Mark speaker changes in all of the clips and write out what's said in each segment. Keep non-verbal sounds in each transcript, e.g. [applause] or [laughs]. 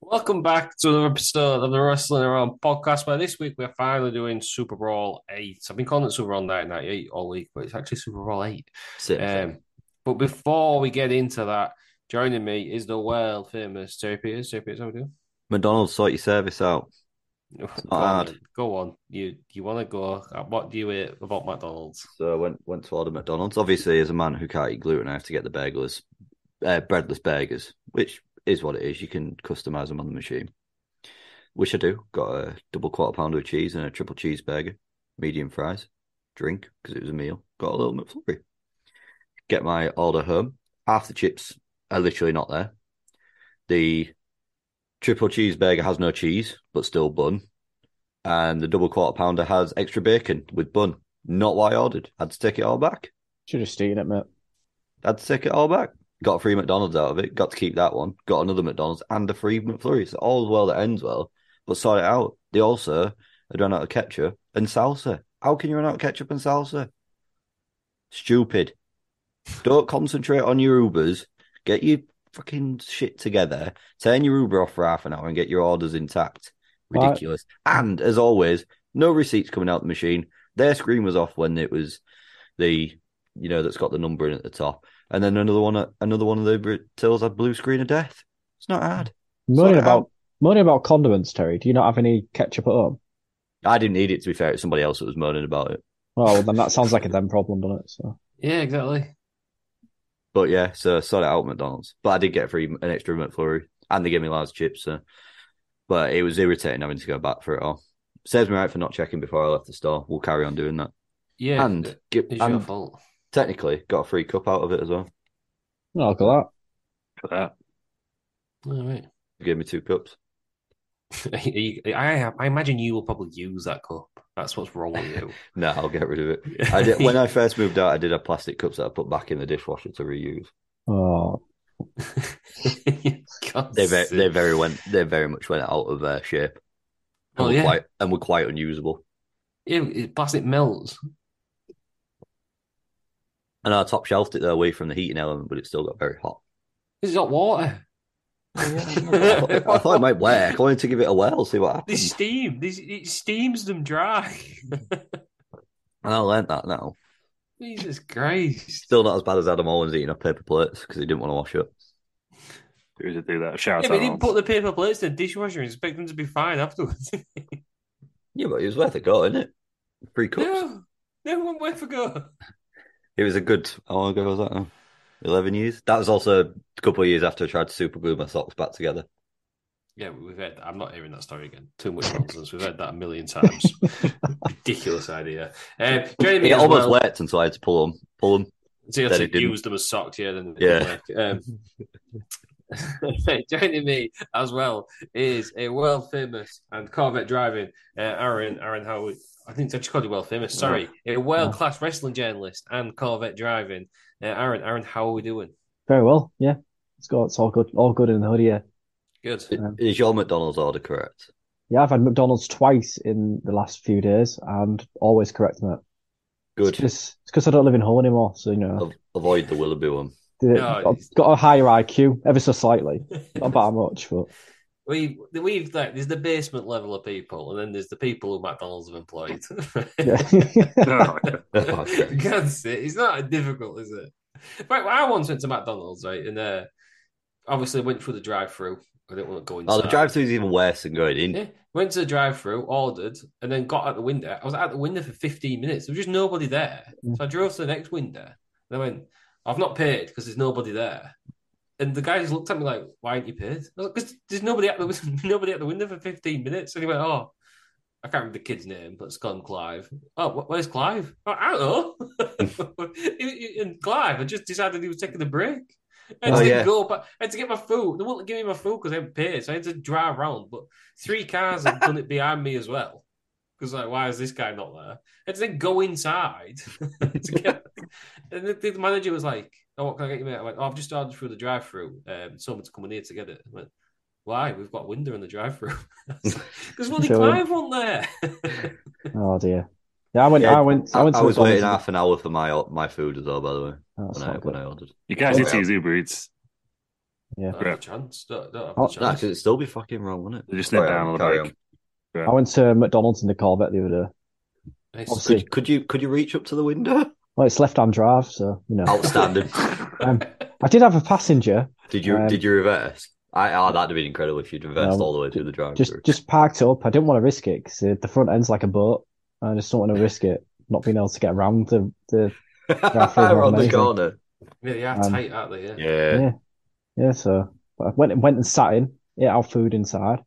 Speaker 1: Welcome back to another episode of the Wrestling Around podcast. Where this week we're finally doing Super Bowl eight. I've been calling it Super Bowl nine ninety eight all week, but it's actually Super Bowl eight. Um, but before we get into that, joining me is the world famous Terry Peters. Terry Peters, how we doing?
Speaker 2: McDonald's, sort your service out.
Speaker 1: go,
Speaker 2: hard.
Speaker 1: on, go on. You you want to go? uh, What do you hear about McDonald's?
Speaker 2: So I went went to order McDonald's. Obviously, as a man who can't eat gluten, I have to get the burglars, uh, breadless burgers, which is what it is. You can customize them on the machine, which I do. Got a double quarter pounder of cheese and a triple cheeseburger, medium fries, drink because it was a meal. Got a little McFlurry. Get my order home. Half the chips are literally not there. The triple cheeseburger has no cheese, but still bun. And the double quarter pounder has extra bacon with bun. Not what I ordered. Had to take it all back.
Speaker 3: Should have stayed at mate.
Speaker 2: Had to take it all back. Got a free McDonald's out of it. Got to keep that one. Got another McDonald's and a free McFlurry. So all's well that ends well. But sort it out. They also had run out of ketchup and salsa. How can you run out of ketchup and salsa? Stupid. Don't concentrate on your Ubers. Get your fucking shit together. Turn your Uber off for half an hour and get your orders intact.
Speaker 3: Right.
Speaker 2: Ridiculous. And as always, no receipts coming out the machine. Their screen was off when it was the you know that's got the number in at the top, and then another one, another one of the tills had blue screen of death. It's not hard.
Speaker 3: Moaning
Speaker 2: Sort it
Speaker 3: about
Speaker 2: out.
Speaker 3: moaning about condiments, Terry. Do you not have any ketchup at home?
Speaker 2: I didn't need it to be fair. It's somebody else that was moaning about it.
Speaker 3: Oh, well, then that sounds like a them problem, doesn't it? So
Speaker 1: Yeah, exactly.
Speaker 2: But yeah, so I sort it out at McDonald's. But I did get a free an extra McFlurry, and they gave me large chips. So, but it was irritating having to go back for it all. Saves me right for not checking before I left the store. We'll carry on doing that.
Speaker 1: Yeah, uh,
Speaker 2: and give,
Speaker 1: it's your
Speaker 2: and
Speaker 1: fault.
Speaker 2: technically got a free cup out of it as well.
Speaker 3: no, look at that.
Speaker 1: All right. [laughs]
Speaker 2: They gave me two cups.
Speaker 1: I, I I imagine you will probably use that cup. That's what's wrong with you.
Speaker 2: No, I'll get rid of it. I
Speaker 1: [laughs]
Speaker 2: did, when I first moved out, I did have plastic cups that I put back in the dishwasher to reuse.
Speaker 3: Oh,
Speaker 1: God's
Speaker 2: They very,
Speaker 1: sake.
Speaker 2: they very went, they very much went out of uh, shape. And
Speaker 1: Oh,
Speaker 2: were
Speaker 1: yeah.
Speaker 2: quite and were quite unusable.
Speaker 1: Yeah, it- plastic melts.
Speaker 2: And I top shelved it though, away from the heating element, but it still got very hot.
Speaker 1: It's got water.
Speaker 2: I thought, I thought it
Speaker 1: [laughs]
Speaker 2: might work. I wanted to give it a whirl, see what
Speaker 1: This
Speaker 2: happens.
Speaker 1: steam, this it steams them dry. [laughs]
Speaker 2: And I learnt that now.
Speaker 1: Jesus Christ!
Speaker 2: Still not as bad as Adam Owens eating off paper plates because he didn't want to wash up.
Speaker 4: Who did do that? Shout
Speaker 1: Yeah,
Speaker 4: out.
Speaker 1: but he didn't put the paper plates in the dishwasher and expect them to be fine afterwards. [laughs]
Speaker 2: Yeah, but it was worth a go, isn't it? Free cups.
Speaker 1: no, no one went for go.
Speaker 2: It was a good. How long ago was that? Now? Eleven years. That was also a couple of years after I tried to super glue my socks back together.
Speaker 1: Yeah, we've heard. I'm not hearing that story again. Too much nonsense. We've heard that a million
Speaker 3: [laughs]
Speaker 1: times.
Speaker 2: [laughs]
Speaker 1: Ridiculous idea. Um, joining me
Speaker 2: It
Speaker 1: as
Speaker 2: almost
Speaker 1: well-
Speaker 2: worked until I had to pull them. Pull them.
Speaker 1: So you have
Speaker 2: Then it
Speaker 1: to
Speaker 2: didn't.
Speaker 1: use them as socks, yeah. Then
Speaker 2: Yeah.
Speaker 1: yeah. Um, [laughs] joining me as well is a world famous and Corvette driving uh, Aaron Aaron Howard. I think I just called you world famous. Sorry, a world class wrestling journalist and Corvette driving uh, Aaron Aaron. How are we doing?
Speaker 3: very well. Yeah, it's got it's all good. All good in the hood here.
Speaker 2: [laughs]
Speaker 1: Good.
Speaker 3: Um,
Speaker 2: Is your McDonald's order correct?
Speaker 3: Yeah, I've had McDonald's twice in the last few days, and always correct mate.
Speaker 2: Good. Oh.
Speaker 3: It's because I don't live in home anymore, so you know. [laughs]
Speaker 2: Av- avoid the Willoughby one.
Speaker 3: Did it-
Speaker 1: No,
Speaker 3: got,
Speaker 1: it's-
Speaker 3: got a higher IQ, ever so slightly.
Speaker 1: [laughs]
Speaker 3: Not by much, but
Speaker 1: We we've like there's the basement level of people, and then there's the people who McDonald's have employed. [laughs]
Speaker 2: [laughs]
Speaker 3: yeah.
Speaker 4: Oh, okay.
Speaker 2: Okay.
Speaker 1: Can't sit. It's not difficult, is it? Right, well, I once went to McDonald's, right, and uh, obviously went through the drive-through. I didn't want to go inside.
Speaker 2: Oh, the drive-through is even worse than going in.
Speaker 1: Yeah, went to the drive-through, ordered, and then got out the window. I was out the window for 15 minutes. There was just nobody there.
Speaker 2: Mm.
Speaker 1: So I drove to the next window, and I went, "I've not paid because there's nobody there." And the guy just looked at me like, "Why aren't you paid?" I was like, "Because there's nobody at the [laughs] nobody at the window for 15 minutes." And he went, "Oh." I can't remember the kid's name, but it's called him Clive. Oh, wh- where's Clive? Oh, I don't know. [laughs] He- he- and Clive, I just decided he was taking a break. I had
Speaker 2: Oh,
Speaker 1: to
Speaker 2: yeah.
Speaker 1: go, but I had to get my food. They wouldn't give me my food because I hadn't paid, so I had to drive round. But three cars had done it behind me as well. Because like, why is this guy not there? And then go inside [laughs] to get. and the, the manager was like, "Oh, what can I get you, mate?" I went, "Oh, "I've just ordered through the drive-through. Um, someone's coming here to get it." I went, "Why? We've got a window in the drive-through." [laughs] Because
Speaker 3: [laughs]
Speaker 1: bloody
Speaker 3: Brilliant.
Speaker 1: Clive won
Speaker 4: [laughs]
Speaker 1: there.
Speaker 3: [laughs] Oh dear. Yeah, I went.
Speaker 2: Yeah,
Speaker 3: I went. I
Speaker 2: I,
Speaker 3: went. To
Speaker 2: I was waiting
Speaker 3: McDonald's.
Speaker 2: half an hour for my my food as well, by the way,
Speaker 3: That's
Speaker 2: when I,
Speaker 3: not
Speaker 2: when
Speaker 3: good.
Speaker 2: I ordered. Oh,
Speaker 4: You guys need to use Uber Eats.
Speaker 1: Don't have a chance. Don't, don't have a
Speaker 3: Oh,
Speaker 2: No,
Speaker 1: chance.
Speaker 2: because it'd still be fucking wrong, wouldn't it?
Speaker 4: They just nip
Speaker 2: Carry
Speaker 4: down on the
Speaker 2: carry
Speaker 4: bike.
Speaker 3: I went to McDonald's in the Corvette the other day.
Speaker 1: Nice.
Speaker 3: Obviously-
Speaker 2: Could, could you could you reach up to the
Speaker 3: [laughs]
Speaker 2: window?
Speaker 3: Well, it's left-hand drive, so you
Speaker 2: Oh.
Speaker 3: know. [laughs]
Speaker 2: Outstanding.
Speaker 3: Um, I did have a passenger
Speaker 2: did you
Speaker 3: Um,
Speaker 2: did you reverse? I oh, that'd have been incredible if you'd reversed
Speaker 3: Um,
Speaker 2: all the way through the drive
Speaker 3: just just parked up. I didn't want to risk it because the front end's like a boat. I just don't want to risk it not being able to get around the the
Speaker 2: [laughs]
Speaker 3: drive-through
Speaker 2: around the
Speaker 3: amazing.
Speaker 2: corner.
Speaker 1: [laughs] yeah, they are
Speaker 3: um,
Speaker 1: tight, aren't they? Yeah.
Speaker 2: Yeah.
Speaker 3: Yeah. yeah. So but I went went and sat in, ate our food inside.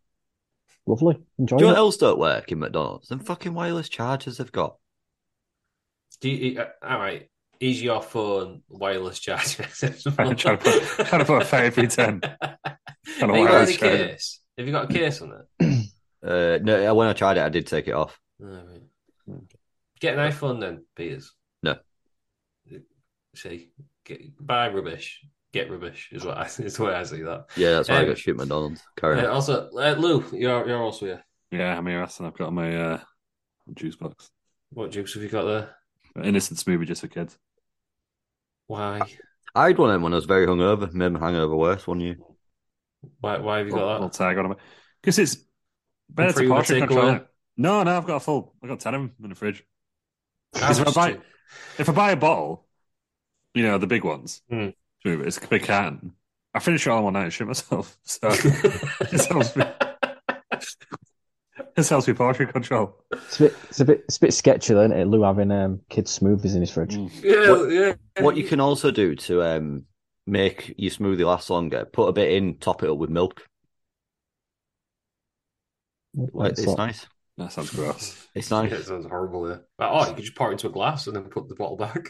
Speaker 3: Lovely,
Speaker 2: Do you know
Speaker 3: enjoying
Speaker 2: what
Speaker 3: it.
Speaker 2: else don't work in McDonald's? Them fucking wireless chargers they've got.
Speaker 1: Do you, uh, all right. Is your phone wireless charger? [laughs]
Speaker 4: [laughs] I'm trying to put- trying to put a five v 10
Speaker 1: Have
Speaker 4: on a
Speaker 1: you got
Speaker 4: wireless
Speaker 1: any
Speaker 4: charger.
Speaker 1: case? Have you got a case on it?
Speaker 2: Uh, no, when I tried it, I did take it off.
Speaker 1: All right. Hmm. Get an iPhone then, Peters.
Speaker 2: No.
Speaker 1: See, get, buy rubbish. Get rubbish is what I, [laughs] is the way I see that.
Speaker 2: Yeah, that's why I
Speaker 1: Um,
Speaker 2: got shit at McDonald's. Carry on.
Speaker 1: Uh, also, uh, Lou, you're you're also here.
Speaker 4: Yeah, I'm here, Aston. I've got my uh, juice box.
Speaker 1: What jokes have you got there?
Speaker 4: Innocent smoothie just for kids.
Speaker 1: Why?
Speaker 2: I had one of them when I was very hungover. Made my hangover worse one year.
Speaker 1: Why? Why have you got
Speaker 4: Little
Speaker 1: that?
Speaker 4: tag on it because it's better
Speaker 1: free
Speaker 4: to
Speaker 1: with
Speaker 4: portion
Speaker 1: takeaway.
Speaker 4: control. it. No, no, I've got a full. I've got ten of them in the fridge. Because if I
Speaker 1: Ouch,
Speaker 4: buy
Speaker 1: Jim.
Speaker 4: if I buy a bottle, you know the big ones,
Speaker 1: Hmm.
Speaker 4: Smoothie, it's a big can. I finish it all in one night and shit myself. [laughs]
Speaker 1: [laughs]
Speaker 4: So this helps me. This helps me portion control.
Speaker 3: It's a bit, it's a bit, it's a bit sketchy, though, isn't it? Lou having um, kids' smoothies in his fridge.
Speaker 2: Mm.
Speaker 1: Yeah,
Speaker 2: What-
Speaker 1: yeah.
Speaker 2: What you can also do to um, make your smoothie last longer, put a bit in, top it up with milk. Like,
Speaker 3: That's
Speaker 2: it's
Speaker 3: what-
Speaker 2: nice.
Speaker 4: That sounds gross.
Speaker 2: It's
Speaker 1: Yeah,
Speaker 2: nice.
Speaker 1: it sounds horrible. Yeah. Oh, you could just pour it into a glass and then put the bottle back.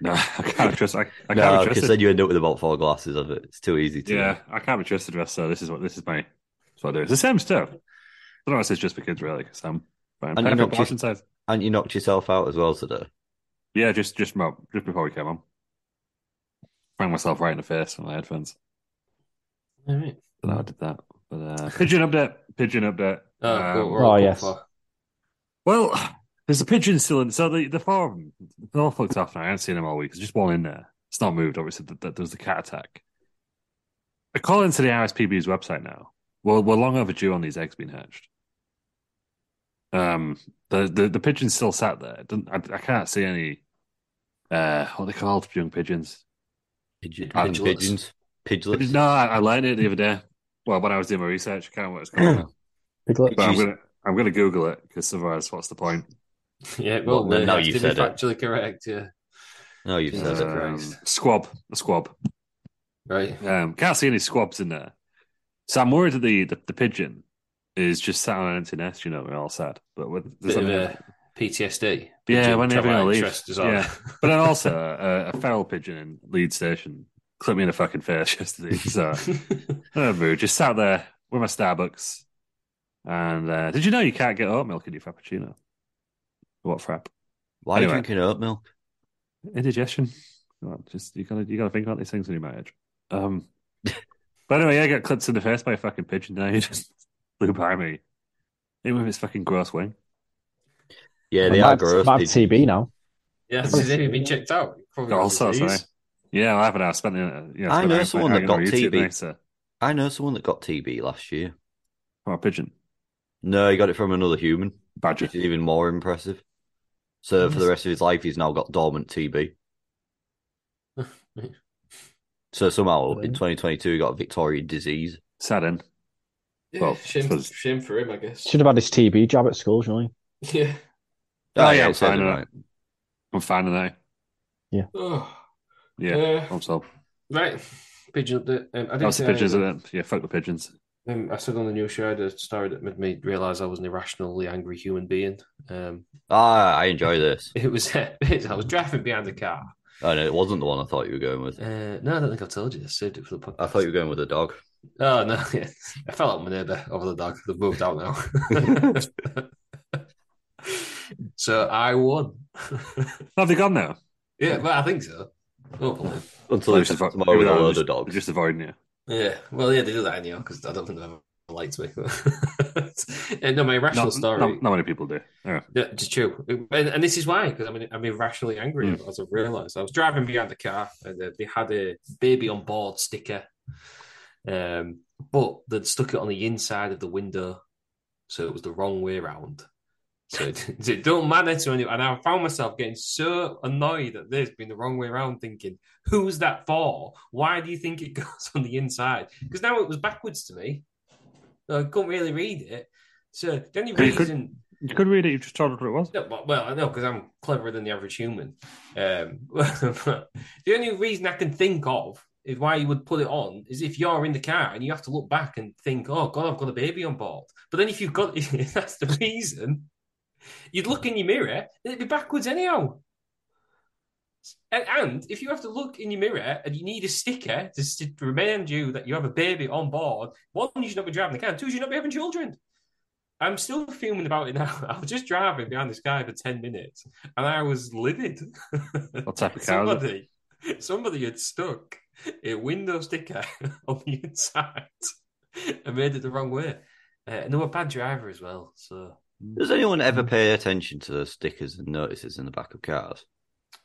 Speaker 4: No, I can't trust. I, I can't
Speaker 2: No,
Speaker 4: be
Speaker 2: because
Speaker 4: trusted.
Speaker 2: then you end up with about four glasses of it. It's too easy to.
Speaker 4: Yeah, I can't be trusted with. So this is what this is my. That's what I do. It's the same stuff. I don't know. if It's just for kids, really. Because I'm. I'm
Speaker 2: And you
Speaker 4: perfect
Speaker 2: don't
Speaker 4: portion size.
Speaker 2: And you knocked yourself out as well today.
Speaker 4: Yeah, just just mo- just before we came on, rang myself right in the face with my headphones.
Speaker 1: All right.
Speaker 4: Don't know how I did that. But uh, [laughs] pigeon update. Pigeon update.
Speaker 1: Oh,
Speaker 4: Um,
Speaker 1: cool. We're all
Speaker 3: oh,
Speaker 1: good
Speaker 3: yes.
Speaker 1: for- [laughs]
Speaker 4: Well, [sighs] there's a pigeon still in. So the the four of them, they're all fucked off now. I haven't seen them all week. There's just one in there. It's not moved. Obviously, that, that there was the cat attack. According to the RSPB's website now, we're we're long overdue on these eggs being hatched. Um, the the, the pigeon's still sat there. It doesn't- I, I can't see any. Uh, what are they called young pigeons?
Speaker 2: Pigeon,
Speaker 1: Pigeons.
Speaker 2: pigeons. Pigeons.
Speaker 4: No, I, I learned it the other day. Well, when I was doing my research, I can't remember what it's called. now.
Speaker 3: Piglet.
Speaker 4: but I'm gonna I'm gonna Google it because otherwise, what's the point?
Speaker 1: Yeah, it will
Speaker 2: Well,
Speaker 1: be.
Speaker 2: no,
Speaker 1: It's
Speaker 2: you
Speaker 1: to be
Speaker 2: said it.
Speaker 1: factually correct. Yeah,
Speaker 2: No, you've said
Speaker 1: Jesus
Speaker 2: it.
Speaker 4: Um,
Speaker 1: Christ.
Speaker 4: squab, a squab.
Speaker 1: right.
Speaker 4: Um, can't see any squabs in there. So I'm worried that the, the, the pigeon is just sat on an empty nest. You know, we're all sad. But with,
Speaker 1: Bit
Speaker 4: there's
Speaker 1: of
Speaker 4: nothing-
Speaker 1: a PTSD.
Speaker 4: yeah, when they're
Speaker 1: Traumatic
Speaker 4: going to
Speaker 1: stress
Speaker 4: leave.
Speaker 1: disorder.
Speaker 4: Yeah. But then also uh, a, a feral pigeon in Leeds Station clipped me in the fucking face [laughs] yesterday. So
Speaker 1: [laughs]
Speaker 4: uh, rude. Just sat there with my Starbucks. And uh, did you know you can't get oat milk in your frappuccino? What frap?
Speaker 2: Why are you
Speaker 4: Anyway.
Speaker 2: drinking oat milk?
Speaker 4: indigestion. Well, just you gotta you gotta think about these things when you manage. Um, [laughs] but anyway, I got clipped in the face by a fucking pigeon. Now [laughs] he just flew by me, even with his fucking gross wing.
Speaker 2: Yeah,
Speaker 3: I
Speaker 2: they
Speaker 3: might
Speaker 2: are
Speaker 3: have-
Speaker 2: gross.
Speaker 3: might have
Speaker 2: pigeons.
Speaker 3: TB now.
Speaker 1: yeah. Has anything been checked out? Probably
Speaker 4: Got
Speaker 1: got
Speaker 4: all sorts,
Speaker 1: disease.
Speaker 4: Yeah, I have an hour spent in it. You know,
Speaker 2: I
Speaker 4: spent
Speaker 2: know
Speaker 4: an hour
Speaker 2: someone
Speaker 4: hanging
Speaker 2: that
Speaker 4: on
Speaker 2: got
Speaker 4: YouTube
Speaker 2: TB.
Speaker 4: later
Speaker 2: I know someone that got TB last year.
Speaker 4: From a pigeon.
Speaker 2: No, he got it from another human,
Speaker 4: Badger.
Speaker 2: which is even more impressive. So for the rest of his life, he's now got dormant
Speaker 4: [laughs]
Speaker 2: TB. So somehow in 2022, he got Victorian disease.
Speaker 4: Sat in.
Speaker 1: Yeah,
Speaker 4: Well,
Speaker 1: shame,
Speaker 4: suppose-
Speaker 1: shame for him, I guess.
Speaker 3: Should have had his TB jab at school, surely.
Speaker 1: [laughs] Yeah.
Speaker 4: Oh, yeah, I'm
Speaker 2: it says
Speaker 4: fine
Speaker 2: it,
Speaker 4: with I'm fine of that.
Speaker 1: Oh,
Speaker 4: Yeah.
Speaker 1: Yeah.
Speaker 4: I'm so.
Speaker 1: right. Pigeon update. Um, I didn't
Speaker 4: That was the
Speaker 1: say
Speaker 4: pigeons,
Speaker 1: I,
Speaker 4: isn't it? Yeah, fuck the pigeons.
Speaker 1: um, I said on the news show I had a story that made me realise I was an irrationally angry human being. Um, [laughs]
Speaker 2: Ah, I enjoy this.
Speaker 1: it was [laughs] I was driving behind a car.
Speaker 2: Oh, no, it wasn't the one I thought you were going with.
Speaker 1: Uh, no, I don't think I've told you. I saved it for the podcast.
Speaker 2: I thought you were going with a dog.
Speaker 1: Oh no, [laughs] yeah. I fell out with my neighbour over the dog. They've moved out
Speaker 4: [laughs]
Speaker 1: now. so I won. [laughs]
Speaker 4: Have they gone now?
Speaker 1: yeah, but I think so. Hopefully.
Speaker 2: Until
Speaker 4: They're
Speaker 2: it's
Speaker 4: avo-
Speaker 2: tomorrow with a
Speaker 4: they're
Speaker 2: load
Speaker 4: just-
Speaker 2: of dogs.
Speaker 4: they're Just avoiding you.
Speaker 1: Yeah. Well, yeah, they do that anyhow because I don't think they've ever liked me. [laughs] and no, my irrational
Speaker 4: Not,
Speaker 1: story.
Speaker 4: not, not many people do. Yeah.
Speaker 1: Yeah, it's true. And, and this is why, because I mean, I'm irrationally angry, as I've realised. I was driving behind the car and uh, they had a baby on board sticker, um, but they'd stuck it on the inside of the window, so it was the wrong way round. So it, [laughs] it don't matter to anyone. And I found myself getting so annoyed at this being the wrong way round, thinking, who's that for? Why do you think it [laughs] goes on the inside? Because now it was backwards to me. I couldn't really read it. So the only
Speaker 4: But you could-
Speaker 1: reason.
Speaker 4: You could read it, you just told us what it was.
Speaker 1: No, but, well, I know because I'm cleverer than the average human. Um, [laughs] the only reason I can think of is why you would put it on is if you're in the car and you have to look back and think, "Oh God, I've got a baby on board." But then if you've got [laughs] if that's the reason, you'd look in your mirror and it'd be backwards anyhow. And, and if you have to look in your mirror and you need a sticker to, s- to remind you that you have a baby on board, one, you should not be driving the car. Two, you should not be having children. I'm still fuming about it now. [laughs] I was just driving behind this guy for 10 minutes and I was livid.
Speaker 4: What
Speaker 1: [laughs]
Speaker 4: type of car was it?
Speaker 1: somebody, somebody had stuck a window sticker [laughs] on the inside and made it the wrong way. Uh, and they were a bad driver as well. So
Speaker 2: Does anyone ever pay attention to those stickers and notices in the back of cars?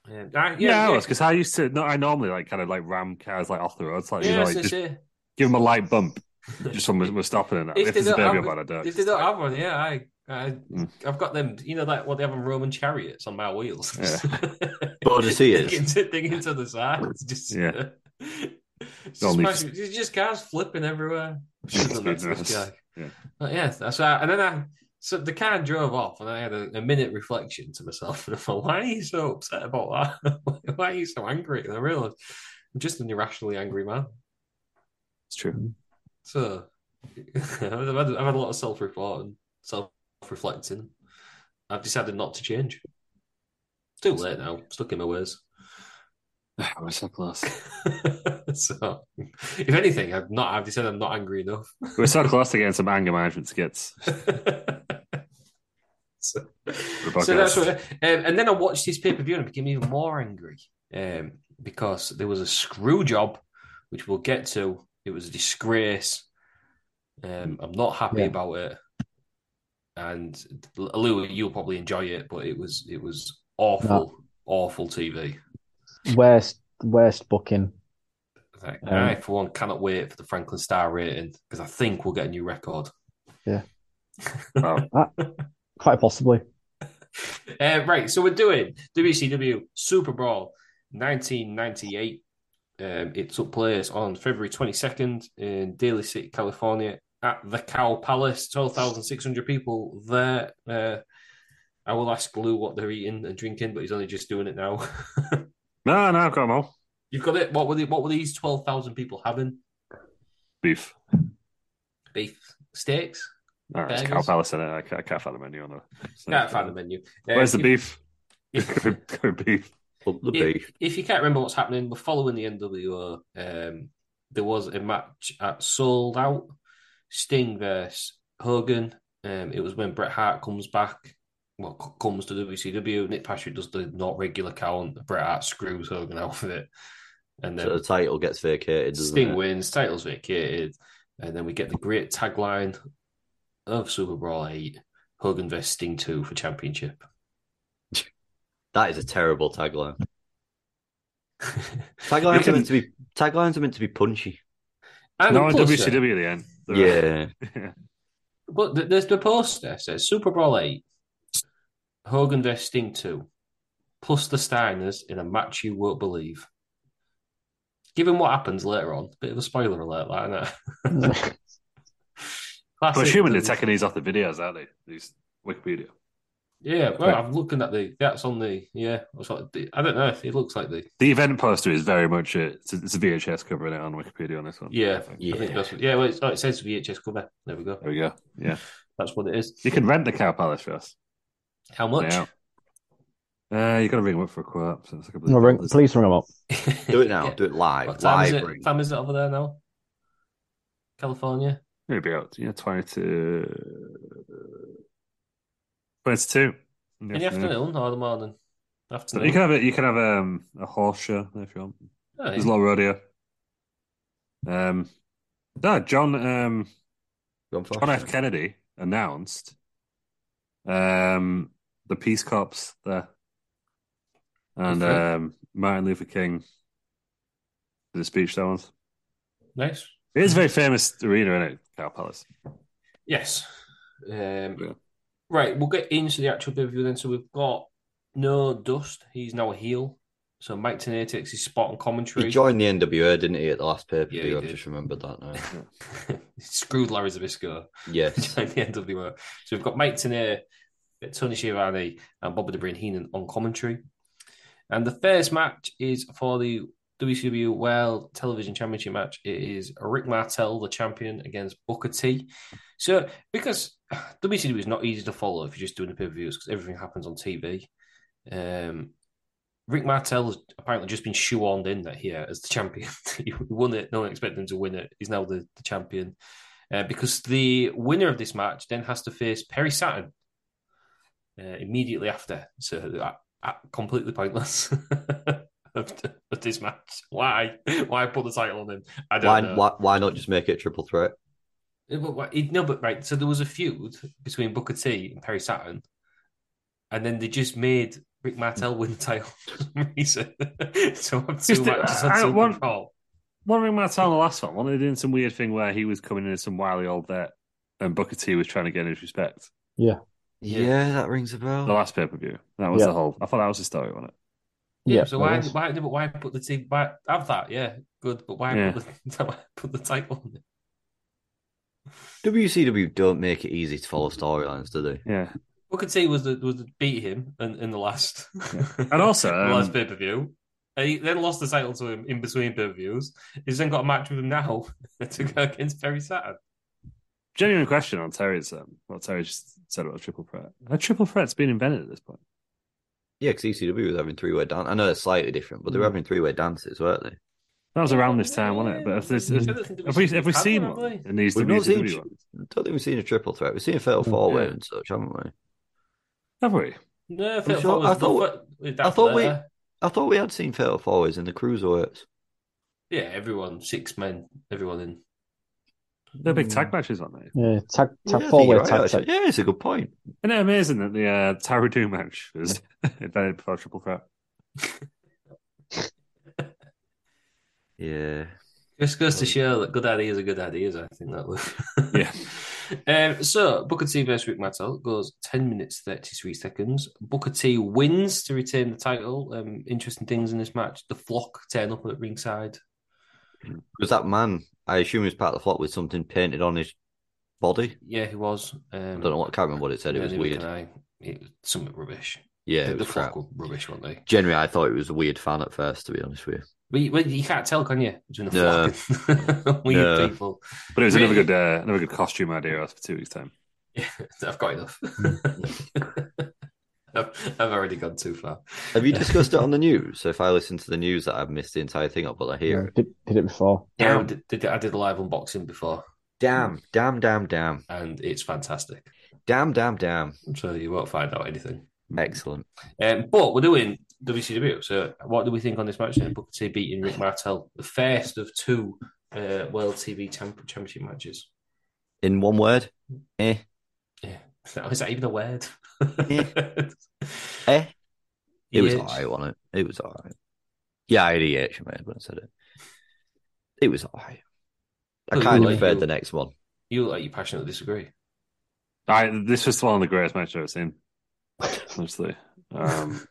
Speaker 1: um, I,
Speaker 4: Yeah,
Speaker 1: yeah, yeah.
Speaker 4: because I used to. No, I normally like kind of like ram cars like off the road, like, you
Speaker 1: Yeah,
Speaker 4: know,
Speaker 1: so
Speaker 4: like, just
Speaker 1: say-
Speaker 4: give them a light bump. [laughs] Just when we're, we're stopping and that. If,
Speaker 1: they
Speaker 4: there's a
Speaker 1: don't
Speaker 4: baby
Speaker 1: have-
Speaker 4: about, I don't.
Speaker 1: If they don't have one, yeah, I, I,
Speaker 4: Mm.
Speaker 1: I've got them. You know, like what they have on Roman chariots on my wheels.
Speaker 4: Yeah.
Speaker 1: [laughs]
Speaker 2: Boadiceas.
Speaker 1: Thing into, thing into the sides. Just, [laughs]
Speaker 4: Yeah.
Speaker 1: It's just,
Speaker 4: Don't need
Speaker 1: smashing- it's just cars flipping everywhere.
Speaker 4: Just
Speaker 1: Should've done that to this
Speaker 4: goodness.
Speaker 1: guy.
Speaker 4: [laughs] Yeah.
Speaker 1: But yeah, that's right. And then I, so the car drove off, and I had a, a minute reflection to myself. [laughs] And I thought, why are you so upset about that? [laughs] why are you so angry? And I realized I'm just an irrationally angry man.
Speaker 4: it's true.
Speaker 1: So [laughs] I've had, I've had a lot of self reporting, self reflecting. I've decided not to change. Too late now, stuck in my ways.
Speaker 4: [sighs] We're so close.
Speaker 1: [laughs] so, [laughs] if anything, I've not. I've decided I'm not angry enough. [laughs]
Speaker 4: we're so close to getting some anger management skits.
Speaker 1: so,
Speaker 4: podcast.
Speaker 1: so that's what. Um, and then I watched this pay per view and I became even more angry um, because there was a screw job, which we'll get to. It was a disgrace. Um, I'm not happy
Speaker 3: Yeah.
Speaker 1: about it. And L- Lou, you'll probably enjoy it, but it was it was awful, awful TV.
Speaker 3: Worst, worst booking.
Speaker 1: Like,
Speaker 3: Um,
Speaker 1: I, for one, cannot wait for the Franklin Star rating because I think we'll get a new record.
Speaker 4: Wow.
Speaker 3: Quite
Speaker 2: [laughs]
Speaker 3: possibly.
Speaker 1: Uh, right, so we're doing WCW Super Bowl 1998. Um, it took place on February 22nd in Daly City, California, at the Cow Palace. 12,600 people there. Uh, I will ask Lou what they're eating and drinking, but he's only just doing it now. [laughs]
Speaker 4: no, no, I've got 'em all.
Speaker 1: You've got it. What were the, what were these 12,000 people having?
Speaker 4: Beef.
Speaker 1: Beef steaks?
Speaker 4: No, it's
Speaker 1: Burgers.
Speaker 4: Cow Palace in it. I can't, I can't find the menu on it. So-
Speaker 1: Can't find the menu. Uh,
Speaker 4: Where's the
Speaker 1: if- [laughs]
Speaker 4: beef?
Speaker 1: if-
Speaker 4: Go beef.
Speaker 2: Up the
Speaker 1: Yeah.
Speaker 2: beef.
Speaker 1: if you can't remember what's happening, we're following the NWO. Um, there was a match at Sold Out, Sting versus Hogan. Um, it was when Bret Hart comes back, well, c- comes to WCW. Nick Patrick does the not regular count. Bret Hart screws Hogan [laughs] out of it, and
Speaker 2: So
Speaker 1: then
Speaker 2: the title gets vacated, doesn't
Speaker 1: Sting
Speaker 2: it?
Speaker 1: wins, titles vacated, and then we get the great tagline of Super Bowl Eight: Hogan versus Sting Two [laughs] for championship.
Speaker 2: That is a terrible tagline. Taglines are meant to be taglines are meant to be punchy.
Speaker 1: And
Speaker 4: Now on
Speaker 1: plus, uh,
Speaker 4: WCW at the end.
Speaker 2: Yeah.
Speaker 4: [laughs] Yeah.
Speaker 1: But th- there's the poster says Super Bowl eight, Hogan vs Sting two, plus the Steiners in a match you won't believe. Given what happens later on, bit of a spoiler alert, like that. [laughs]
Speaker 4: But assuming they're taking these off the videos, aren't they? These Wikipedia.
Speaker 1: Yeah, well, I'm looking at the that's on the yeah. I was like, the- I don't know. It looks like the
Speaker 4: The event poster is very much a, it's, a, it's a VHS covering it on Wikipedia on this one.
Speaker 1: yeah,
Speaker 2: Yeah.
Speaker 1: I think that's, yeah. Well, it's, oh, it says VHS cover. There we go.
Speaker 4: There we go. Yeah.
Speaker 1: That's what it is.
Speaker 4: You can rent the Cow Palace for us.
Speaker 1: How much? [laughs]
Speaker 4: Yeah. Uh, you got to ring him up for a quote. So it's a couple of
Speaker 3: No, ring,
Speaker 4: dollars.
Speaker 3: please ring him up.
Speaker 2: [laughs] Do it now.
Speaker 1: Yeah.
Speaker 2: Do it live.
Speaker 1: What time is
Speaker 2: live
Speaker 1: it?
Speaker 2: ring.
Speaker 1: Time is it over there now? California.
Speaker 4: Maybe out. Yeah, 20 to 22. In the
Speaker 1: In the
Speaker 4: afternoon.
Speaker 1: afternoon or the morning?
Speaker 4: So
Speaker 1: Afternoon.
Speaker 4: you can have a, you can have um, a horse show if you want.
Speaker 1: Oh,
Speaker 4: There's a lot of rodeo. Um, no, John um,
Speaker 2: Go on, Fox.
Speaker 4: John F. Kennedy announced um, the Peace Corps there, and
Speaker 1: Okay.
Speaker 4: um, Martin Luther King did a speech there once.
Speaker 1: nice.
Speaker 4: It is a very famous arena, isn't it? Cow Palace.
Speaker 1: Yes. Um,
Speaker 4: Yeah.
Speaker 1: Right, we'll get into the actual pay-per-view then. So we've got No Dust. He's now a heel. So Mike Tenay takes his spot on commentary.
Speaker 2: He joined the NWA, didn't he, at the last pay per
Speaker 1: Yeah, he
Speaker 2: view? I've
Speaker 1: did.
Speaker 2: just remembered that now.
Speaker 1: [laughs] Screwed Larry Zabisco. [laughs]
Speaker 2: Yes.
Speaker 1: joined the NWO. So we've got Mike Tenay, Tony Schiavone, and Bobby De Bruyne Heenan on commentary. And the first match is for the WCW World Television Championship match. It is Rick Martel, the champion, against Booker T. So, because WCW is not easy to follow if you're just doing the pay per views because everything happens on TV. Um, Rick Martel has apparently just been shoehorned in that here as the champion. [laughs] he won it. No one expected him to win it. He's now the, the champion. Uh, because the winner of this match then has to face Perry Saturn uh, immediately after. So uh, uh, completely pointless [laughs] of, of this match. Why? Why put the title on him? I don't
Speaker 2: Why,
Speaker 1: know.
Speaker 2: why why not just make it a triple threat?
Speaker 1: Yeah, but why- it- no, but right. So there was a feud between Booker T and Perry Saturn, and then they just made Rick Martel win [laughs] the title for some reason. [laughs] so I'm two
Speaker 4: Just, uh,
Speaker 1: matches on
Speaker 4: I
Speaker 1: Super
Speaker 4: want-
Speaker 1: Bowl.
Speaker 4: One ring my time the last one. One they doing some weird thing where he was coming in as some wily old vet, and Booker T was trying to gain his respect.
Speaker 2: Yeah, that rings a bell.
Speaker 4: The last pay per view. That was
Speaker 3: Yeah.
Speaker 4: the whole. I thought that was the story, wasn't it?
Speaker 1: Yeah.
Speaker 3: Yeah,
Speaker 1: so
Speaker 3: no
Speaker 1: why?
Speaker 3: worries.
Speaker 1: Why? no, But why put the team? Why have that? Yeah, good. But why,
Speaker 4: Yeah.
Speaker 1: put, the, [laughs] why put the title on it?
Speaker 2: WCW don't make it easy to follow storylines, do they?
Speaker 4: Yeah.
Speaker 1: Booker T was the was the beat him in, in the last
Speaker 4: And also,
Speaker 1: the [laughs] last
Speaker 4: um,
Speaker 1: pay per view. He then lost the title to him in between pay per views. He's then got a match with him now [laughs] to go against Perry Saturn.
Speaker 4: Genuine question on Terry's um, what Terry just said about triple threat. A triple threat's been invented at this point.
Speaker 2: Yeah, because ECW was having three way dance. I know it's slightly different, but they
Speaker 1: Mm.
Speaker 2: were having three way dances, weren't they?
Speaker 4: That was around this time, wasn't it? But if there's,
Speaker 1: I don't think
Speaker 4: have we,
Speaker 1: WCW
Speaker 4: have we
Speaker 1: had
Speaker 4: seen
Speaker 1: one, have
Speaker 4: one
Speaker 1: they?
Speaker 4: in these
Speaker 2: We've not seen.
Speaker 4: WCW ones?
Speaker 2: I don't think we've seen a triple threat. We've seen a
Speaker 1: Mm,
Speaker 2: fatal four way
Speaker 4: Yeah.
Speaker 2: and such, haven't we?
Speaker 4: Have we?
Speaker 1: No, I
Speaker 2: I'm
Speaker 1: thought,
Speaker 2: sure-
Speaker 1: was,
Speaker 2: I thought- I thought we-
Speaker 1: there.
Speaker 2: I thought we had seen fatal four ways in the cruiserweights.
Speaker 1: Yeah, everyone, six men, everyone in.
Speaker 4: They're big
Speaker 1: Mm.
Speaker 4: tag matches, aren't they?
Speaker 3: Yeah, tag
Speaker 2: I
Speaker 3: tag
Speaker 2: think
Speaker 3: four way
Speaker 2: you're right,
Speaker 3: tag
Speaker 2: actually.
Speaker 3: team.
Speaker 2: Yeah, it's a good point.
Speaker 4: Isn't it amazing that the uh, Tara Doom match was [laughs] invented before triple threat?
Speaker 2: Yeah.
Speaker 1: Just goes to show that good ideas are good ideas. I think that was.
Speaker 4: Yeah.
Speaker 1: [laughs] um, so Booker T versus Rick Martel goes ten minutes thirty three seconds. Booker T wins to retain the title. Um, interesting things in this match: the flock turn up at ringside.
Speaker 2: Because that man, I assume he was part of the flop with something painted on his body.
Speaker 1: Yeah, he was. Um,
Speaker 2: I don't know what, can't remember what it said. It was weird.
Speaker 1: It was something rubbish.
Speaker 2: Yeah,
Speaker 1: the,
Speaker 2: it
Speaker 1: the
Speaker 2: was crap.
Speaker 1: flock were rubbish, weren't they?
Speaker 2: Generally, I thought it was a weird fan at first, to be honest [laughs] with you.
Speaker 1: But you, well, you can't tell, can you? Between
Speaker 2: No.
Speaker 1: the flock and [laughs] weird
Speaker 2: No.
Speaker 1: people.
Speaker 4: But it was another
Speaker 1: Really?
Speaker 4: good, uh, another good costume idea for two weeks' time.
Speaker 1: Yeah, I've got enough. [laughs] I've, I've already gone too far.
Speaker 2: Have you discussed it on the news? So if I listen to the news, that I've missed the entire thing up, but I hear it.
Speaker 3: Did, did it before.
Speaker 1: [laughs] Yeah, I
Speaker 2: Um,
Speaker 1: [laughs] did, did- I did a live unboxing before,
Speaker 2: [laughs] Damn, damn, damn, damn,
Speaker 1: and it's fantastic.
Speaker 2: damn, damn, damn.
Speaker 1: So you won't find out anything.
Speaker 2: Excellent.
Speaker 1: Um, but we're doing WCW. So what do we think on this match? Then Booker T beating Rick Martel, the first of two uh, World TV Champ- Championship matches. [laughs]
Speaker 2: In one word, eh,
Speaker 1: Yeah, is that even a word?
Speaker 2: eh. It was
Speaker 1: Yeah.
Speaker 2: eh? E alright, wasn't it? It was alright. Yeah, I ADH, mate, when I said it. It was all right. I
Speaker 1: Look,
Speaker 2: kind
Speaker 1: you
Speaker 2: of
Speaker 1: like-
Speaker 2: preferred the next one.
Speaker 1: [laughs] You look like you passionately disagree.
Speaker 4: I this was one of the greatest matches I've ever seen. Honestly,
Speaker 1: [laughs]
Speaker 4: um,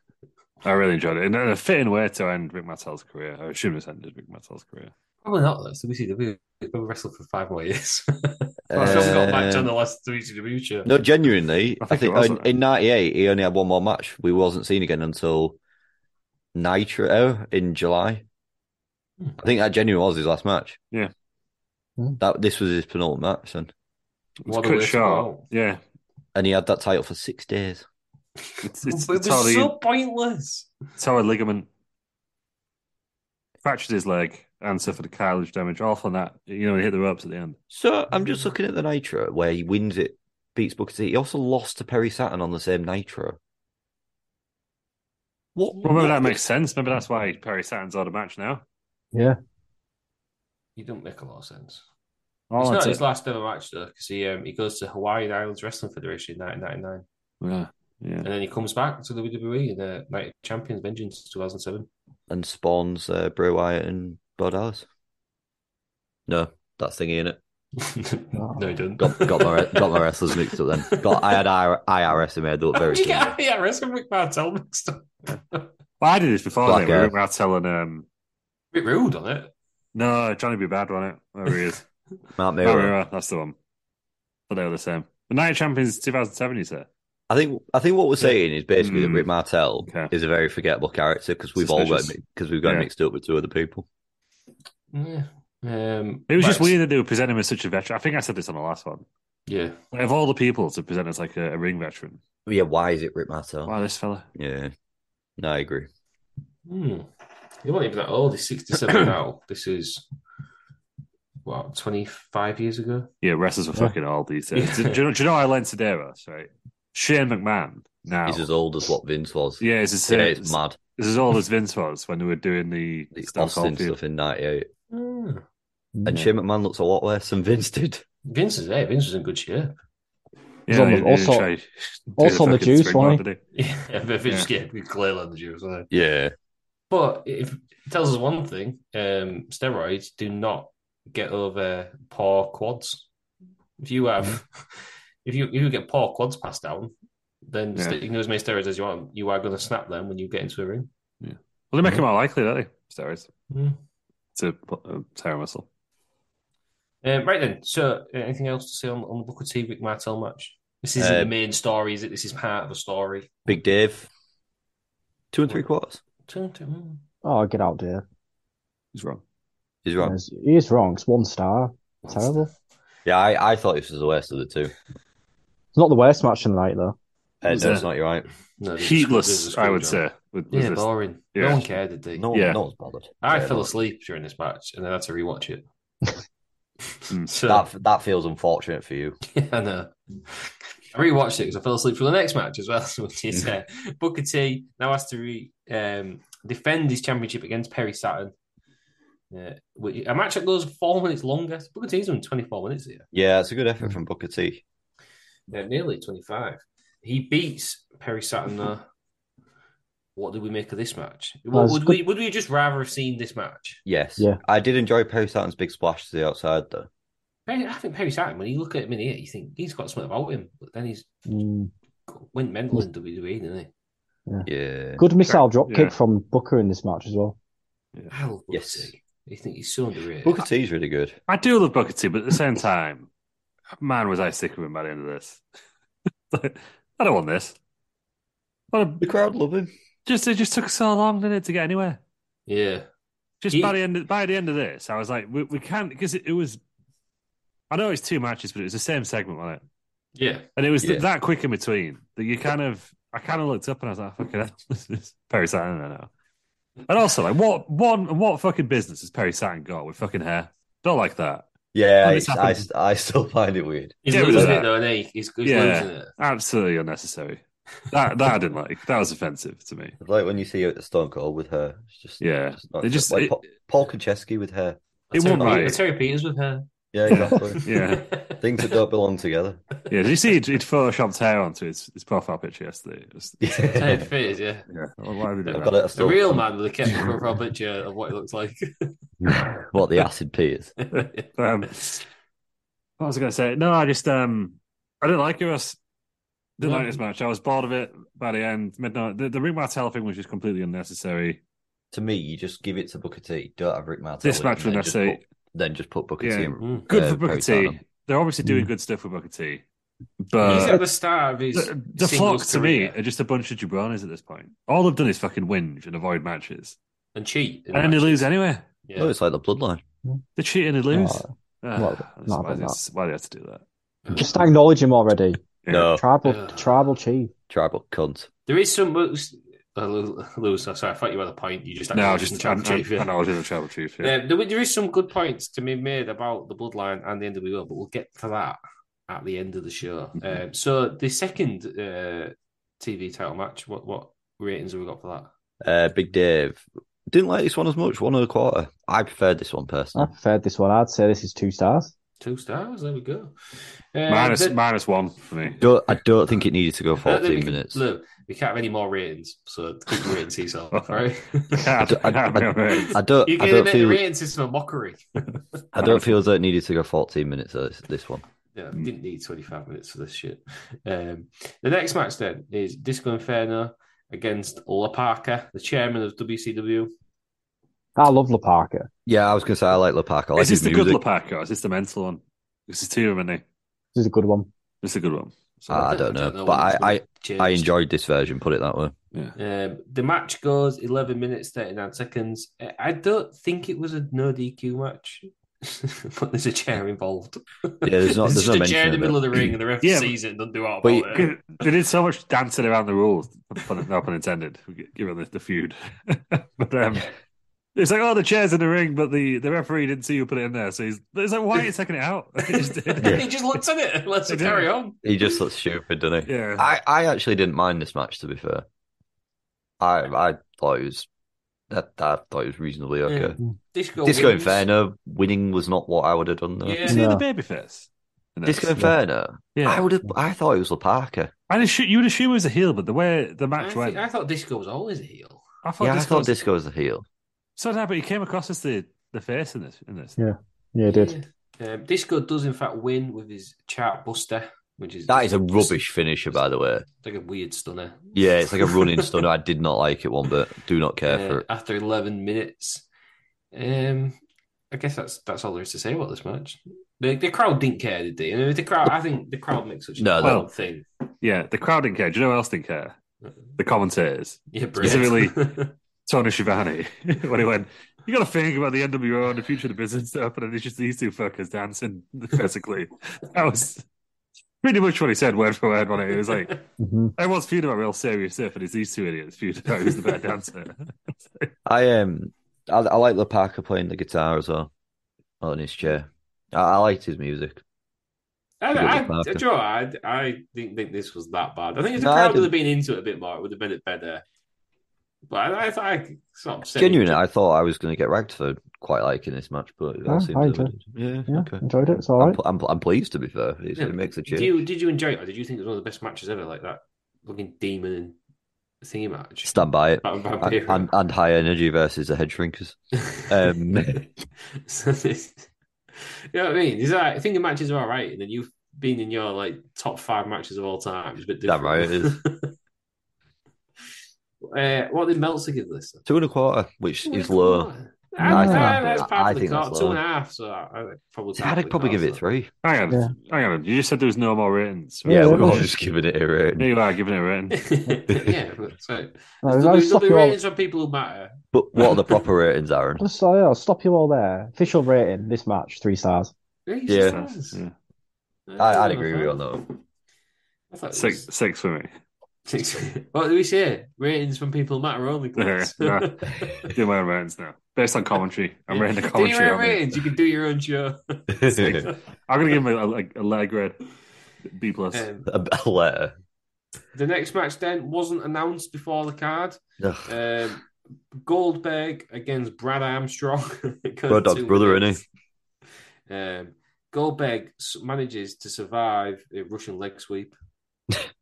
Speaker 4: I really enjoyed it, and a fitting way to end Rick Martel's career. I assume it's ended Rick Martel's career.
Speaker 1: Probably not though. So WCW they've been wrestling for five more years. [laughs]
Speaker 2: Uh,
Speaker 1: I just got back to the last WCW show.
Speaker 2: No, genuinely,
Speaker 4: I
Speaker 2: I
Speaker 4: think
Speaker 2: think,
Speaker 4: it was,
Speaker 2: in, in '98 he only had one more match. We wasn't seen again until Nitro in July. I think that genuinely was his last match.
Speaker 4: Yeah.
Speaker 3: Hmm.
Speaker 2: that this was his penultimate match, then.
Speaker 4: It was
Speaker 1: What a
Speaker 4: cut
Speaker 1: way to
Speaker 2: [laughs]
Speaker 4: short.
Speaker 1: go.
Speaker 4: Yeah,
Speaker 2: and he had that title for six days.
Speaker 4: it's it's,
Speaker 1: [laughs] But it was
Speaker 4: it's totally
Speaker 1: so pointless.
Speaker 4: Tower ligament. Fractured his leg and suffered cartilage damage. Off on that, you know, he hit the ropes at the end.
Speaker 2: So I'm just looking at the Nitro where he wins it, beats Booker T. He also lost to Perry Saturn on the same Nitro. What?
Speaker 4: Well, maybe
Speaker 2: what
Speaker 4: that
Speaker 2: the-
Speaker 4: makes sense. Maybe that's why Perry Saturn's out of match now.
Speaker 3: Yeah.
Speaker 1: You don't make a lot of sense.
Speaker 4: All
Speaker 1: it's
Speaker 4: on
Speaker 1: not
Speaker 4: to-
Speaker 1: his last ever match though, because he um, he goes to Hawaii Islands Wrestling Federation in 1999,
Speaker 4: yeah, yeah.
Speaker 1: and then he comes back to the E WWE in the Night of uh, Champions Vengeance [laughs] 2007.
Speaker 2: And spawns uh, Bray Wyatt and Bud Ellis. No, that's thingy in it.
Speaker 1: no, he didn't.
Speaker 2: Oh. Got got my
Speaker 1: [laughs]
Speaker 2: got my wrestlers mixed up then. Got I had I- IRS and made up
Speaker 1: How [laughs]
Speaker 2: very
Speaker 1: did you
Speaker 2: soon.
Speaker 1: get IRS and Rick Martel mixed up?
Speaker 4: Well, I did this before.
Speaker 2: Black
Speaker 4: didn't I?
Speaker 2: guy.
Speaker 4: Rick Martel and um,
Speaker 1: bit rude on it.
Speaker 4: no Johnny B. Bad on it.
Speaker 2: Oh,
Speaker 4: Whatever
Speaker 1: [laughs]
Speaker 4: he is.
Speaker 2: Mark
Speaker 4: Oh,
Speaker 2: Miro.
Speaker 4: right, that's the one. But they were the same. The Night of Champions 2007, you said?
Speaker 2: I think I think what we're saying is basically that
Speaker 4: Mm.
Speaker 2: Rick Martel
Speaker 4: Okay.
Speaker 2: is a very forgettable character because we've all got
Speaker 4: Suspicious.
Speaker 2: because we've got
Speaker 4: Yeah.
Speaker 2: mixed up with two other people.
Speaker 1: Yeah. Um,
Speaker 4: It was just
Speaker 1: right.
Speaker 4: weird that they were presenting him as such a veteran. I think I said this on the last one.
Speaker 1: Yeah.
Speaker 4: Like, of all the people to present as like a, a ring veteran,
Speaker 2: Yeah, why is it Rick Martel?
Speaker 4: wow, this fella.
Speaker 2: Yeah, no, I agree.
Speaker 1: Hmm. He wasn't even that old. He's [clears throat] 67 now. This is, what, 25 years ago?
Speaker 4: Yeah, wrestlers were
Speaker 3: Yeah.
Speaker 4: fucking old these days. do, do you know, do you know I learned Sedaris, right? Shane McMahon now.
Speaker 2: He's as old as what Vince was.
Speaker 4: yeah, it's as,
Speaker 2: Yeah,
Speaker 4: it's,
Speaker 2: it's mad.
Speaker 4: as old as Vince was when they were doing the,
Speaker 2: The
Speaker 4: stuff.
Speaker 2: Austin
Speaker 4: Caulfield.
Speaker 2: stuff in '98,
Speaker 1: Hmm.
Speaker 2: and Shane McMahon looks a lot worse than Vince did.
Speaker 1: Vince is there. Vince was in good shape.
Speaker 4: Yeah,
Speaker 3: Also-
Speaker 4: they- they
Speaker 3: also-
Speaker 4: tried to do
Speaker 3: also the
Speaker 4: fucking
Speaker 3: juice,
Speaker 4: springboard,
Speaker 3: why?
Speaker 4: didn't they?
Speaker 1: Yeah, but [laughs] Vince yeah. we clearly on the Jews, wasn't it?
Speaker 2: Yeah,
Speaker 1: But if, it tells us one thing um, steroids do not get over poor quads. If you have, [laughs] if you if you get poor quads passed down, then
Speaker 4: Yeah.
Speaker 1: st- you can do as many steroids as you want. You are going to snap them when you get into a ring.
Speaker 4: Well, they make him more likely, don't they? Steroids.
Speaker 1: Hmm.
Speaker 4: To uh, tear a muscle.
Speaker 1: Um, right then. So, uh, anything else to say on, on the Booker T Rick Martel match? This isn't
Speaker 2: Uh,
Speaker 1: the main story, is it? This is part of a story.
Speaker 2: Big Dave, two and three quarters.
Speaker 1: Dun, dun.
Speaker 3: Oh, get out, dear.
Speaker 4: He's wrong.
Speaker 2: He's wrong.
Speaker 3: Yes, He is wrong. It's one star. Terrible.
Speaker 2: Yeah, I, I thought this was the worst of the two.
Speaker 3: It's not the worst match of the night, though.
Speaker 2: Uh, no,
Speaker 4: Yeah.
Speaker 2: it's not. You're right.
Speaker 1: No, this is a- this is
Speaker 4: Heatless,
Speaker 1: a
Speaker 4: I would
Speaker 1: screwjob.
Speaker 4: say. With, with
Speaker 1: Yeah,
Speaker 4: this.
Speaker 1: boring.
Speaker 4: yeah.
Speaker 1: No one cared, did they?
Speaker 2: No, one-
Speaker 4: Yeah.
Speaker 2: no one's bothered.
Speaker 1: I
Speaker 2: Yeah,
Speaker 1: fell
Speaker 2: no.
Speaker 1: asleep during this match, and then had to rewatch it. [laughs]
Speaker 4: Mm.
Speaker 1: so
Speaker 2: That that feels unfortunate for you.
Speaker 1: I know. I rewatched it because I fell asleep for the next match as well. [laughs] Which is uh, Booker T now has to re, um, defend his championship against Perry Saturn. Uh, which, a match that goes four minutes longer. Booker T's on twenty four minutes here.
Speaker 2: Yeah, it's a good effort from Booker T.
Speaker 1: Yeah, nearly 25. He beats Perry Saturn. though. what did we make of this match?
Speaker 3: Well,
Speaker 1: Would,
Speaker 3: it's
Speaker 1: would
Speaker 3: good-
Speaker 1: we would we just rather have seen this match?
Speaker 2: Yes.
Speaker 3: Yeah.
Speaker 2: I did enjoy Perry Saturn's big splash to the outside, though.
Speaker 1: Perry, I think Perry Saturn, when you look at him in here, you think he's got something about him, but then he's
Speaker 3: Mm.
Speaker 1: went mental in WWE, didn't he?
Speaker 2: Yeah.
Speaker 3: Good missile drop
Speaker 4: Yeah.
Speaker 3: kick from Booker in this match as well.
Speaker 1: I love Booker
Speaker 2: Yes.
Speaker 1: T. You think he's so underrated.
Speaker 2: Booker T's really good.
Speaker 4: I do love Booker T, but at the same time, man, was I sick of him by the end of this. [laughs] I don't want this. What
Speaker 2: The
Speaker 4: a,
Speaker 2: crowd love him.
Speaker 4: just it just took so long, didn't it, to get anywhere?
Speaker 1: yeah.
Speaker 4: Just
Speaker 1: He-
Speaker 4: by the end, of, by the end of this, I was like, we, we can't because it, it was. I know it's two matches, but it was the same segment, wasn't it?
Speaker 1: Yeah.
Speaker 4: And it was th-
Speaker 2: Yeah.
Speaker 4: that quick in between that you kind of, I kind of looked up and I was like, fucking hell, [laughs] this is Perry Saturn I know. And also, like, what one, what fucking business has Perry Saturn got with fucking hair? Don't like that.
Speaker 2: Yeah,
Speaker 4: When this
Speaker 2: it's- I,
Speaker 4: happened-
Speaker 2: I still [laughs] find it weird.
Speaker 1: He's
Speaker 4: Yeah, it was
Speaker 1: losing
Speaker 4: that.
Speaker 1: it though, and he? He's, he's
Speaker 4: Yeah.
Speaker 1: losing it.
Speaker 4: Absolutely unnecessary. That that I didn't like. That was offensive to me.
Speaker 2: It's Like when you see her at the Stone Cold with her. It's just,
Speaker 4: Yeah.
Speaker 2: just not
Speaker 4: They
Speaker 2: good.
Speaker 4: just-
Speaker 2: like
Speaker 4: it-
Speaker 2: Pa- Paul Konchesky with her.
Speaker 4: It wasn't
Speaker 1: Terry,
Speaker 4: right.
Speaker 1: Terry Peters with her.
Speaker 4: [laughs]
Speaker 2: Yeah, exactly.
Speaker 1: [laughs]
Speaker 4: Yeah.
Speaker 2: Things that don't belong together. [laughs]
Speaker 4: Yeah, did you see he'd, he'd photoshopped hair onto his, his profile picture yesterday? It was-
Speaker 1: Hey, it is, yeah.
Speaker 4: yeah. Why are we doing
Speaker 2: I've
Speaker 4: that?
Speaker 2: got it. I
Speaker 1: The
Speaker 2: still-
Speaker 1: real man with a kept profile picture of what he looks like.
Speaker 2: What the acid Peters?
Speaker 4: [laughs] um, what was I going to say? No, I just um, I didn't like it. Russ. Didn't
Speaker 1: No.
Speaker 4: like this match. I was bored of it by the end. Midnight. The, the ring martel thing was just completely unnecessary.
Speaker 2: To me, you just give it to Booker T. Don't have Rick Martel.
Speaker 4: This
Speaker 2: in,
Speaker 4: match
Speaker 2: and
Speaker 4: was
Speaker 2: then just
Speaker 4: necessary.
Speaker 2: put- Then just put Booker
Speaker 4: Yeah.
Speaker 2: T. In,
Speaker 1: [laughs] Mm.
Speaker 4: Good
Speaker 2: uh,
Speaker 4: for Booker
Speaker 2: Perry
Speaker 4: T.
Speaker 2: Barnum.
Speaker 4: They're obviously doing good stuff with Booker T,
Speaker 1: He's at
Speaker 4: but
Speaker 1: the start of his.
Speaker 4: Uh, the, the
Speaker 1: singles
Speaker 4: flock to me
Speaker 1: career.
Speaker 4: are just a bunch of jabronis at this point. All they've done is fucking whinge and avoid matches,
Speaker 1: and cheat. in
Speaker 4: and then they
Speaker 1: matches.
Speaker 4: lose anyway.
Speaker 1: Yeah.
Speaker 2: No, Oh, it's like the bloodline.
Speaker 4: They cheat and they lose.
Speaker 3: Oh,
Speaker 4: Ah,
Speaker 3: not-
Speaker 4: that's
Speaker 3: not
Speaker 4: why,
Speaker 3: about
Speaker 4: they, why they had to do that.
Speaker 3: just acknowledge him already.
Speaker 4: Yeah.
Speaker 2: No,
Speaker 3: Tribal,
Speaker 1: Yeah.
Speaker 3: tribal chief.
Speaker 2: tribal cunt.
Speaker 1: There is some. Uh, Lu- Lewis, I'm sorry, I thought you had a point. You just
Speaker 4: No,
Speaker 1: actually
Speaker 4: just
Speaker 1: listened to
Speaker 4: I,
Speaker 1: Chad Chief, yeah.
Speaker 4: I, I know I was in the travel chief. Yeah.
Speaker 1: [laughs] Um, there, there is some good points to be made about the bloodline and the NWO, but we'll get to that at the end of the show.
Speaker 4: Mhm.
Speaker 1: Um, so the second uh, TV title match, what what ratings have we got for that?
Speaker 2: Uh, Big Dave. Didn't like this one as much. One and a quarter. I preferred this one
Speaker 3: I
Speaker 2: personally.
Speaker 3: preferred this one. I'd say this is two stars.
Speaker 1: Two stars. There we go. Um,
Speaker 4: Minus-
Speaker 1: the-
Speaker 4: minus one for me.
Speaker 2: Don't, I don't think it needed to go
Speaker 1: I don't think
Speaker 2: 14
Speaker 1: we can-
Speaker 2: minutes.
Speaker 1: Look, we can't have any more ratings, so keep the ratings to
Speaker 2: [laughs]
Speaker 1: yourself. All right.
Speaker 4: I,
Speaker 2: I, I-
Speaker 1: [laughs]
Speaker 2: I don't.
Speaker 1: You
Speaker 2: I
Speaker 1: can make
Speaker 2: don't
Speaker 1: the
Speaker 2: feel.
Speaker 1: ratings system a
Speaker 2: [laughs]
Speaker 1: mockery.
Speaker 2: I don't feel that it needed to go 14 minutes. uh, This, this one.
Speaker 1: Yeah, we didn't need 25 minutes for this shit. Um, the next match then is Disco Inferno against La Parker, the chairman of WCW.
Speaker 3: I love La Parker.
Speaker 2: Yeah, I was gonna say I like Lepak. I like
Speaker 4: is this
Speaker 2: his
Speaker 4: the good
Speaker 2: music.
Speaker 4: Lepak or is this the mental one? This is two of them, isn't it?
Speaker 3: This is a good one.
Speaker 4: This is a good one. So,
Speaker 2: Ah, I
Speaker 1: [laughs]
Speaker 2: don't know, but
Speaker 1: when it's
Speaker 2: I-
Speaker 1: gonna change.
Speaker 2: I enjoyed this version. Put it that way.
Speaker 4: yeah.
Speaker 1: Um, the match goes 11 minutes, 39 seconds. Uh, I- I don't think it was a no DQ match, [laughs] but there's a chair involved. Yeah, [laughs]
Speaker 2: there's not- there's
Speaker 1: just
Speaker 2: no
Speaker 1: a chair
Speaker 2: mention
Speaker 1: in the
Speaker 2: of
Speaker 1: middle
Speaker 2: it.
Speaker 1: of the ring, and the ref
Speaker 4: Yeah,
Speaker 1: sees it and doesn't do all
Speaker 2: but
Speaker 1: about it.
Speaker 4: They did so much dancing around the rules, pun, no pun intended, given the, the feud. [laughs] but um, it's like, oh, the chair's in the ring, but the, the referee didn't see you put it in there. So he's it's like, why are you taking it out? [laughs] He
Speaker 2: [laughs]
Speaker 4: just did.
Speaker 1: [laughs] he just looks at it [laughs] and lets it
Speaker 4: Yeah.
Speaker 1: carry on.
Speaker 2: He just looks stupid, doesn't he?
Speaker 4: Yeah.
Speaker 2: I, I actually didn't mind this match to be fair. I I thought it was that I thought it was reasonably okay.
Speaker 1: Disco,
Speaker 2: Disco
Speaker 1: wins.
Speaker 2: Inferno winning was not what I would have done though.
Speaker 1: Yeah.
Speaker 4: Is he in the
Speaker 3: No.
Speaker 4: baby face? No.
Speaker 2: Disco Inferno.
Speaker 4: Yeah.
Speaker 2: I would have I thought it was Laparca.
Speaker 4: I just, you would assume it was a heel, but the way the
Speaker 1: I,
Speaker 4: match
Speaker 1: think,
Speaker 4: went,
Speaker 1: I thought Disco was always a heel.
Speaker 4: I thought
Speaker 2: Yeah, I
Speaker 4: this
Speaker 2: thought
Speaker 4: was-
Speaker 2: Disco was a heel.
Speaker 4: So no, but he came across as the, the face in this in this.
Speaker 3: Yeah. Yeah, it did.
Speaker 1: Um, Disco does in fact win with his chart buster, which is
Speaker 2: That is a rubbish finisher, by the way.
Speaker 1: It's like a weird stunner.
Speaker 2: Yeah, it's like
Speaker 1: [laughs]
Speaker 2: a [laughs] running stunner. I did not like it one bit. Do not care
Speaker 1: Uh,
Speaker 2: for it.
Speaker 1: after eleven minutes, um, I guess that's that's all there is to say about this match. The, the crowd didn't care, did they? And the crowd, I think the crowd makes such a
Speaker 2: No,
Speaker 1: no,
Speaker 2: they-
Speaker 1: thing.
Speaker 4: Yeah, the crowd didn't care. Do you know who else didn't care? The commentators.
Speaker 1: Yeah, [laughs]
Speaker 4: Specifically-
Speaker 1: brilliant.
Speaker 4: Tony Schiavone, [laughs] when he went, you got to think about the NWO and the future of the business stuff, and then it's just these two fuckers dancing, [laughs] basically. That was pretty much what he said, word for word, on it. He was like,
Speaker 3: hmm
Speaker 4: everyone's feuding about real serious stuff, and it's these two idiots feuding about who's the better dancer. [laughs]
Speaker 2: I um I, I like Laparca playing the guitar as well on his chair. I, I liked his music.
Speaker 1: I,
Speaker 2: Good
Speaker 1: I, do
Speaker 2: with Barker.
Speaker 1: you know what? I, I didn't think this was that bad. I think if the
Speaker 2: No, I
Speaker 1: crowd would have
Speaker 2: didn't.
Speaker 1: been into it a bit more, it would have been a bit better. But I, I, I it's not upsetting.
Speaker 2: Genuinely, I thought I was going to get ragged for quite liking this match, but it all
Speaker 3: Ah,
Speaker 2: seems
Speaker 3: I
Speaker 2: to-
Speaker 3: enjoyed
Speaker 2: yeah,
Speaker 3: Yeah,
Speaker 2: okay.
Speaker 3: enjoyed it. It's
Speaker 2: I'm,
Speaker 3: all right.
Speaker 2: pl- I'm, pl- I'm pleased to be fair. It's,
Speaker 1: Yeah.
Speaker 2: It makes a
Speaker 1: Did
Speaker 2: change.
Speaker 1: you did you enjoy it, or did you think it was one of the best matches ever? Like that fucking demon and thingy match.
Speaker 2: Stand by it.
Speaker 1: Bam, bam, bam.
Speaker 2: And, and, and high energy versus the head shrinkers. [laughs] um,
Speaker 1: So this- you know what I mean? Is that I think the matches are all right, and then you've been in your like top five matches of all time. It's a bit
Speaker 2: Damn
Speaker 1: different.
Speaker 2: right it is.
Speaker 1: [laughs] uh, what did Meltzer give this? Ah, then?
Speaker 2: Two and a quarter, which is low.
Speaker 1: I, I,
Speaker 3: I think
Speaker 1: that's
Speaker 2: that's-
Speaker 1: part
Speaker 2: I
Speaker 1: of the
Speaker 2: think that's
Speaker 1: card. Two
Speaker 2: low.
Speaker 1: and a half. So I, I probably
Speaker 2: I'd probably give it three.
Speaker 4: Hang on,
Speaker 3: Yeah.
Speaker 4: hang on. You just said there was no more ratings.
Speaker 3: Yeah,
Speaker 2: Yeah,
Speaker 3: yeah,
Speaker 2: we're all
Speaker 3: yeah.
Speaker 2: just giving it a
Speaker 4: Here
Speaker 2: rating.
Speaker 4: you are giving it a rating.
Speaker 1: [laughs] yeah, that's
Speaker 2: [laughs]
Speaker 1: right.
Speaker 3: No,
Speaker 1: There's
Speaker 3: I'll
Speaker 1: there'll be- there'll
Speaker 3: stop
Speaker 1: be
Speaker 3: you all-
Speaker 1: ratings from people who matter.
Speaker 2: But what are the proper ratings, Aaron?
Speaker 3: Just so I'll stop you all there. Official rating this match three stars.
Speaker 2: Yeah. Mm.
Speaker 4: Yeah.
Speaker 2: I, I'd agree with you on that one.
Speaker 1: I thought it
Speaker 4: Six, six for me.
Speaker 1: was- [laughs] what do we say? Ratings from people who matter only. Chris. [laughs]
Speaker 4: Yeah, no. Do my own ratings now, based on commentary. I'm rating the
Speaker 1: Do your
Speaker 4: commentary.
Speaker 1: own
Speaker 4: on it.
Speaker 1: ratings. You can do your own show.
Speaker 4: I'm gonna give him a, a, a letter grade, B plus.
Speaker 1: Um,
Speaker 2: [laughs] a, a letter.
Speaker 1: the next match then wasn't announced before the card.
Speaker 2: Ugh.
Speaker 1: Um, Goldberg against Brad Armstrong. [laughs]
Speaker 2: Brad Dog's brother,
Speaker 1: isn't he? Um, Goldberg s- manages to survive a Russian leg [laughs] sweep.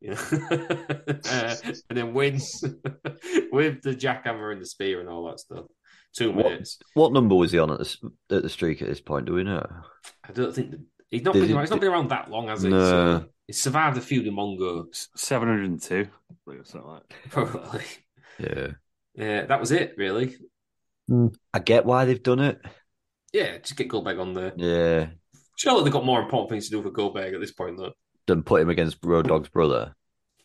Speaker 1: You know? [laughs] Uh, and then wins [laughs] with the jackhammer and the spear and all that stuff. Two
Speaker 2: What?
Speaker 1: minutes.
Speaker 2: What number was he on at the, s- at the streak at this point? Do we know?
Speaker 1: I don't think the, he's not
Speaker 2: Did
Speaker 1: been
Speaker 2: he-
Speaker 1: around, he's not been around that long, has he?
Speaker 2: No.
Speaker 1: So he survived a feud in Mongo, [laughs]
Speaker 4: Seven hundred and two. Something like that.
Speaker 1: probably.
Speaker 2: Yeah.
Speaker 1: Yeah, that was it, really.
Speaker 2: I get why they've done it.
Speaker 1: Yeah, just get Goldberg on there.
Speaker 2: Yeah.
Speaker 1: Surely they've got more important things to do for Goldberg at this point, though. [laughs]
Speaker 2: Then put him against Road Dog's brother.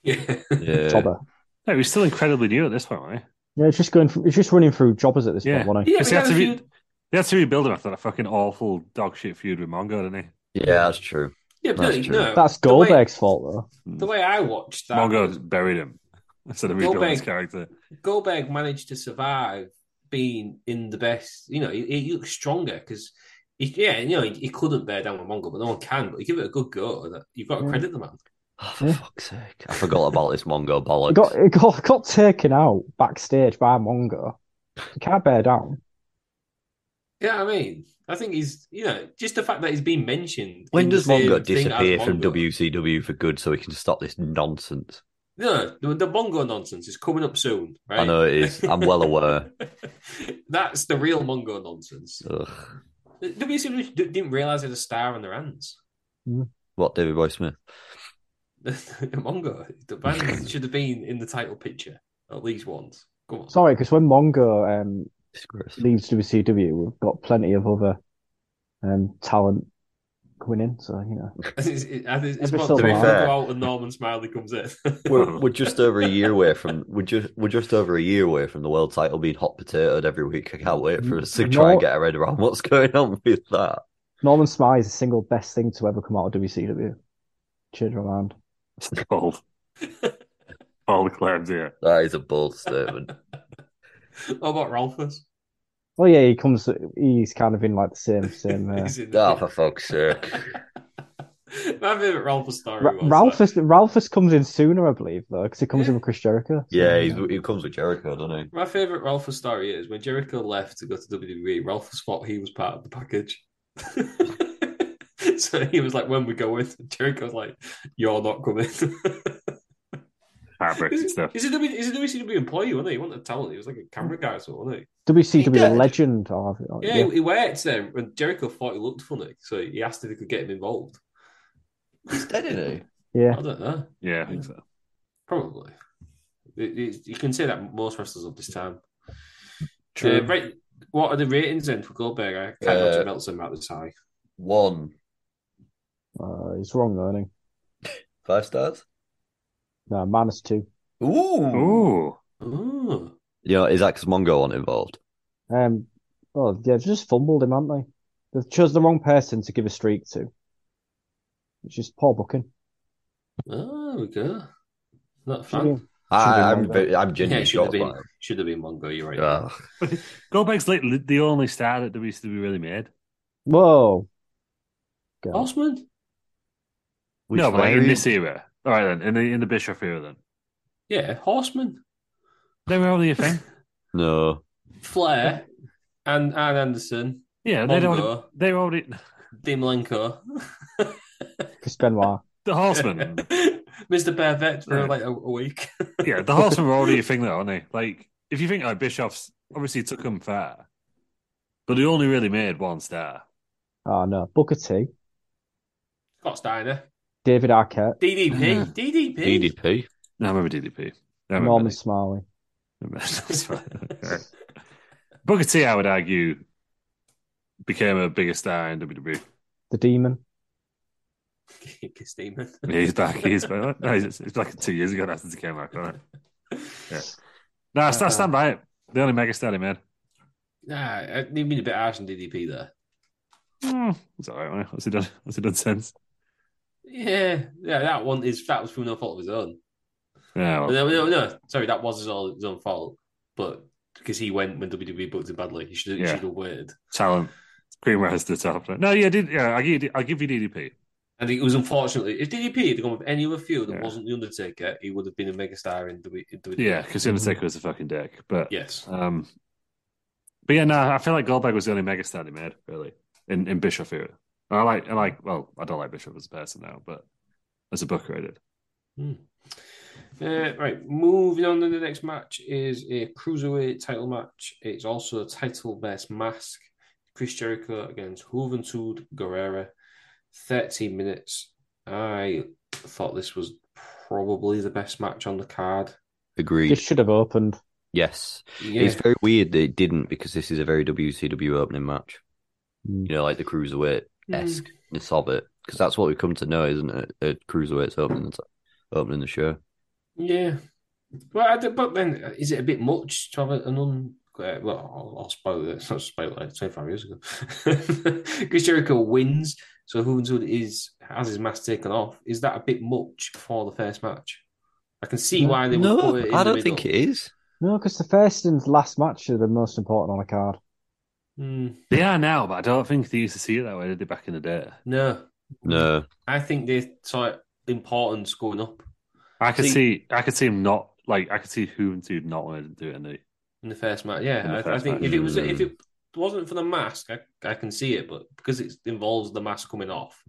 Speaker 1: Yeah.
Speaker 2: [laughs] Yeah.
Speaker 3: Jobber.
Speaker 4: No, he was still incredibly new at this point, right?
Speaker 3: Yeah, it's just going. Through, it's just running through jobbers at this
Speaker 4: Yeah.
Speaker 3: point. Wasn't
Speaker 1: Yeah,
Speaker 3: it?
Speaker 1: but he
Speaker 4: Because he
Speaker 1: had
Speaker 4: had
Speaker 1: a
Speaker 4: to re-
Speaker 1: feud-
Speaker 4: They had to rebuild him after that fucking awful dog shit feud with Mongo, didn't he?
Speaker 2: Yeah, that's true.
Speaker 1: Yeah, but
Speaker 2: That's
Speaker 1: no,
Speaker 2: true.
Speaker 1: no,
Speaker 3: That's
Speaker 1: the way-
Speaker 3: Goldberg's fault though.
Speaker 1: The way I watched that,
Speaker 4: Mongo buried him [laughs] instead of rebuilding his character. [laughs]
Speaker 1: Goldberg managed to survive being in the best. You know, he, he looked stronger because, yeah, you know, he, he couldn't bear down with Mongo, but no one can. But you give it a good go, and you've got to
Speaker 3: Yeah.
Speaker 1: credit the man.
Speaker 2: Oh, for fuck's sake. I forgot about this Mongo bollocks.
Speaker 3: It got, it got got taken out backstage by Mongo. You can't bear down.
Speaker 1: Yeah, I mean, I think he's, you know, just the fact that he's been mentioned.
Speaker 2: When
Speaker 1: in the
Speaker 2: does
Speaker 1: same
Speaker 2: Mongo
Speaker 1: thing as
Speaker 2: disappear from
Speaker 1: Mongo.
Speaker 2: WCW for good so we can stop this nonsense?
Speaker 1: No, the, the Mongo nonsense is coming up soon, right?
Speaker 2: I know it is. I'm well aware.
Speaker 1: [laughs] That's the real Mongo nonsense.
Speaker 2: Ugh.
Speaker 1: WCW d- didn't realize they had a star on their hands. [laughs]
Speaker 2: What, David Boy Smith?
Speaker 1: Mongo, the
Speaker 2: [laughs]
Speaker 1: band should have been in the title picture at least once. Come on.
Speaker 3: Sorry, because when Mongo um,
Speaker 2: Disgrace.
Speaker 3: leaves WCW, we've got plenty of other um, talent coming in. So you know,
Speaker 1: [laughs] It's, it- it's, it's
Speaker 3: Ever
Speaker 1: about
Speaker 3: so
Speaker 1: to be
Speaker 2: long.
Speaker 1: fair. out and Norman Smiley comes in.
Speaker 2: [laughs] We're, we're just over a year away from we're just we're just over a year away from the world title being hot potatoed every week. I can't wait for us to try and get our head around what's going on with that.
Speaker 3: Norman Smiley is the single best thing to ever come out of WCW. Cheers, around.
Speaker 4: It's called all the claims here.
Speaker 2: That is a bold [laughs] statement.
Speaker 1: [laughs] What about Rolfus?
Speaker 3: Oh yeah, he comes. He's kind of in like the same same.
Speaker 1: [laughs]
Speaker 3: Uh,
Speaker 1: He's in there.
Speaker 2: oh, for fuck's sake!
Speaker 1: [laughs] My favourite Rolfus story
Speaker 3: Ra-
Speaker 1: was
Speaker 3: Ralphus
Speaker 1: that-
Speaker 3: Ralphus comes in sooner, I believe, though, because he comes
Speaker 1: Yeah.
Speaker 3: in with Chris Jericho. So,
Speaker 2: Yeah, he's, he comes with Jericho, doesn't he?
Speaker 1: My favourite Rolfus story is when Jericho left to go to WWE, Rolfus thought he was part of the package. [laughs] so he was like, when we go with Jericho's like, you're not coming. [laughs]
Speaker 4: Heartbreaking
Speaker 1: He's [laughs]
Speaker 4: stuff.
Speaker 1: he's a, W- he's a WCW employee, wasn't he? He wasn't a talent. He was like a camera guy or something, wasn't he?
Speaker 2: He
Speaker 3: WCW
Speaker 2: did.
Speaker 3: legend. Oh, I-
Speaker 1: Yeah,
Speaker 3: yeah.
Speaker 1: He, he worked there, and Jericho thought he looked funny, so he asked if he could get him involved.
Speaker 2: He's dead, isn't
Speaker 3: yeah.
Speaker 1: I don't know.
Speaker 4: Yeah, I think so.
Speaker 1: Probably. It- it- you can say that most wrestlers of this time.
Speaker 2: True.
Speaker 1: Uh, right. What are the ratings then for Goldberg? I can't
Speaker 2: Uh,
Speaker 1: imagine Meltzer about this high.
Speaker 2: One
Speaker 3: Uh, he's wrong, though, isn't he?
Speaker 2: five stars.
Speaker 3: No, minus two.
Speaker 2: Ooh.
Speaker 4: Ooh.
Speaker 1: Ooh.
Speaker 2: Yeah, is that 'cause Mongo aren't involved?
Speaker 3: Um, oh, yeah, they've just fumbled him, haven't they? They've chose the wrong person to give a streak to. It's just poor booking.
Speaker 1: Oh, there we go. Not
Speaker 3: Should
Speaker 1: fun.
Speaker 3: be- Should
Speaker 2: I,
Speaker 3: have
Speaker 2: I'm
Speaker 3: been Mongo.
Speaker 2: ve- I'm
Speaker 1: Yeah,
Speaker 2: genuinely
Speaker 1: should have
Speaker 2: shocked.
Speaker 1: been
Speaker 2: by it.
Speaker 1: should have been Mongo. You're right.
Speaker 2: Ugh.
Speaker 4: Goldberg's like li- the only star that WCW really made.
Speaker 3: Whoa. God.
Speaker 1: Horseman.
Speaker 2: Which
Speaker 4: no, but like in
Speaker 2: way?
Speaker 4: this era. All right then, in the in the Bischoff era then.
Speaker 1: Yeah, Horseman.
Speaker 4: They were only a thing.
Speaker 2: No.
Speaker 1: Flair, and Ann Anderson,
Speaker 4: Yeah, they don't.
Speaker 1: Mongo.
Speaker 4: They already [laughs]
Speaker 1: Demolenko,
Speaker 3: Chris Benoit.
Speaker 1: [laughs]
Speaker 4: the Horsemen.
Speaker 1: Mr. Perfect for
Speaker 4: Yeah.
Speaker 1: like a, a week. [laughs]
Speaker 4: yeah, the Horsemen were already a thing though, aren't they? Like, if you think like Bischoff's obviously took them far, but he only really made one star.
Speaker 3: Oh, no. Booker T.
Speaker 1: Scott Steiner.
Speaker 3: David Arquette.
Speaker 4: Yeah.
Speaker 1: DDP. DDP.
Speaker 2: DDP.
Speaker 4: No, I remember DDP. I remember
Speaker 3: Norman
Speaker 4: that.
Speaker 3: Smiley.
Speaker 4: [laughs]
Speaker 1: [laughs]
Speaker 4: That's right. Okay. Booker T, I would argue, became a bigger star in E. WWE.
Speaker 3: The Demon.
Speaker 1: Kiss Demon.
Speaker 4: [laughs] Yeah, he's back. He's back. uh, No, he's, he's back two years ago. That's since he came back. Right? Yeah. No, I stand, I stand by it. The only mega star he made.
Speaker 1: [laughs] Nah, I've been a bit harsh on DDP there.
Speaker 4: Hmm, it's all right. wasn't it? What's he done? What's he done since?
Speaker 1: Yeah, yeah, that one is that was from no fault of his own.
Speaker 4: Yeah, well,
Speaker 1: No, no, no, sorry, that was his own, his own fault, but because he went when WWE booked him badly, he should, he
Speaker 4: Yeah.
Speaker 1: should have waited.
Speaker 4: talent. Cream rise to the top. No, yeah, did yeah. I give you, I give you DDP.
Speaker 1: And it was unfortunately if DDP had gone with any other feud that
Speaker 4: Yeah.
Speaker 1: wasn't the Undertaker, he would have been a megastar in WWE. in WWE.
Speaker 4: Yeah, because the
Speaker 2: Mm-hmm.
Speaker 4: Undertaker was a fucking dick. But
Speaker 1: yes,
Speaker 4: um, but yeah, no, I feel like Goldberg was the only mega star he made really in in Bischoff era. And I like, I like. Well, I don't like Bishop as a person now, but as a booker, I did.
Speaker 1: Hmm. Uh, right, moving on to the next match is a cruiserweight title match. It's also a title versus mask. Chris Jericho against Juventud Guerrera. 13 minutes. I thought this was probably the best match on the card.
Speaker 2: Agreed.
Speaker 3: This should have opened.
Speaker 2: Yes.
Speaker 1: Yeah.
Speaker 2: It's very weird that it didn't because this is a very WCW opening match.
Speaker 3: Mm.
Speaker 2: You know, like the cruiserweight esque of it because that's what we've come to know, isn't it? Uh, cruiserweights opening the, opening the show.
Speaker 1: Yeah. Well, I, d- but then uh, is it a bit much to have a- an un? Uh, well, I'll, I'll spoil it. It's not spoil it. Twenty five years ago, [laughs] Chris Jericho wins, so Hoovenwood is has his mask taken off. Is that a bit much for the first match? I can see why they would
Speaker 2: no,
Speaker 1: put it. In
Speaker 2: I
Speaker 1: the
Speaker 2: don't think
Speaker 1: middle.
Speaker 2: it is.
Speaker 3: No, because the first and last match are the most important on a card.
Speaker 1: Hmm,
Speaker 4: They are now, but I don't think they used to see it that way. Did they back in the day?
Speaker 1: no,
Speaker 2: No.
Speaker 1: I think they saw it- importance going up
Speaker 4: I could
Speaker 1: See-
Speaker 4: see, I could see him not like. I could see who and who not wanted to do it, and they
Speaker 1: in the first match. Yeah,
Speaker 4: In the
Speaker 1: I, I
Speaker 4: first
Speaker 1: think
Speaker 4: match.
Speaker 1: if it was if
Speaker 2: Hmm.
Speaker 1: it wasn't for the mask, I, I can see it, but because it involves the mask coming off,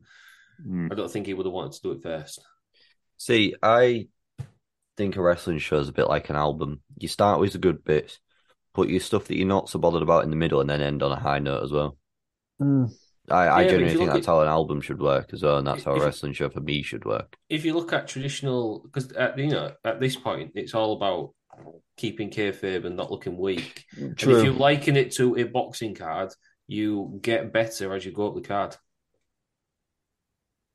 Speaker 4: Mm.
Speaker 2: Hmm.
Speaker 1: I don't think he would have wanted to do it first.
Speaker 2: See, I think a wrestling show is a bit like an album. You start with the good bits, put your stuff that you're not so bothered about in the middle, and then end on a high note as well.
Speaker 3: Mm.
Speaker 2: I, I
Speaker 1: Yeah, but if
Speaker 2: genuinely
Speaker 1: you
Speaker 2: think
Speaker 1: look
Speaker 2: that's
Speaker 1: at-
Speaker 2: how an album should work as well, and that's how
Speaker 1: If-
Speaker 2: a wrestling show for me should work.
Speaker 1: if you look at traditional, because you know at this point it's all about keeping kayfabe and not looking weak. And if you liken it to a boxing card, you get better as you go up the card.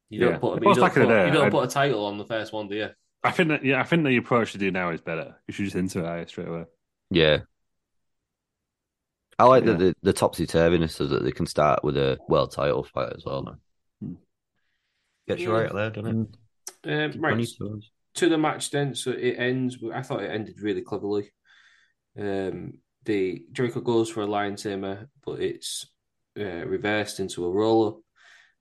Speaker 1: You don't
Speaker 4: Yeah.
Speaker 1: put,
Speaker 4: Of
Speaker 1: you
Speaker 4: course,
Speaker 1: don't,
Speaker 4: back in
Speaker 1: put,
Speaker 4: the day,
Speaker 1: you don't
Speaker 4: I-
Speaker 1: put a title on the first one, do you?
Speaker 4: I think that yeah, I think the approach to do now is better. You should just into it straight away.
Speaker 2: Yeah. I like
Speaker 4: Yeah.
Speaker 2: that the, the topsy turviness so that they can start with a world title fight as well.
Speaker 4: Hmm.
Speaker 2: Now. Gets you
Speaker 1: Yeah.
Speaker 2: right there, doesn't it?
Speaker 3: Mm.
Speaker 1: Um,
Speaker 2: Keep on
Speaker 1: right
Speaker 2: your toes.
Speaker 1: to the match then. So it ends. with- I thought it ended really cleverly. Um, the Jericho goes for a lion tamer, but it's uh, reversed into a roll up.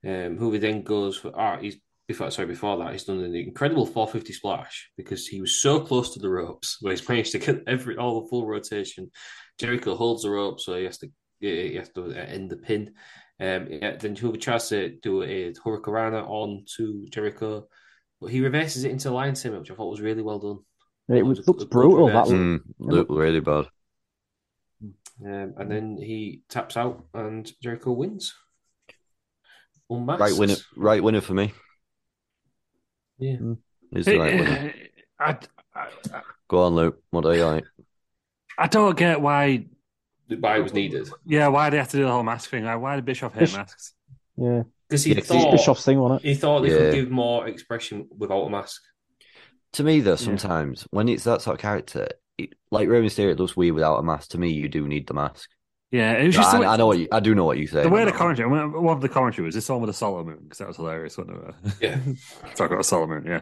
Speaker 1: Um, Hoover then goes for ah, he's before sorry before that he's done an incredible 450 splash because he was so close to the ropes where he's [laughs] managed to get every all the full rotation. Jericho holds the rope, so he has to he has to uh, end the pin. Um, yeah, then Hoover tries to do a hurricanrana on to Jericho, but he reverses it into a lion tamer, which I thought was really well done.
Speaker 3: It was, looked brutal. That looked,
Speaker 2: Mm, look really bad.
Speaker 1: Um,
Speaker 4: Mm.
Speaker 1: and then he taps out, and Jericho wins. Unmasked.
Speaker 2: Right winner, right winner for me.
Speaker 1: Yeah.
Speaker 2: Mm. Is the right
Speaker 4: [laughs]
Speaker 2: winner.
Speaker 4: I, I,
Speaker 2: Go on, Luke. What do you like?
Speaker 4: I don't get why.
Speaker 1: The buy was needed
Speaker 4: Yeah, why they have to do the whole mask thing? Like, why did Bischoff hate
Speaker 3: Bish-
Speaker 4: masks?
Speaker 3: yeah,
Speaker 1: because he
Speaker 2: Yeah, 'cause
Speaker 3: it's
Speaker 2: he's
Speaker 1: thought
Speaker 3: Bischoff's thing on it.
Speaker 1: he thought they could
Speaker 2: Yeah.
Speaker 1: give more expression without a mask.
Speaker 2: To me, though,
Speaker 4: Yeah.
Speaker 2: sometimes when it's that sort of character, it, like Rey Mysterio, it looks weird without a mask. To me, you do need the mask.
Speaker 4: Yeah, it was just
Speaker 2: I,
Speaker 4: the way,
Speaker 2: I know what you, I do know what you say.
Speaker 4: the, way the commentary. One of the commentary was this one with a solo moon because that was hilarious, wasn't it? [laughs]
Speaker 1: Yeah.
Speaker 4: talk about a solo moon, yeah.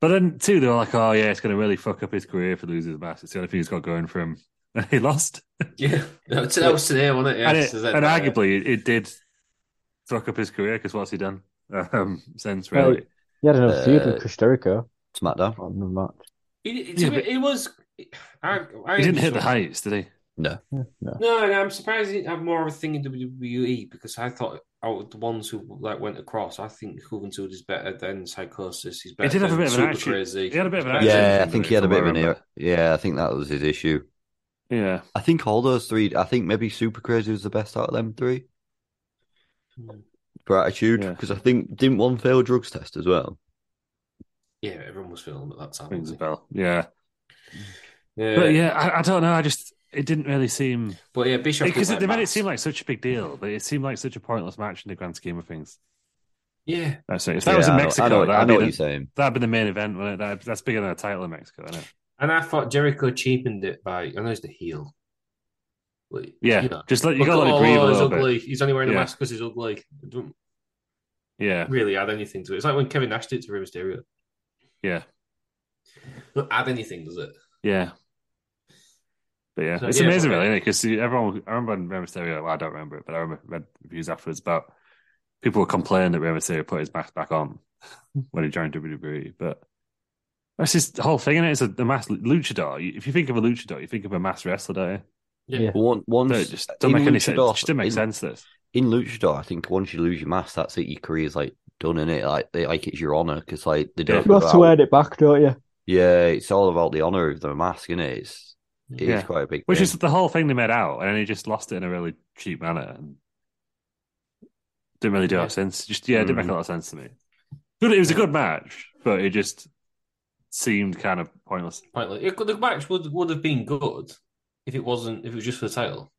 Speaker 4: But then too, they were like, "Oh yeah, it's going to really fuck up his career if he loses the mask. It's the only thing he's got going for him." [laughs] And he lost.
Speaker 1: [laughs] Yeah, No, t- that was today, wasn't it? Yeah,
Speaker 4: and
Speaker 1: it's
Speaker 4: it,
Speaker 1: that-
Speaker 4: and arguably, it, it did fuck up his career because what's he done [laughs] um, since
Speaker 3: Well,
Speaker 4: really?
Speaker 3: He had another feud
Speaker 2: Uh,
Speaker 3: with Chris Jericho
Speaker 2: SmackDown.
Speaker 3: on the match.
Speaker 1: It, it,
Speaker 4: Yeah,
Speaker 1: it,
Speaker 4: but-
Speaker 1: was. I, I
Speaker 4: he didn't hit the heights, did he?
Speaker 1: No, and I'm surprised he didn't have more of a thing in WWE because I thought out of the ones who like went across, I think Juventud is better than Psychosis. He's better
Speaker 4: did have a
Speaker 1: than
Speaker 4: bit of an
Speaker 1: Super
Speaker 4: attitude.
Speaker 1: Crazy.
Speaker 4: He had a bit of an
Speaker 1: He's better
Speaker 4: accent.
Speaker 2: Yeah, I
Speaker 4: didn't
Speaker 2: think
Speaker 4: he,
Speaker 2: he had a
Speaker 4: from what
Speaker 2: bit of an
Speaker 4: I
Speaker 2: era.
Speaker 4: remember?
Speaker 2: Yeah, I think that was his issue.
Speaker 4: Yeah.
Speaker 2: I think all those three. I think maybe Super Crazy was the best out of them three
Speaker 1: than-
Speaker 2: for attitude
Speaker 4: Yeah.
Speaker 2: because I think didn't one fail drugs test as well.
Speaker 1: Yeah, everyone was feeling at that time.
Speaker 4: Rings a
Speaker 1: wasn't
Speaker 4: bell. Yeah.
Speaker 1: he? Yeah,
Speaker 4: But yeah, I, I don't know. I just, it didn't really seem.
Speaker 1: but yeah, Bishop
Speaker 4: Because they made it seem like such a big deal, but it seemed like such a pointless match in the grand scheme of things.
Speaker 1: yeah,
Speaker 4: That's it. If that
Speaker 2: Yeah,
Speaker 4: was in
Speaker 2: I know- I know,
Speaker 4: Mexico,
Speaker 2: I know
Speaker 4: that'd,
Speaker 2: what
Speaker 4: be
Speaker 2: you're
Speaker 4: the,
Speaker 2: saying.
Speaker 4: that'd be the main event, wouldn't it? That, that's bigger than a title in Mexico, isn't it?
Speaker 1: and I thought Jericho cheapened it by I know he's the heel, but
Speaker 4: Yeah.
Speaker 1: you know,
Speaker 4: Just let you
Speaker 1: look
Speaker 4: got to
Speaker 1: at,
Speaker 4: let it breathe
Speaker 1: oh,
Speaker 4: a
Speaker 1: he's
Speaker 4: little bit.
Speaker 1: ugly. He's only wearing a
Speaker 4: Yeah.
Speaker 1: mask because he's ugly. It doesn't
Speaker 4: Yeah.
Speaker 1: really add anything to it. It's like when Kevin Nash did to Rey Mysterio.
Speaker 4: Yeah.
Speaker 1: Doesn't add anything, does it?
Speaker 4: Yeah. But yeah,
Speaker 1: So,
Speaker 4: it's
Speaker 1: yeah,
Speaker 4: amazing,
Speaker 1: but-
Speaker 4: really, Because everyone, I remember when Rey Mysterio, well, I don't remember it, but I remember read reviews afterwards about people were complaining that Rey Mysterio put his mask back on [laughs] when he joined WWE. But that's just the whole thing, and it's a the mask luchador. You- If you think of a luchador, you think of a mask wrestler, don't you?
Speaker 1: Yeah.
Speaker 3: Yeah.
Speaker 2: One, one
Speaker 4: No, it just doesn't
Speaker 2: in
Speaker 4: make any
Speaker 2: Luchador-
Speaker 4: sense. It just didn't make
Speaker 2: in-
Speaker 4: sense. This
Speaker 2: in Luchador, I think once you lose your mask, that's it. Your career's like done, and it like they, like it's your honor because like they don't.
Speaker 3: You have to
Speaker 2: allow-
Speaker 3: earn it back, don't you?
Speaker 2: Yeah, it's all about the honor of the mask, innit? It's it is
Speaker 4: Yeah.
Speaker 2: quite a big.
Speaker 4: Which
Speaker 2: thing.
Speaker 4: is the whole thing they made out, and then he just lost it in a really cheap manner. And didn't really do a lot of sense. Just yeah, it didn't make a lot of sense to me. Good, it was a good match, but it just seemed kind of pointless.
Speaker 1: Pointless. It, the match would would have been good if it wasn't if it was just for the title.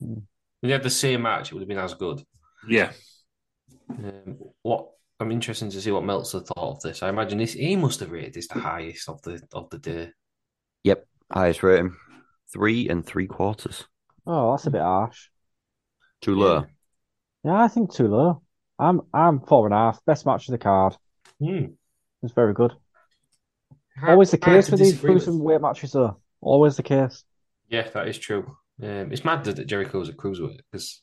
Speaker 1: If they had the same match, it would have been as good.
Speaker 4: Yeah,
Speaker 1: Um, what I'm interested to see what Meltzer thought of this. I imagine this he must have rated this the highest of the of the day.
Speaker 2: Yep, highest rating, three and three quarters.
Speaker 3: Oh, that's a bit harsh.
Speaker 2: Too low.
Speaker 3: Yeah, I think too low. I'm I'm four and a half. Best match of the card.
Speaker 1: Hmm.
Speaker 3: It's very good.
Speaker 1: Hard-
Speaker 3: Always Oh, the
Speaker 1: hard
Speaker 3: case
Speaker 1: to
Speaker 3: with these
Speaker 1: disagree with.
Speaker 3: gruesome weight matches, though. Always the case.
Speaker 1: Yeah, that is true. Um, it's mad that that Jericho's a cruiserweight [laughs] because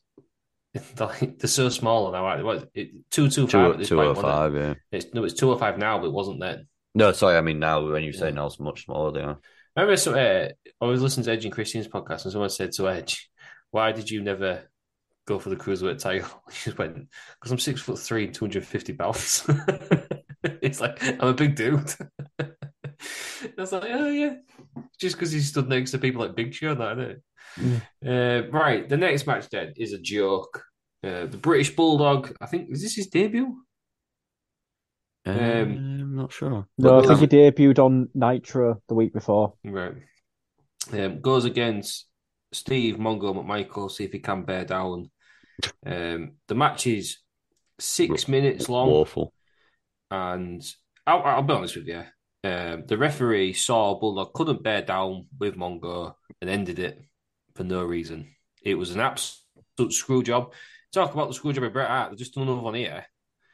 Speaker 1: they're so small now. aren't they? What, it, two two five. at
Speaker 2: Two
Speaker 1: this
Speaker 2: two
Speaker 1: point,
Speaker 2: oh
Speaker 1: wasn't it?
Speaker 2: five. Yeah.
Speaker 1: It's no, it's two or five now, but it wasn't then.
Speaker 2: No, sorry. I mean now when you say now it's much smaller. They are.
Speaker 1: I remember some, uh, I was listening to Edge and Christian's podcast, and someone said to Edge, "Why did you never go for the cruiserweight title?" [laughs] He just went, "Because I'm six foot three and two hundred fifty pounds." [laughs] it's like I'm a big dude. [laughs] And I was like, "Oh yeah," just because he stood next to people like Big Show, and that isn't it? Uh, right, the next match then is a joke. Uh, the British Bulldog, I think, is this his debut?
Speaker 2: Um, I'm not sure.
Speaker 3: No, I
Speaker 2: But-
Speaker 3: think he debuted on Nitro the week before.
Speaker 1: Right. Um, goes against Steve Mongo McMichael, see if he can bear down. Um, the match is six minutes long,
Speaker 2: Awful.
Speaker 1: and I'll, I'll be honest with you. Um, the referee saw Bulldog couldn't bear down with Mongo and ended it for no reason. It was an absolute screw job. Talk about the screw job of Bret Hart. They just done another one here.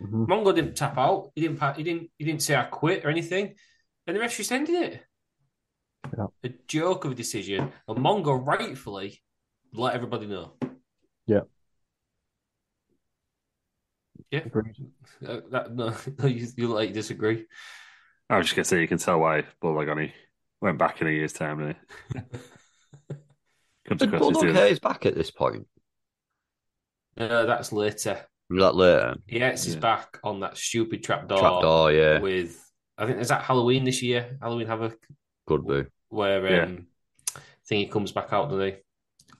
Speaker 3: Mhm.
Speaker 1: Mongo didn't tap out. He didn't. pa- He didn't. He didn't say I quit or anything. And the ref just ended it.
Speaker 3: Yeah.
Speaker 1: A joke of a decision. And Mongo rightfully let everybody know.
Speaker 3: Yeah.
Speaker 1: Yeah.
Speaker 3: Agreed.
Speaker 1: Uh, that, no, [laughs] no, you, you like
Speaker 4: [laughs]
Speaker 1: disagree.
Speaker 4: I was just gonna say you can tell why Bulldog only went back in a year's time. Really.
Speaker 1: Uh,
Speaker 4: Comes
Speaker 2: Did
Speaker 4: across as
Speaker 2: Bulldog
Speaker 4: doing
Speaker 2: Hayes back at this point?
Speaker 1: No, that's later.
Speaker 2: Was that later?
Speaker 1: He hits his
Speaker 4: Yeah.
Speaker 1: back on that stupid trapdoor
Speaker 2: Trapdoor, yeah.
Speaker 1: with. I think is that Halloween this year, Halloween Havoc,
Speaker 2: Could be.
Speaker 1: where
Speaker 4: Yeah.
Speaker 1: um, I think he comes back out, doesn't he?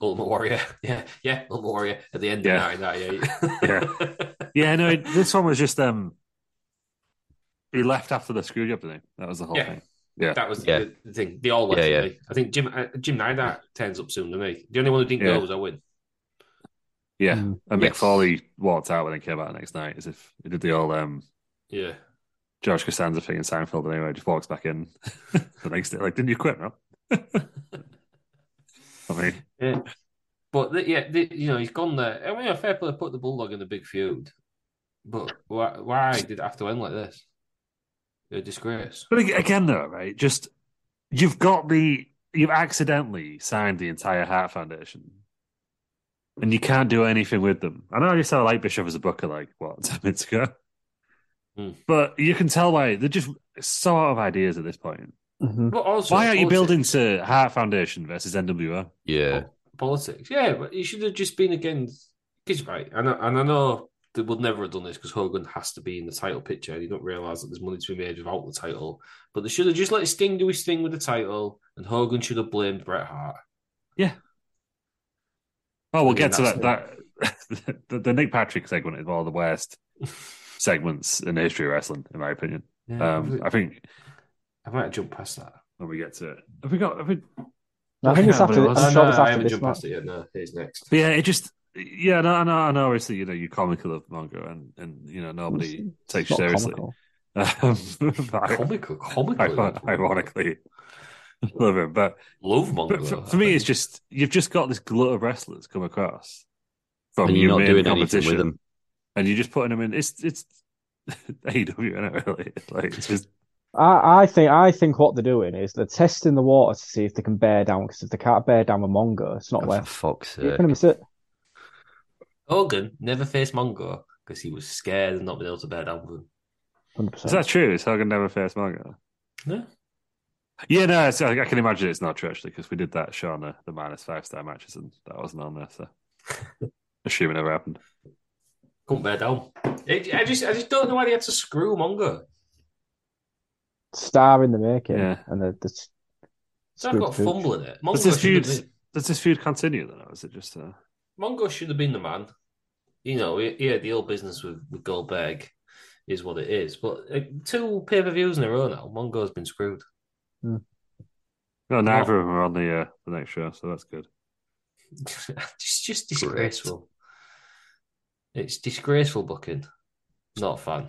Speaker 1: Ultimate Warrior, [laughs] yeah, yeah, Ultimate Warrior at the end
Speaker 4: Yeah.
Speaker 1: of 1998.
Speaker 4: [laughs]
Speaker 1: [laughs]
Speaker 4: Yeah, no, it, this one was just um, he left after the screw job, didn't he? That was the whole
Speaker 1: Yeah.
Speaker 4: thing. Yeah,
Speaker 1: That was the-
Speaker 2: Yeah.
Speaker 1: the, thing. They all left.
Speaker 2: Yeah,
Speaker 1: didn't
Speaker 2: yeah.
Speaker 1: they? I think Jim uh, Jim Neidhart turns up soon, doesn't he? The only one who didn't
Speaker 4: Yeah.
Speaker 1: go was Owen.
Speaker 4: yeah.
Speaker 3: Mm.
Speaker 4: And Mick
Speaker 2: Yes.
Speaker 4: Foley walked out when he came out the next night, as if he did the old um,
Speaker 1: Yeah,
Speaker 4: George Costanza thing in Seinfeld. Anyway, just walks back in [laughs] the next day. Like, didn't you quit, [laughs] man? I mean,
Speaker 1: yeah. But the, yeah, the, you know he's gone there. I mean, a fair play put the bulldog in the big feud, but why, why did it have to end like this? A disgrace.
Speaker 4: but ag- again, though, right? Just you've got the you've accidentally signed the entire Hart Foundation. And you can't do anything with them. I know I just said I like Bishop as a booker, like what [laughs] ten minutes ago,
Speaker 1: Hmm.
Speaker 4: but you can tell why they're just so out of ideas at this point.
Speaker 3: Mhm.
Speaker 1: But also,
Speaker 4: Why are you
Speaker 1: politics-
Speaker 4: building to Hart Foundation versus NWO?
Speaker 2: Yeah.
Speaker 1: politics? Yeah, but he should have just been against. Because right, and I, and I know they would never have done this because Hogan has to be in the title picture, and you don't realize that there's money to be made without the title. But they should have just let Sting do his thing with the title, and Hogan should have blamed Bret Hart.
Speaker 4: Oh, we'll
Speaker 1: I mean,
Speaker 4: get to
Speaker 1: that's
Speaker 4: that. That [laughs] the, the Nick Patrick segment is one of
Speaker 2: [laughs]
Speaker 4: the worst segments in the history of wrestling, in my opinion. Um, I think
Speaker 1: I might have jumped past that.
Speaker 4: when we get to it, have we got? Have we,
Speaker 3: I think it's
Speaker 4: Yeah, but
Speaker 3: after.
Speaker 4: it
Speaker 3: I'm
Speaker 4: was-
Speaker 1: Oh,
Speaker 3: sure
Speaker 1: no,
Speaker 3: it's
Speaker 1: I
Speaker 3: after
Speaker 1: haven't
Speaker 3: this
Speaker 1: jumped
Speaker 3: match.
Speaker 1: past it yet. No, here's next.
Speaker 4: but yeah, it just. Yeah, no, no, I know. Obviously, you know, you're comical of Mongo, and and you know nobody [laughs] takes
Speaker 3: It's
Speaker 4: you
Speaker 3: not
Speaker 4: seriously.
Speaker 3: comical.
Speaker 2: [laughs]
Speaker 4: Um, but
Speaker 1: Comical, comical.
Speaker 4: I- ironically, love him, but
Speaker 1: love Mongo.
Speaker 4: But for, for me, it's just you've just got this glut of wrestlers come across Oh, from
Speaker 2: And you're
Speaker 4: your
Speaker 2: not
Speaker 4: main
Speaker 2: doing anything
Speaker 4: competition,
Speaker 2: with them.
Speaker 4: and you're just putting them in. It's it's [laughs] AEW, isn't it? Really, It's like it's just
Speaker 3: I, I think I think what they're doing is they're testing the water to see if they can bear down. Because if they can't bear down with Mongo, it's not
Speaker 2: Oh, for
Speaker 3: worth.
Speaker 2: fuck's
Speaker 3: You're
Speaker 2: sake.
Speaker 3: gonna miss it.
Speaker 1: Hogan never faced Mongo because he was scared of not being able to bear down with him.
Speaker 3: 100%.
Speaker 4: is that true? Is Hogan never faced Mongo?
Speaker 1: No.
Speaker 4: Yeah, no, it's, I, I can imagine it's not true actually because we did that show on the, the minus five star matches, and that wasn't on there. So Assume it never happened.
Speaker 1: Couldn't bear down. It, I just, I just don't know why they had to screw Mongo.
Speaker 3: Star in the making,
Speaker 4: Yeah.
Speaker 3: and the, the s-
Speaker 1: So I've
Speaker 3: screwed
Speaker 1: got
Speaker 3: pooch.
Speaker 1: fumbling it.
Speaker 4: Does
Speaker 1: Mongo
Speaker 4: this
Speaker 1: should,
Speaker 4: feud?
Speaker 1: have been,
Speaker 4: Does this feud continue then, or is it just? Uh...
Speaker 1: Mongo should have been the man. You know, he, he had the old business with, with Goldberg, is what it is. But uh, two pay per views in a row now, Mongo's been screwed. [laughs]
Speaker 4: No, neither of them are on the uh, the next show, so that's good.
Speaker 1: just, just disgraceful. It's disgraceful booking. Not a fan.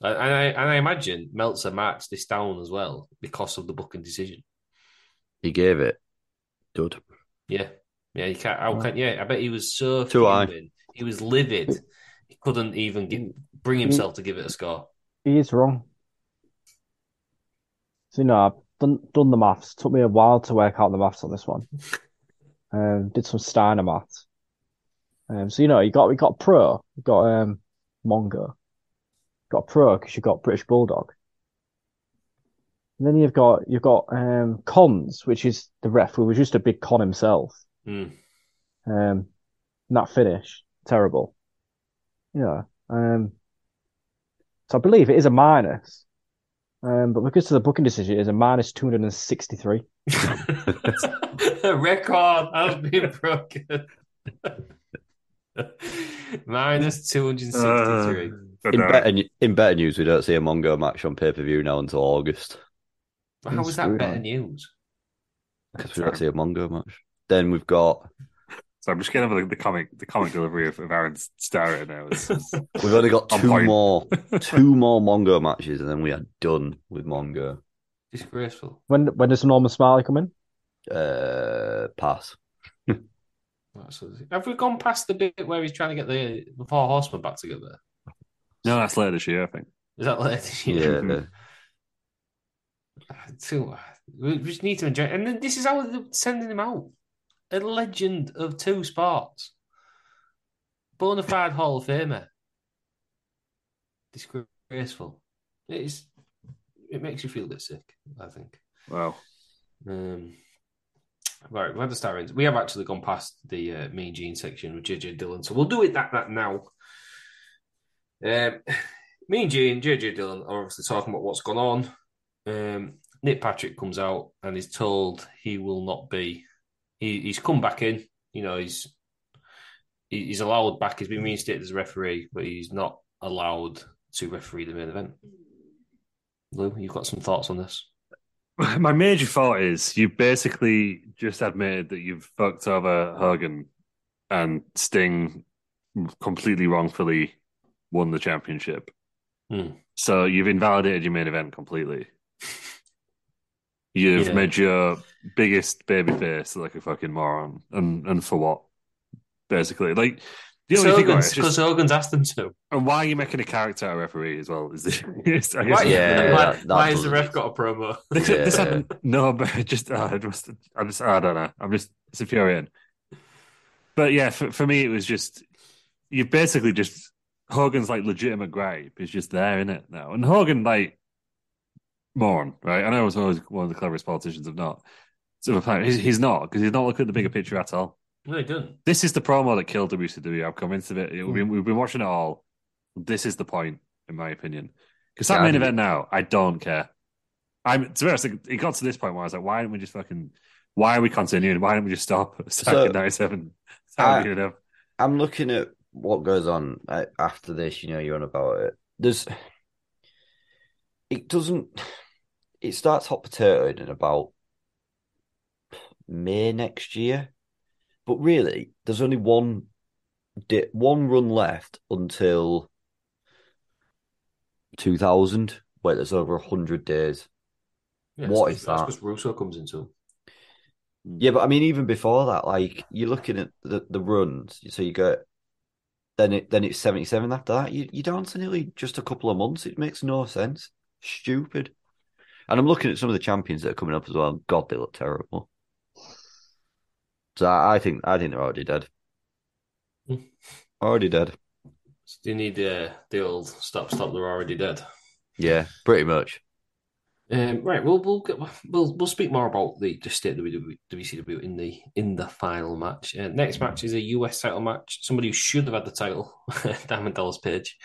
Speaker 1: And and I, and I imagine Meltzer marked this down as well because of the booking decision.
Speaker 5: He gave it. Dud.
Speaker 1: Yeah, yeah, you can't. How can, yeah, I bet he was so
Speaker 2: Too high.
Speaker 1: fuming. He was livid. He couldn't even get, bring himself to give it a score.
Speaker 3: He is wrong. So you know, I've done done the maths. Took me a while to work out the maths on this one. Um, did some Steiner maths. Um, so you know, you got we got pro, you got um Mongo, got pro because you got British Bulldog. And then you've got you've got um cons, which is the ref, who was just a big con himself.
Speaker 1: Hmm. [laughs]
Speaker 3: Um, and that finish, terrible. Yeah. Um, so I believe it is a minus. Um, but because of the booking decision, it is a minus 263.
Speaker 1: a record has been broken. [laughs] Minus two hundred sixty-three.
Speaker 4: Good
Speaker 2: In
Speaker 4: night.
Speaker 2: better, in better news, we don't see a Mongo match on pay per view now until August
Speaker 1: How was that
Speaker 3: screwed
Speaker 1: better
Speaker 3: on.
Speaker 1: news?
Speaker 2: because we don't see a Mongo match. Then we've got
Speaker 4: So I'm just getting over the, the comic the comic delivery of, of Aaron's star right now. It's, it's-
Speaker 2: we've only got
Speaker 4: On
Speaker 2: two
Speaker 4: point.
Speaker 2: more two more Mongo matches, and then we are done with Mongo.
Speaker 1: Disgraceful.
Speaker 3: When when does Norman Smiley come in?
Speaker 2: Uh, pass.
Speaker 1: That's what- Have we gone past the bit where he's trying to get the, the four horsemen back together?
Speaker 4: no, that's later this year, I think.
Speaker 1: Is that later? this year?
Speaker 2: Yeah,
Speaker 1: Too, uh, we we just need to enjoy. And then this is how they're sending him out. A legend of two sports. Bona fide Hall of Famer. Disgraceful. It is. It makes you feel a bit sick, I think.
Speaker 4: Wow.
Speaker 1: Um, right, we've had the star ratings. We have actually gone past the uh, Mean Gene section with JJ Dillon, so we'll do it that that now. Um, [sighs] Mean Gene, JJ Dillon are obviously talking about what's gone on. Um, Nick Patrick comes out and is told he will not be. He, he's come back in. You know, he's he- he's allowed back. He's been reinstated as a referee, but he's not allowed to referee the main event. Lou, you've got some thoughts on this?
Speaker 4: [laughs] My major thought is you basically just admitted that you've fucked over Hogan and Sting completely wrongfully won the championship.
Speaker 1: Hmm.
Speaker 4: So you've invalidated your main event completely. You've
Speaker 1: Yeah.
Speaker 4: made your biggest baby face like a fucking moron. And and for what? Basically. Like the only thing
Speaker 1: Hogan's, uh
Speaker 4: is
Speaker 1: because
Speaker 4: just,
Speaker 1: Hogan's asked them to.
Speaker 4: and why are you making a character out of referee as well? [laughs] Is this I guess
Speaker 1: Why,
Speaker 2: Yeah,
Speaker 1: why,
Speaker 2: that- that
Speaker 1: why has the
Speaker 2: doesn't-
Speaker 1: ref got a promo?
Speaker 4: This, this
Speaker 2: Yeah.
Speaker 4: happened. No, [laughs] but it just, uh, it was, I'm just, I don't know. I'm just, it's infuriating. But yeah, for, for me, it was just, you basically just, Hogan's like legitimate gripe is just there in it now. And Hogan, like, moron, right? I know he's always one of the cleverest politicians of not. So he's, he's not, because he's not looking at the bigger picture at all.
Speaker 1: No, he didn't.
Speaker 4: This is the promo that killed WCW. I'm convinced of it. It- we, we've been watching it all. This is the point, in my opinion. Because that
Speaker 5: Yeah, I
Speaker 4: main
Speaker 5: think-
Speaker 4: event now, I don't care. I'm to be honest, it it got to this point where I was like, why don't we just fucking, why are we continuing? Why don't we just stop? [laughs] at Saturday
Speaker 2: So-
Speaker 4: 97.
Speaker 2: I-
Speaker 4: Saturday 97.
Speaker 2: I'm looking at what goes on uh, after this. You know, you're on about it. There's, it doesn't. It starts hot potatoing in about May next year, but really, there's only one, di- one run left until 2000. Where there's over hundred days.
Speaker 1: Yeah,
Speaker 2: What
Speaker 1: it's-
Speaker 2: is
Speaker 1: that's
Speaker 2: that?
Speaker 1: because Russo comes into him.
Speaker 2: Yeah, but I mean, even before that, like you're looking at the the runs. So you got then it then it's seventy seven after that. You you're down to nearly just a couple of months. It makes no sense. Stupid. And I'm looking at some of the champions that are coming up as well. God, they look terrible. So I, I think I think they're already dead.
Speaker 1: Hmm.
Speaker 2: Already dead.
Speaker 1: So you need uh, the old stop, stop, they're already dead.
Speaker 2: Yeah, pretty much.
Speaker 1: Um, right, we'll we'll, get, we'll we'll speak more about the, the E, state of the WCW in the in the final match. Uh, next match is a US title match. Somebody who should have had the title, [laughs] Diamond Dallas Page,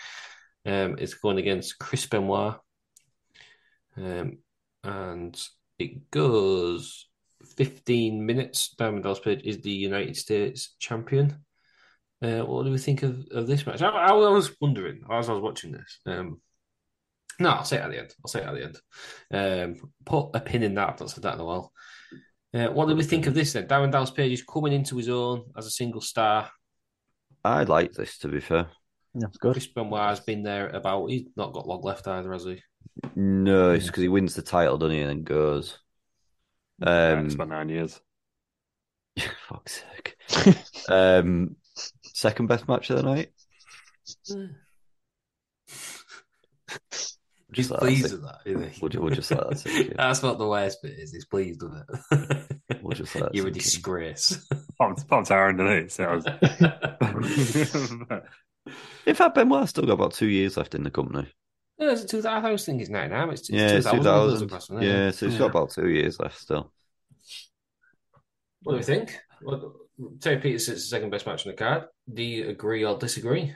Speaker 1: um, is going against Chris Benoit, um, and it goes fifteen minutes. Diamond Dallas Page is the United States champion. Uh, what do we think of, of this match? I, I was wondering as I was watching this. Um, no, I'll say it at the end. I'll say it at the end. Um, put a pin in that. I've not said that in a while. Uh, what do we think of this then? Darren Dallas Page is coming into his own as a single star.
Speaker 2: I like this, to be fair.
Speaker 3: That's good.
Speaker 1: Chris Benoit has been there about. He's not got long left either, has
Speaker 2: [laughs]
Speaker 1: he?
Speaker 2: No, it's because he wins the title, doesn't he, and then goes.
Speaker 4: Yeah, it's about
Speaker 2: Um,
Speaker 4: nine years.
Speaker 2: [laughs] fuck's sake. um, second best match of the night.
Speaker 1: He's
Speaker 2: Just let that
Speaker 1: pleased
Speaker 2: sink-
Speaker 1: with that, isn't he?
Speaker 2: We'll ju- we'll just let that sink in.
Speaker 1: That's not the worst bit. Is he's pleased with it?
Speaker 2: [laughs] We'll just let that
Speaker 1: You're a
Speaker 2: sink in.
Speaker 1: disgrace.
Speaker 4: Pops, Pops Aaron tonight. So
Speaker 1: [laughs]
Speaker 4: I was... [laughs]
Speaker 2: [laughs]
Speaker 1: Yeah,
Speaker 2: In fact, Benoit's still got about two years left in the company.
Speaker 1: it's two thousand. I was thinking it's ninety nine. It's two
Speaker 2: Yeah, it's
Speaker 1: thousand.
Speaker 2: 2000. Yeah, so he's got about two years left still.
Speaker 1: What do you think? Well, Terry Peters says it's the second best match on the card. Do you agree or disagree?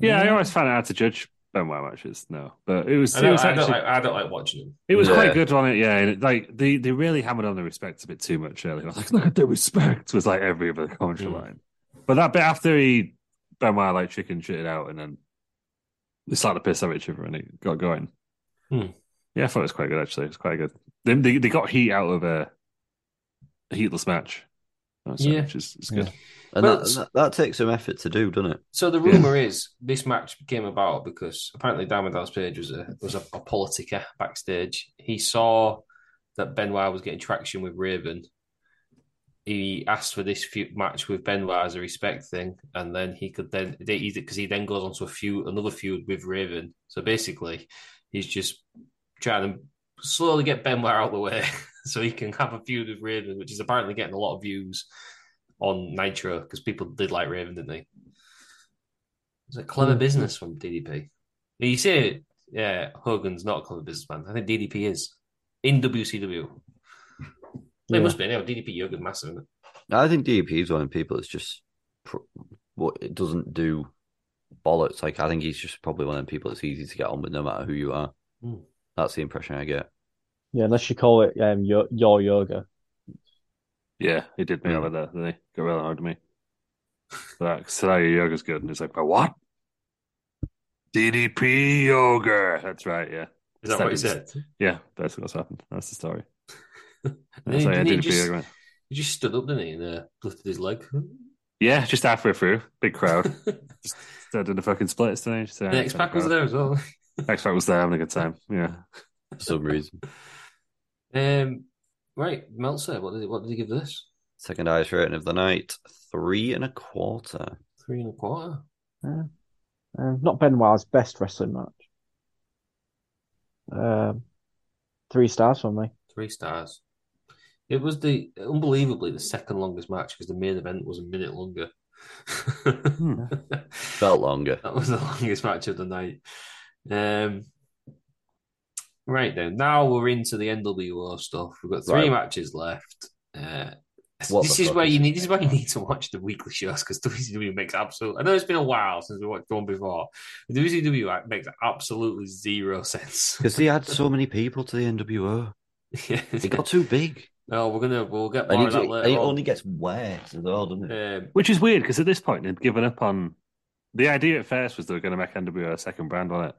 Speaker 4: yeah, I always found it hard to judge Benoit matches. No, but it was
Speaker 1: I
Speaker 4: it
Speaker 1: don't,
Speaker 4: was
Speaker 1: I
Speaker 4: actually
Speaker 1: don't like, I don't like watching them.
Speaker 4: It was
Speaker 2: Yeah.
Speaker 4: quite good on it, yeah. And it, like they, they really hammered on the respect a bit too much earlier. [laughs] I was like, look at the respect was like every other commentary
Speaker 1: Mm.
Speaker 4: line. But that bit after he Benoit like chicken shit it out and then they started to piss at each other and it got going.
Speaker 1: Mm.
Speaker 4: Yeah, I thought it was quite good actually. It was quite good. They they, they got heat out of a, a heatless match. That's it,
Speaker 1: Yeah.
Speaker 4: which is, is good.
Speaker 2: And
Speaker 1: Well,
Speaker 2: that,
Speaker 1: it's-
Speaker 2: that, that takes some effort to do, doesn't it?
Speaker 1: So the rumor is this match came about because apparently Diamond Dallas Page was a was a, a politica backstage. He saw that Benoit was getting traction with Raven. He asked for this feud match with Benoit as a respect thing, and then he could then they because he then goes on to a feud another feud with Raven. So basically, he's just trying to slowly get Benoit out of the way [laughs] so he can have a feud with Raven, which is apparently getting a lot of views on Nitro because people did like Raven, didn't they? It's a clever
Speaker 4: Hmm.
Speaker 1: business from DDP. You say, yeah, Hogan's not a clever businessman. I think DDP is in WCW. They
Speaker 3: Yeah.
Speaker 1: must be anyway. DDP Hogan massive. Isn't it?
Speaker 2: I think DDP is one of the people that's just pr- what it doesn't do bollocks. Like I think he's just probably one of the people that's easy to get on with, no matter who you are.
Speaker 1: Mm.
Speaker 2: That's the impression I get.
Speaker 3: Yeah, unless you call it um, your, your yoga.
Speaker 4: Yeah, he did me
Speaker 2: Mm.
Speaker 4: over there, didn't he? Got really hard at me. Like, Sadaya Yoga's good. And he's like, but what? DDP Yoga. That's right, yeah.
Speaker 1: Is that what he said?
Speaker 4: Yeah, that's what's happened. That's the story.
Speaker 1: And
Speaker 4: That's
Speaker 1: he-
Speaker 4: how I
Speaker 1: didn't he
Speaker 4: did it for
Speaker 1: just-
Speaker 4: you, right?
Speaker 1: He just stood up, didn't he, and uh, lifted his leg.
Speaker 4: Yeah, just halfway through.
Speaker 1: [laughs]
Speaker 4: Big crowd. just stood in the fucking splits today. Just, uh,
Speaker 1: The X Pac was there as well.
Speaker 4: X Pac was there having a good time. Yeah.
Speaker 2: For some reason,
Speaker 1: Um, right, Meltzer. What did he, what did he give this?
Speaker 2: second highest rating of the night, three and a quarter.
Speaker 1: Three and a quarter.
Speaker 3: Um, not Benoit's best wrestling match. Um, three stars from me.
Speaker 1: Three stars. It was the unbelievably the second longest match because the main event was a minute longer. [laughs]
Speaker 4: Hmm.
Speaker 2: Felt longer.
Speaker 1: That was [laughs] the longest match of the night. Um, right then, now we're into the NWO stuff. We've got three
Speaker 2: Right.
Speaker 1: matches left. Uh,
Speaker 2: What
Speaker 1: this
Speaker 2: the
Speaker 1: is
Speaker 2: fuck
Speaker 1: where
Speaker 2: is
Speaker 1: you
Speaker 2: it?
Speaker 1: need. This is why you need to watch the weekly shows because WCW makes absolute. I know it's been a while since we watched one before. but WCW act makes absolutely zero sense.
Speaker 2: Because they had so many people to the NWO,
Speaker 1: [laughs] yeah.
Speaker 2: it got too big,
Speaker 1: No, we're gonna we'll get
Speaker 2: and
Speaker 1: more of
Speaker 2: it,
Speaker 1: Oh, that
Speaker 2: it
Speaker 1: later. on.
Speaker 2: only gets wet as well, doesn't it?
Speaker 1: Um,
Speaker 4: Which is weird because at this point they'd given up on the idea at first was they were going to make NWO a second brand on it.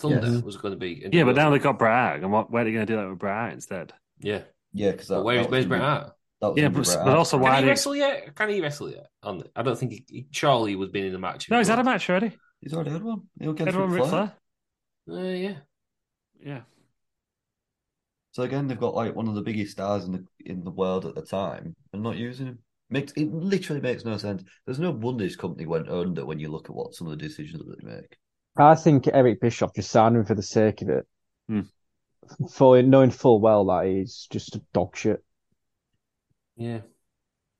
Speaker 1: Thunder
Speaker 2: Yes.
Speaker 1: was going to be.
Speaker 4: Yeah, but now they've got Bret Hart. And what, where are they going to do that with Bret Hart instead?
Speaker 1: yeah.
Speaker 2: Yeah, because
Speaker 1: But where is where's Bret Hart?
Speaker 4: Yeah, but, but also why
Speaker 1: Can
Speaker 4: are
Speaker 1: he
Speaker 4: they
Speaker 1: wrestle yet? Can he wrestle yet? On the, I don't think he, he Charlie was been in the match.
Speaker 4: No, he's had a match already.
Speaker 2: he's already had one. He'll get
Speaker 4: Everyone Ric Flair.
Speaker 1: Uh, yeah,
Speaker 4: Yeah.
Speaker 2: So again, they've got like one of the biggest stars in the in the world at the time, and not using him makes it literally makes no sense. There's no wonder his company went under when you look at what some of the decisions that they make.
Speaker 3: I think Eric Bischoff just signed him for the sake of it,
Speaker 4: Hmm.
Speaker 3: for knowing full well that he's just a dog shit.
Speaker 1: yeah.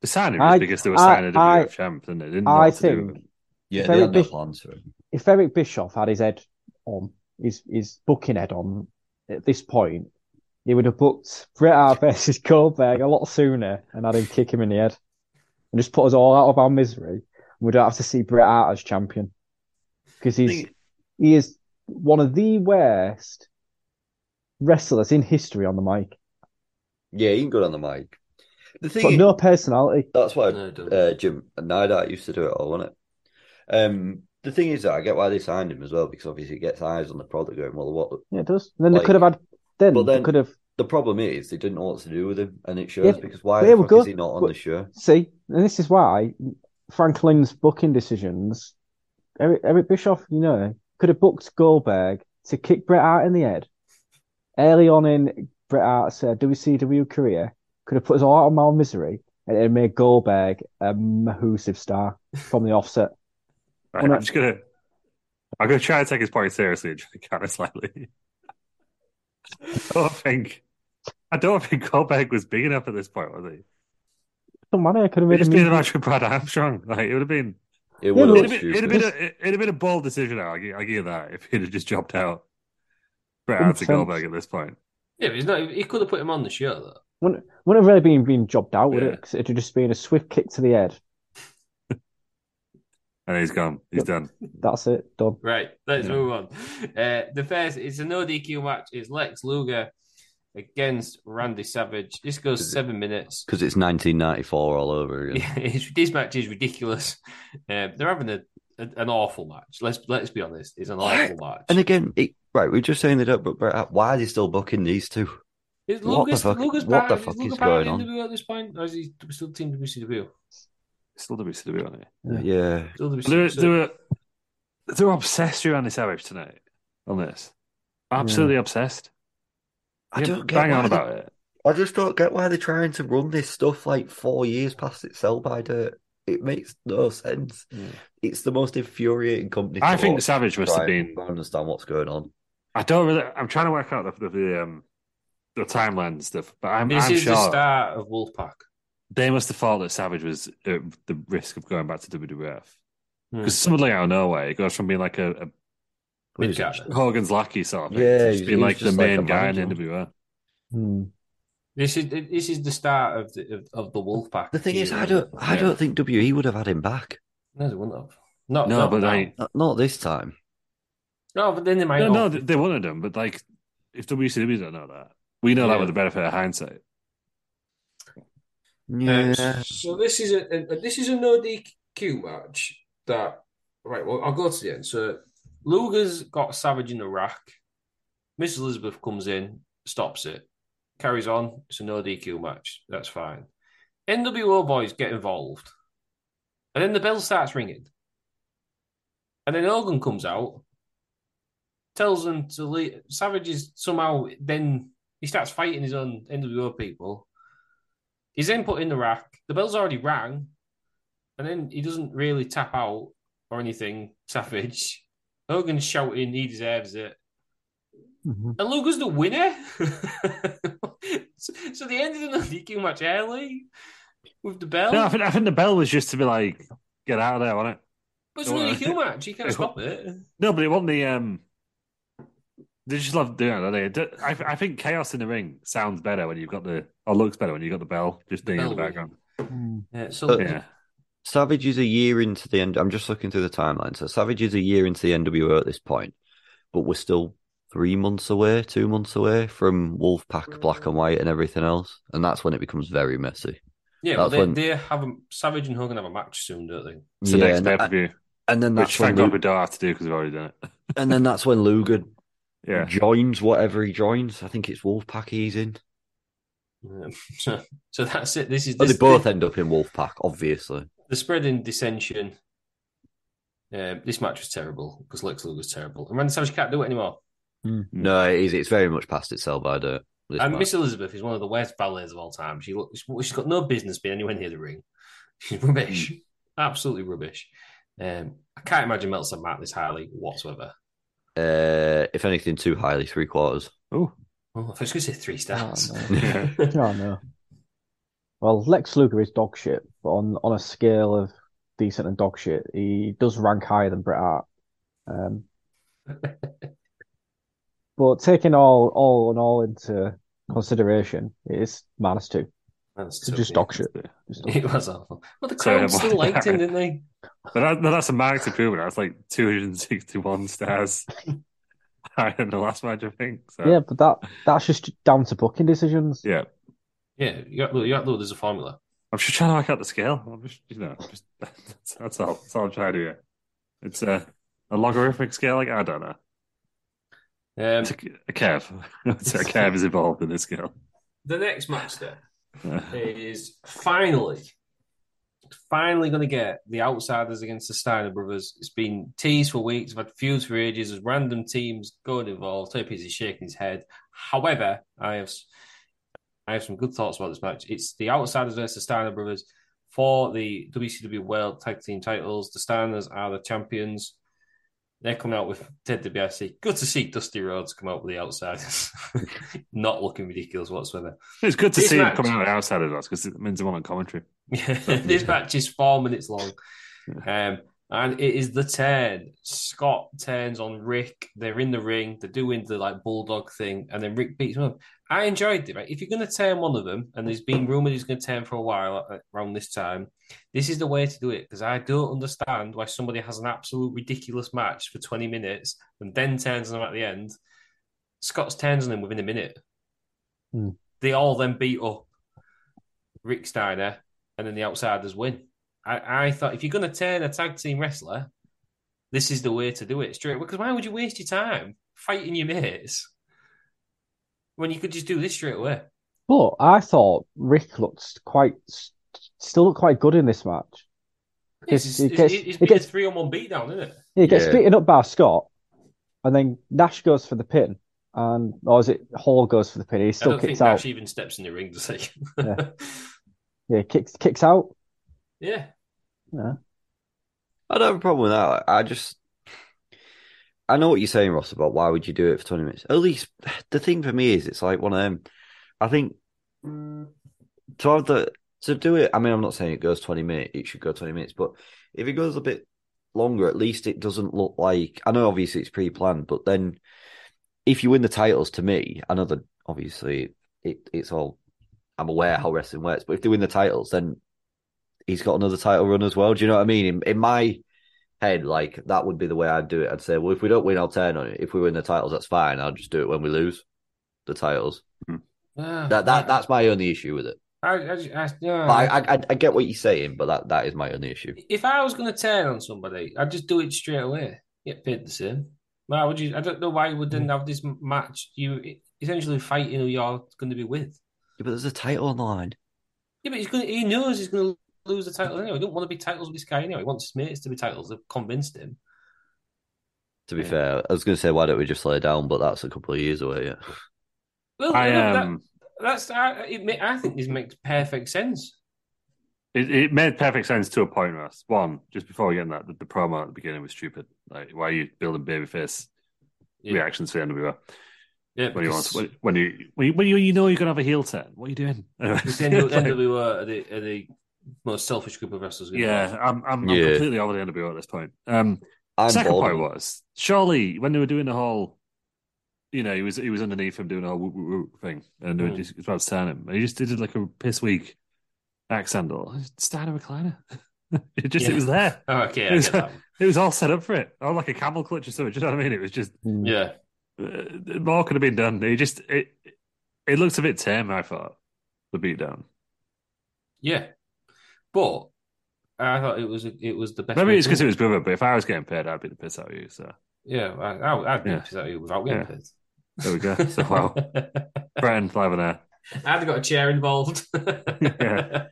Speaker 4: They signed him
Speaker 3: I-
Speaker 4: just because they were
Speaker 3: I-
Speaker 4: signing a
Speaker 3: I-
Speaker 4: WWF champ, and they didn't know
Speaker 3: I
Speaker 4: what to do with
Speaker 3: think
Speaker 4: it. [laughs]
Speaker 2: Yeah,
Speaker 3: Very
Speaker 2: they had no
Speaker 3: big-
Speaker 2: plans for him.
Speaker 3: if Eric Bischoff had his head on, his his booking head on, at this point, they would have booked Bret Hart [laughs] versus Goldberg a lot sooner and had him kick him in the head and just put us all out of our misery. And we don't have to see Bret Hart as champion because he's he is one of the worst wrestlers in history on the mic.
Speaker 2: Yeah, you can go on the mic. The
Speaker 3: But
Speaker 2: thing,
Speaker 3: no personality.
Speaker 2: that's why
Speaker 1: No, I don't.
Speaker 2: uh, Jim Nidat used to do it all, wasn't it? Um, the thing is that I get why they signed him as well because obviously it gets eyes on the product going well. What
Speaker 3: Yeah, it does. And then
Speaker 2: Like-
Speaker 3: they could have had. Then,
Speaker 2: But
Speaker 3: they
Speaker 2: then-
Speaker 3: could have.
Speaker 2: the problem is they didn't know what to do with him, and it shows
Speaker 3: Yeah,
Speaker 2: because why
Speaker 3: they
Speaker 2: the
Speaker 3: were
Speaker 2: fuck
Speaker 3: good.
Speaker 2: is he not on
Speaker 3: But-
Speaker 2: the show?
Speaker 3: See, and this is why Franklin's booking decisions. Eric, Eric Bischoff, you know, could have booked Goldberg to kick Bret Hart in the head early on in Bret Hart's uh, WCW career. Could have put us all out of our misery and it made Goldberg a massive star from the offset.
Speaker 4: Right,
Speaker 3: Well, no.
Speaker 4: I'm just gonna. I'm gonna try to take his point seriously [laughs] and try to counter slightly. I don't think. I don't think Goldberg was big enough at this point, was he?
Speaker 3: Don't matter. Could
Speaker 4: It'd
Speaker 3: have made
Speaker 4: just
Speaker 3: him.
Speaker 4: been a match with Brad Armstrong. Like it would have been.
Speaker 2: It
Speaker 3: but-
Speaker 2: would
Speaker 4: It'd
Speaker 2: have been
Speaker 4: have been. It'd have been. A, it'd have been a bold decision. I give, I give that if he'd have just jumped out. Brett
Speaker 3: In
Speaker 4: out to
Speaker 3: terms-
Speaker 4: Goldberg at this point.
Speaker 1: Yeah, but he's not. He could have put him on the show though.
Speaker 3: Wouldn't, wouldn't have really been being jobbed out, would
Speaker 1: Yeah.
Speaker 3: it? 'Cause it'd have just been a swift kick to the head.
Speaker 4: And he's gone. He's
Speaker 3: Yep.
Speaker 4: done.
Speaker 3: That's it. Done.
Speaker 1: Right, let's
Speaker 4: Yeah.
Speaker 1: move on. Uh, the first it's a no DQ match. It's Lex Luger against Randy Savage. This goes seven minutes.
Speaker 2: because it's 1994 all over again.
Speaker 1: [laughs] Yeah, it's- this match is ridiculous. Uh, they're having a, a- an awful match. Let's let's be honest. It's an awful match.
Speaker 2: And again, it, right, we we're just saying they don't book Bret Hart. Why are they still booking these two?
Speaker 1: is
Speaker 2: what the
Speaker 1: Luger's,
Speaker 2: fuck-
Speaker 1: Luger's
Speaker 2: what
Speaker 1: part,
Speaker 2: the
Speaker 1: of-
Speaker 2: fuck
Speaker 1: Luger
Speaker 2: is
Speaker 1: part of
Speaker 2: going on?
Speaker 1: NWO E at this point, or is he still team WCW?
Speaker 4: Still WCW on it.
Speaker 3: Yeah.
Speaker 2: Yeah,
Speaker 1: Still
Speaker 4: They're,
Speaker 1: WCW.
Speaker 4: they're, they're obsessed with Andy Savage tonight on this. Absolutely obsessed.
Speaker 2: I
Speaker 4: Yeah,
Speaker 2: don't get
Speaker 4: bang
Speaker 2: why
Speaker 4: on
Speaker 2: they-
Speaker 4: about it.
Speaker 2: I just don't get why they're trying to run this stuff like four years past its sell by date. It makes no sense. It's the most infuriating company.
Speaker 4: Hmm. I
Speaker 2: to
Speaker 4: think
Speaker 2: watch.
Speaker 4: Savage must have
Speaker 2: Right,
Speaker 4: been.
Speaker 2: I don't understand what's going on.
Speaker 4: I don't really. I'm trying to work out the the, the um the timeline and stuff, but I'm,
Speaker 1: this
Speaker 4: I'm
Speaker 1: is
Speaker 4: sure
Speaker 1: the start of Wolfpack.
Speaker 4: they must have thought that Savage was at the risk of going back to WWF
Speaker 1: Hmm.
Speaker 4: because suddenly out of nowhere it goes from being like a,
Speaker 1: Mid
Speaker 2: Yeah,
Speaker 1: card.
Speaker 4: a Hogan's lackey sort of thing
Speaker 2: Yeah,
Speaker 4: to
Speaker 2: he
Speaker 4: just
Speaker 2: was
Speaker 4: being like the
Speaker 2: just like
Speaker 4: main
Speaker 2: a
Speaker 4: guy in
Speaker 2: manager.
Speaker 4: NWO.
Speaker 3: Hmm.
Speaker 1: This is this is the start of the of, of the Wolfpack.
Speaker 2: The thing is, I
Speaker 1: era.
Speaker 2: don't, I
Speaker 1: Yeah.
Speaker 2: don't think WE would have had him back.
Speaker 1: No, they wouldn't have. Not,
Speaker 4: No,
Speaker 1: not
Speaker 4: but
Speaker 1: now.
Speaker 4: like
Speaker 2: Not- Not this time.
Speaker 1: no, but then they might.
Speaker 4: no, no,
Speaker 1: not.
Speaker 4: they, they wanted him, but like if WCW don't know that, we know
Speaker 1: Yeah.
Speaker 4: that with the benefit of hindsight.
Speaker 1: Um,
Speaker 2: Yeah,
Speaker 1: so this is a, a this is a no DQ match that right. Well, I'll go to the end. So Luger's got Savage in the rack. Miss Elizabeth comes in, stops it, carries on. It's a no DQ match. That's fine. NWO boys get involved, and then the bell starts ringing, and then Hogan comes out, tells them to leave. Savage is somehow then he starts fighting his own NWO people. He's then put in the rack. The bell's already rang, and then he doesn't really tap out or anything. Savage. Hogan's shouting, he deserves it.
Speaker 3: Mhm.
Speaker 1: And Luger's the winner. [laughs] so, so they ended in a DQ match early with the bell.
Speaker 4: No, I think, I think the bell was just to be like get out of there, wasn't it?
Speaker 1: but it's a DQ match. You can't stop it.
Speaker 4: No, but it wasn't the um. They just love doing it. Don't they? I, I think chaos in the ring sounds better when you've got the or looks better when you've got the bell just dinging in the
Speaker 1: bell
Speaker 4: background.
Speaker 1: Yeah, so
Speaker 2: Uh,
Speaker 4: Yeah,
Speaker 2: Savage is a year into the end. I'm just looking through the timeline. So Savage is a year into the NWO at this point, but we're still three months away, two months away from
Speaker 4: Hmm.
Speaker 2: Wolfpack, Black and White, and everything else. And that's when it becomes very messy.
Speaker 1: yeah, well,
Speaker 2: that's
Speaker 1: they,
Speaker 2: when-
Speaker 1: they have a, Savage and Hogan have a match soon, don't they?
Speaker 4: it's the next
Speaker 2: and,
Speaker 4: pay per view,
Speaker 2: and then
Speaker 4: which
Speaker 2: that's
Speaker 4: thank
Speaker 2: when
Speaker 4: God
Speaker 2: Lu-
Speaker 4: we don't have to do because we've already done it.
Speaker 2: and then that's when Luger
Speaker 4: [laughs] Yeah,
Speaker 2: joins whatever he joins. I think it's Wolfpack he's in.
Speaker 1: Yeah. [laughs] So, so that's it. This is
Speaker 2: But
Speaker 1: this,
Speaker 2: Oh, they both end up in Wolfpack, obviously.
Speaker 1: the spreading dissension. Um, this match was terrible because Lex Luger's terrible, and Randy Savage can't do it anymore.
Speaker 4: Hmm.
Speaker 2: No, it is. It's very much past itself. I don't. this
Speaker 1: and
Speaker 2: match.
Speaker 1: Miss Elizabeth is one of the worst ballets of all time. She look- she's got no business being anywhere near the ring. [laughs] She's rubbish, absolutely rubbish. Um, I can't imagine Meltzer marked this highly whatsoever.
Speaker 2: Uh, if anything, too highly, three quarters.
Speaker 4: oh,
Speaker 1: Oh, I was going to say three stars. [laughs]
Speaker 4: yeah.
Speaker 3: [laughs] Oh no. Well, Lex Luger is dog shit, but on on a scale of decent and dog shit, [laughs] he does rank higher than Bret Hart. Um, But taking all all and all into consideration, it is minus two.
Speaker 1: That's
Speaker 3: It's just dog shit. [laughs] Just dog
Speaker 1: It was awful. But the
Speaker 4: Sorry,
Speaker 1: crowd
Speaker 4: I'm-
Speaker 1: still liked him, didn't they?
Speaker 4: But that, no, that's a marked improvement. That's like 261 [laughs] stars higher than the last match, I think. So,
Speaker 3: Yeah, but that that's just down to booking decisions.
Speaker 4: yeah.
Speaker 1: Yeah, you're absolutely, you're absolutely, there's a formula.
Speaker 4: I'm just trying to work out the scale. I'm just, you know, just, [laughs] that's, that's all. That's all I'm trying to do. Here. It's a, a logarithmic scale. Like I don't know.
Speaker 1: Um,
Speaker 4: It's a, a curve. [laughs] It's a curve is involved in this scale.
Speaker 1: the next match, then,
Speaker 4: Yeah.
Speaker 1: is finally, finally going to get the outsiders against the Steiner brothers. It's been teased for weeks. I've had feuds for ages. There's random teams going involved. Tony Pizzi is shaking his head. However, I have, s- I have some good thoughts about this match. It's the outsiders versus the Steiner brothers for the WCW World Tag Team titles. The Steiners are the champions. They're coming out with Ted DiBiase. Good to see Dusty Rhodes come out with the outsiders. [laughs] Not looking ridiculous whatsoever.
Speaker 4: [laughs] It's good to
Speaker 1: This
Speaker 4: see
Speaker 1: match-
Speaker 4: him coming out of the outside of us because it means I'm on commentary.
Speaker 1: [laughs] Yeah, this match is four minutes long. Um, and it is the turn. Scott turns on Rick. They're in the ring. They're doing the like bulldog thing, and then Rick beats him up. I enjoyed it. Right? If you're going to turn one of them, and there's been rumored he's going to turn for a while uh, around this time, this is the way to do it because I don't understand why somebody has an absolute ridiculous match for 20 minutes and then turns on them at the end. Scott's turns on them within a minute.
Speaker 3: Hmm.
Speaker 1: They all then beat up Rick Steiner, and then the outsiders win. I, I thought if you're going to turn a tag team wrestler, this is the way to do it straight away. Because why would you waste your time fighting your mates when you could just do this straight away?
Speaker 3: But I thought Rick looked quite still looked quite good in this match.
Speaker 1: It's, it's,
Speaker 3: It's- it
Speaker 1: it's,
Speaker 3: gets-
Speaker 1: it's
Speaker 3: it
Speaker 1: been
Speaker 3: gets-
Speaker 1: a three on one beatdown, isn't it?
Speaker 3: He gets
Speaker 5: Yeah.
Speaker 3: beaten up by Scott, and then Nash goes for the pin, and or is it Hall goes for the pin? He
Speaker 1: I
Speaker 3: still
Speaker 1: don't think
Speaker 3: kicks
Speaker 1: Nash
Speaker 3: out.
Speaker 1: even steps in the ring, does he?
Speaker 3: Yeah. Yeah, kicks kicks out.
Speaker 1: [laughs] yeah.
Speaker 2: I don't have a problem with that. I just, I know what you're saying, Ross, about why would you do it for 20 minutes? At least [sighs] the thing for me is it's like one of them. I think to have the, to do it, I mean, I'm not saying it goes 20 minutes, it should go 20 minutes, but if it goes a bit longer, at least it doesn't look like, I know obviously it's pre planned, but then if you win the titles to me, I know that obviously it, it's all, I'm aware how wrestling works, but if they win the titles, then he's got another title run as well. Do you know what I mean? In, in my head, like that would be the way I'd do it. I'd say, well, if we don't win, I'll turn on it. If we win the titles, that's fine. I'll just do it when we lose the titles.
Speaker 1: Ah, [laughs]
Speaker 2: That that that's my only issue with it.
Speaker 1: I, I, just- I, no.
Speaker 2: But I I, I- I get what you're saying, but that, that is my only issue.
Speaker 1: if I was going to turn on somebody, I'd just do it straight away. Get paid the same. Why would you? I don't know why you
Speaker 4: Mm.
Speaker 1: wouldn't have this m- match. You essentially fighting who you're going to be with.
Speaker 2: Yeah, but there's a title on the line.
Speaker 1: Yeah, but he's going. He knows he's going to lose the title anyway. He don't want to be titles with this guy anyway. He wants his mates to be titles. They've convinced him.
Speaker 2: To be fair, I was going to say, why don't we just slow down? But that's a couple of years away. Yeah.
Speaker 1: Well,
Speaker 4: I
Speaker 1: Oh, that-
Speaker 4: um,
Speaker 1: that's I, it, ma- I think this makes perfect sense.
Speaker 4: it, it made perfect sense to a point. Russ. One, just before we get in that, the, the promo at the beginning was stupid. Like, why are you building babyface
Speaker 1: Yeah.
Speaker 4: reactions to the NWO?
Speaker 1: Yeah,
Speaker 4: when you want
Speaker 1: because
Speaker 4: when, when you when you, when you, you know you're gonna have a heel turn. What are you doing?
Speaker 1: because the
Speaker 4: [laughs]
Speaker 1: NW- NWO are the, are the most selfish group of wrestlers. in the
Speaker 4: yeah,
Speaker 1: world.
Speaker 4: I'm I'm, I'm
Speaker 2: Yeah.
Speaker 4: completely over the NWO at this point. Um,
Speaker 2: I'm
Speaker 4: second
Speaker 2: bored.
Speaker 4: point was surely when they were doing the whole, you know, he was he was underneath him doing the whole woo, woo, woo thing, and they were
Speaker 1: Mm.
Speaker 4: just about to turn him. And he just did it like a piss weak axe handle. Stand a recliner. [laughs] it just it
Speaker 1: Yeah.
Speaker 4: was there.
Speaker 1: Oh,
Speaker 4: [laughs]
Speaker 1: okay,
Speaker 4: It
Speaker 1: I
Speaker 4: was-
Speaker 1: get that. one.
Speaker 4: It was all set up for it. Or like a camel clutch or something. Do you know what I mean? It was just
Speaker 3: Mm.
Speaker 1: Yeah,
Speaker 4: uh, more could have been done. It just it it looks a bit tame. I thought the beatdown.
Speaker 1: yeah, but I thought it was it was the best.
Speaker 4: Maybe
Speaker 1: way
Speaker 4: it's
Speaker 1: to
Speaker 4: because
Speaker 1: do
Speaker 4: it was brother, but if I was getting paid, I'd be the piss out of you. So
Speaker 1: Yeah, I, I, I'd be
Speaker 4: Yeah.
Speaker 1: pissed at you without getting
Speaker 4: Yeah.
Speaker 1: paid.
Speaker 4: there we
Speaker 1: [laughs]
Speaker 4: go. So wow, [laughs] Brian live and air.
Speaker 1: I'd got a chair involved. [laughs]
Speaker 4: Yeah.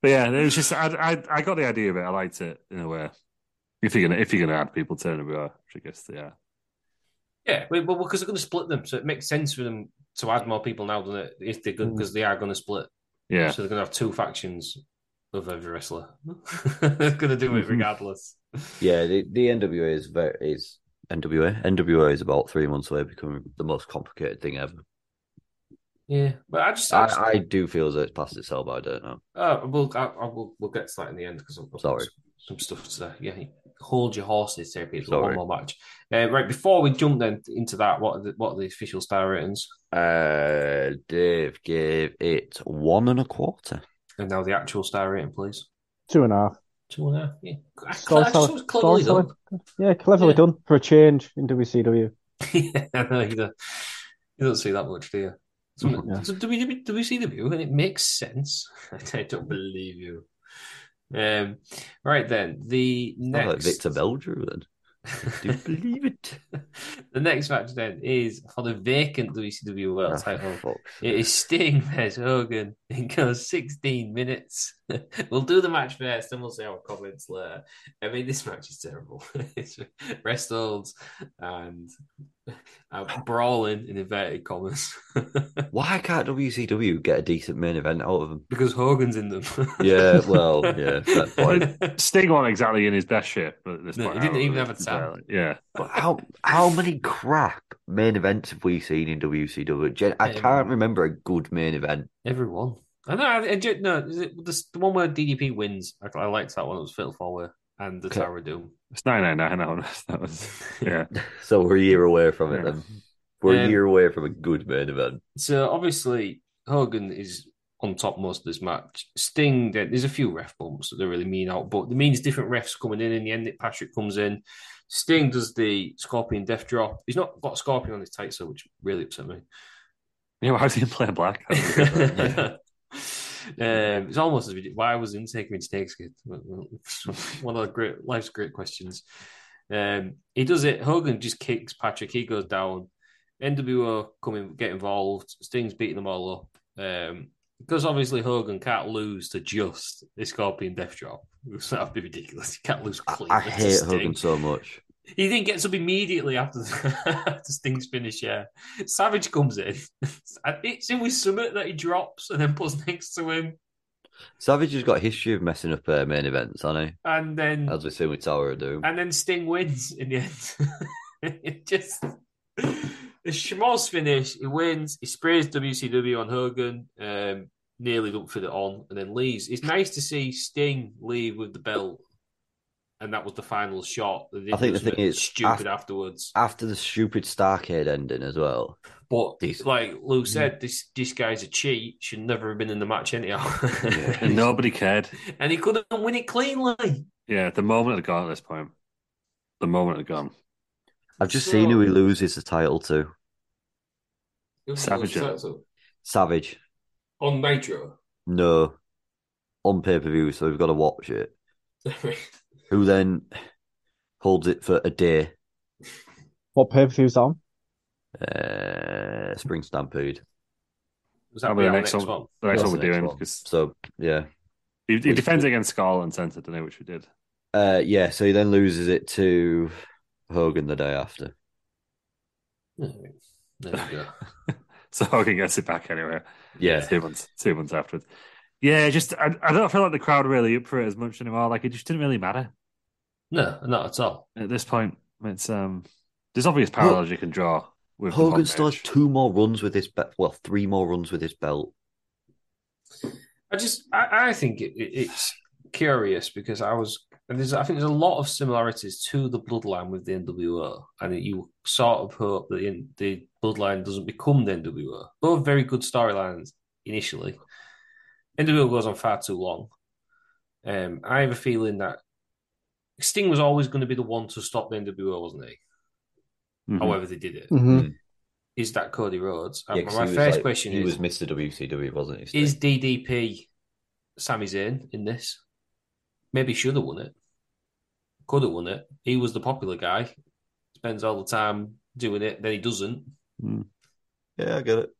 Speaker 4: But yeah, it was just I, I I got the idea of it. I liked it in a way. If you're gonna if you're gonna add people to it, which I guess they are.
Speaker 1: Yeah, well, because they're going to split them, so it makes sense for them to add more people now than it if they're good
Speaker 3: Mm.
Speaker 1: because they are going to split.
Speaker 4: Yeah,
Speaker 1: So they're going to have two factions of every wrestler. [laughs] they're going to do it
Speaker 4: Mhm.
Speaker 1: regardless.
Speaker 2: Yeah, the, the NWA is very is NWA. NWA is about three months away, becoming the most complicated thing ever.
Speaker 1: yeah. But I just, I, just-
Speaker 2: I, I do feel that it's past itself, but I don't know.
Speaker 1: uh, we'll, I, I will, we'll get to that in the end because I've got
Speaker 2: Sorry.
Speaker 1: some stuff to say. Yeah, hold your horses, there, people.
Speaker 2: Sorry.
Speaker 1: One more match. Uh, right before we jump then into that, what are the, what are the official star ratings?
Speaker 5: Uh, Dave gave it one and a quarter.
Speaker 1: And now the actual star rating, please.
Speaker 3: Two and a half.
Speaker 1: Two and a half. Yeah, I,
Speaker 3: Story
Speaker 1: I,
Speaker 3: teller-
Speaker 1: was cleverly
Speaker 3: story
Speaker 1: done.
Speaker 3: Yeah, cleverly
Speaker 1: Yeah.
Speaker 3: done for a change in WCW.
Speaker 1: [laughs] yeah, I know you don't, you don't see that much, do you?
Speaker 2: Mm,
Speaker 1: So,
Speaker 3: Yeah.
Speaker 1: so do we do we- do we see the view? And it makes sense. [laughs] I don't believe you. Um, right then, the
Speaker 2: Sounds
Speaker 1: next
Speaker 2: like Victor Belger then. Do you believe it?
Speaker 1: the next match then is for the vacant WCW World
Speaker 2: Ah,
Speaker 1: Title.
Speaker 4: [laughs]
Speaker 2: fuck's
Speaker 1: It is Sting vs Hogan. It goes 16 minutes. we'll do the match first, and we'll see our comments later. I mean, this match is terrible. it's rest holds and uh, brawling in inverted commas
Speaker 2: sake. Why can't WCW get a decent main event out of them?
Speaker 1: because Hogan's in them.
Speaker 2: Yeah, well, yeah, fair point.
Speaker 4: Sting wasn't exactly in his best shape at this
Speaker 1: No,
Speaker 4: point.
Speaker 1: he didn't
Speaker 4: I don't
Speaker 1: even
Speaker 4: know.
Speaker 1: have a towel.
Speaker 4: Yeah.
Speaker 2: But how how many crap main events have we seen in WCW? Gen- I
Speaker 1: Um,
Speaker 2: can't remember a good main event.
Speaker 1: Everyone. I know. I, I, ju- no, is it the, the one where DDP wins? I, I liked that one. It was Fatal Four and the
Speaker 2: Okay.
Speaker 1: Tower of Doom.
Speaker 4: It's 999. That was,
Speaker 1: [laughs]
Speaker 4: that was, yeah.
Speaker 2: So we're a year away from it
Speaker 4: Yeah.
Speaker 2: then. We're
Speaker 1: Um,
Speaker 2: a year away from a good main event.
Speaker 1: So obviously Hogan is on top most of this match. Sting, there- there's a few ref bumps that they really mean out, but the means different refs coming in. In the end, it Patrick comes in. Sting does the Scorpion Death Drop. He's not got Scorpion on his tight, so which really upset me.
Speaker 4: Yeah, why was he playing black?
Speaker 2: [laughs]
Speaker 4: I don't get that.
Speaker 1: [laughs] um, it's almost as ridiculous. Why was Intake in Snake's kid? [laughs] One of the great life's great questions. Um, he does it. Hogan just kicks Patrick. He goes down. NWO come in, get involved. Sting's beating them all up. Um, because obviously Hogan can't lose to just a Scorpion Death [laughs] Drop. That'd be ridiculous. He can't lose
Speaker 2: I,
Speaker 1: cleanly.
Speaker 2: I
Speaker 1: to
Speaker 2: hate
Speaker 1: Sting.
Speaker 2: Hogan so much.
Speaker 1: He then gets up immediately after, [laughs] the, after Sting's finish. Yeah, Savage comes in, [laughs] and it's in with Summit that he drops and then puts next to him,
Speaker 2: Savage has got a history of messing up uh, main events, hasn't
Speaker 1: and
Speaker 2: he?
Speaker 1: then
Speaker 2: As we've seen with Tower of Doom.
Speaker 1: and then Sting wins in the end. [laughs] it just the schmoz finish. He wins. He sprays WCW on Hogan. Um, nearly don't fit it on, and then leaves. It's nice to see Sting leave with the belt. And that was the final shot. They
Speaker 2: I think
Speaker 1: didn't do
Speaker 2: the thing
Speaker 1: something
Speaker 2: is,
Speaker 1: stupid
Speaker 2: af-
Speaker 1: afterwards.
Speaker 2: After the stupid Starcade ending as well.
Speaker 1: But
Speaker 2: Decent.
Speaker 1: like Lou said, this this guy's a cheat. Should never have been in the match anyhow. [laughs]
Speaker 4: And nobody cared.
Speaker 1: and he couldn't win it cleanly.
Speaker 4: Yeah, the moment had gone at this point. The moment had gone.
Speaker 2: I've just
Speaker 1: So-
Speaker 2: seen who he loses the title to.
Speaker 4: Savage.
Speaker 2: Savage.
Speaker 1: on Nitro. [laughs]
Speaker 2: No. On pay per view, so we've got to watch it. Who then holds it for a day?
Speaker 3: What pay per view's on?
Speaker 2: Uh, Spring Stampede.
Speaker 1: Was that
Speaker 4: That'll be the
Speaker 1: our
Speaker 4: next,
Speaker 1: next one?
Speaker 4: one. The next
Speaker 2: That's
Speaker 4: one we're
Speaker 2: the next
Speaker 4: doing.
Speaker 2: one.
Speaker 4: Because
Speaker 2: So yeah,
Speaker 4: he, he
Speaker 2: We-
Speaker 4: defends it against Scarlet and Center, didn't he? Which we did. [laughs]
Speaker 2: uh, yeah. So he then loses it to Hogan the day after.
Speaker 1: There you go.
Speaker 4: so Hogan gets it back anyway.
Speaker 2: Yeah.
Speaker 4: two months, two months afterwards. Yeah, just I, I don't feel like the crowd really up for it as much anymore. Like it just didn't really matter
Speaker 1: No, not at all.
Speaker 4: at this point. It's um, there's obvious parallels you can draw with the
Speaker 2: Hogan
Speaker 4: modern
Speaker 2: still has
Speaker 4: age.
Speaker 2: two more runs with his belt. Well, three more runs with his belt.
Speaker 1: I just I, I think it, it, it's curious because I was and there's I think there's a lot of similarities to the Bloodline with the NWO, and you sort of hope that the, the Bloodline doesn't become the NWO. Both very good storylines initially. NWO goes on far too long. Um, I have a feeling that Sting was always going to be the one to stop the NWO, wasn't he?
Speaker 4: Mhm.
Speaker 1: However, they did it. Is
Speaker 3: Mm-hmm.
Speaker 1: that Cody Rhodes?
Speaker 2: Yeah,
Speaker 1: And
Speaker 2: 'cause
Speaker 1: Uh, my
Speaker 2: he was,
Speaker 1: first
Speaker 2: like-
Speaker 1: question
Speaker 2: he
Speaker 1: is:
Speaker 2: was Mr. WCW, wasn't he? Sting?
Speaker 1: Is DDP Sami Zayn in this? Maybe should have won it. Could have won it. He was the popular guy. Spends all the time doing it, then he doesn't.
Speaker 2: yeah, I get it.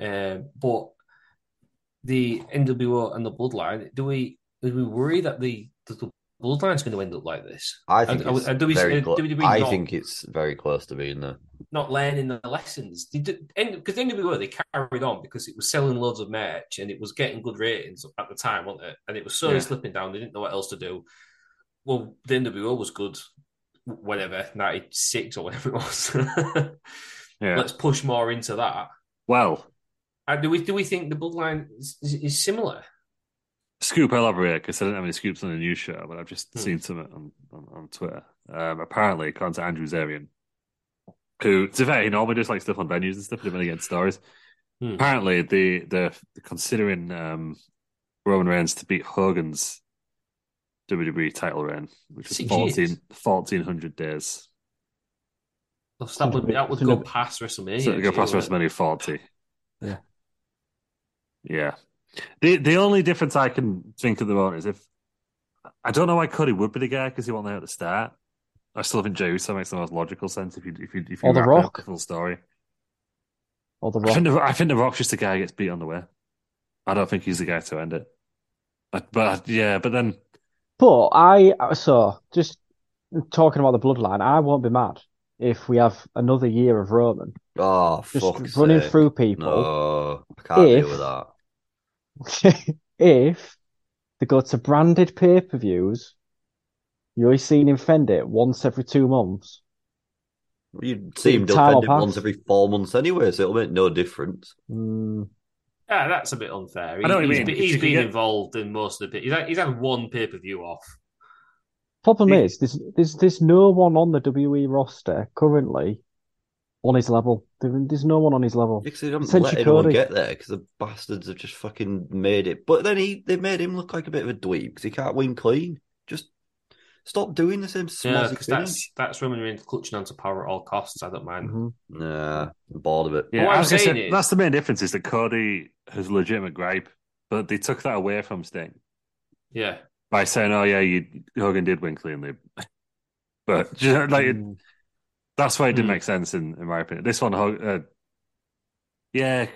Speaker 1: Um, but the NWO and the Bloodline, do we do we worry that the the, the Bloodline's going to end up like this?
Speaker 2: I think
Speaker 1: And-
Speaker 2: it's
Speaker 1: and do we-
Speaker 2: very
Speaker 1: uh,
Speaker 2: clo-
Speaker 1: do we- do we
Speaker 2: I
Speaker 1: not-
Speaker 2: think it's very close to being there.
Speaker 1: Not learning the lessons because NWO they carried on because it was selling loads of merch and it was getting good ratings at the time, wasn't it? And it was slowly
Speaker 4: Yeah.
Speaker 1: slipping down. They didn't know what else to do. well, the NWO was good, whatever, 96 or whatever it was. [laughs]
Speaker 4: Yeah.
Speaker 1: Let's push more into that. Uh,
Speaker 4: Well,
Speaker 1: And do we do we think the bloodline is, is, is similar?
Speaker 4: scoop elaborate because I didn't have any scoops on the news show, but I've just
Speaker 1: Hmm.
Speaker 4: seen some on, on, on Twitter. Um, apparently, according to Andrew Zarian, who, to be fair, he normally does like stuff on venues and stuff, depending on stories.
Speaker 1: Hmm.
Speaker 4: Apparently, they, they're considering um, Roman Reigns to beat Hogan's WWE title reign, which was
Speaker 1: Six
Speaker 4: 14,
Speaker 1: years.
Speaker 4: 1400 days.
Speaker 1: That would, that would
Speaker 3: It's a
Speaker 1: go
Speaker 3: bit-
Speaker 1: past WrestleMania.
Speaker 4: So they go past
Speaker 1: actually,
Speaker 4: WrestleMania 40.
Speaker 3: Yeah.
Speaker 4: Yeah. The the only difference I can think of the moment is if I don't know why Cody would be the guy because he wasn't there at the start. I still think Jey Uso makes the most logical sense if you if you if you
Speaker 3: Or The
Speaker 4: wrap it up
Speaker 3: Rock.
Speaker 4: the full story.
Speaker 3: Or the
Speaker 4: I
Speaker 3: Rock.
Speaker 4: think the, I think the Rock's just the guy who gets beat on the way. I don't think he's the guy to end it. But, but yeah, but then
Speaker 3: But I so just talking about the bloodline, I won't be mad if we have another year of Roman
Speaker 2: ah,
Speaker 5: Oh,
Speaker 3: just
Speaker 5: fuck's
Speaker 3: running
Speaker 5: sake.
Speaker 3: through people.
Speaker 5: No, I can't
Speaker 3: If-
Speaker 5: deal with that.
Speaker 3: [laughs] if they go to branded pay per views, you're only seen him fend it once every two months.
Speaker 5: You seem
Speaker 3: Tyler
Speaker 5: defended
Speaker 3: Pass.
Speaker 5: once every four months anyway, so it'll make no difference.
Speaker 3: Mm,
Speaker 1: Yeah, that's a bit unfair.
Speaker 4: I know what you
Speaker 1: He's
Speaker 4: mean,
Speaker 1: be-
Speaker 4: because
Speaker 1: He's
Speaker 4: you can
Speaker 1: been
Speaker 4: get-
Speaker 1: involved in most of the. He's had, he's had one pay per view off.
Speaker 3: problem
Speaker 4: He-
Speaker 3: is, there's, there's there's no one on the WWE roster currently on his level. There- there's no one on his level.
Speaker 5: Because they haven't
Speaker 3: Send
Speaker 5: let
Speaker 3: Shikori.
Speaker 5: anyone get there because the bastards have just fucking made it. But then he they made him look like a bit of a dweeb because he can't win clean. Just stop doing the same
Speaker 1: Yeah,
Speaker 5: smozzy
Speaker 1: because
Speaker 5: thing.
Speaker 1: that's that's Roman Reigns clutching onto power at all costs. I don't
Speaker 5: Mm-hmm.
Speaker 1: mind.
Speaker 3: Mhm.
Speaker 5: Nah, I'm bored of it.
Speaker 4: yeah,
Speaker 1: what
Speaker 4: I
Speaker 1: I'm
Speaker 4: was gonna
Speaker 1: saying
Speaker 4: say,
Speaker 1: is-
Speaker 4: that's the main difference is that Cody has legitimate gripe, but they took that away from Sting.
Speaker 1: Yeah,
Speaker 4: by saying, "Oh yeah, you Hogan did win cleanly," but [laughs] you know, like
Speaker 3: Mm.
Speaker 4: it, that's why it didn't
Speaker 1: Hmm.
Speaker 4: make sense in, in my opinion. This one, Ho- uh, yeah,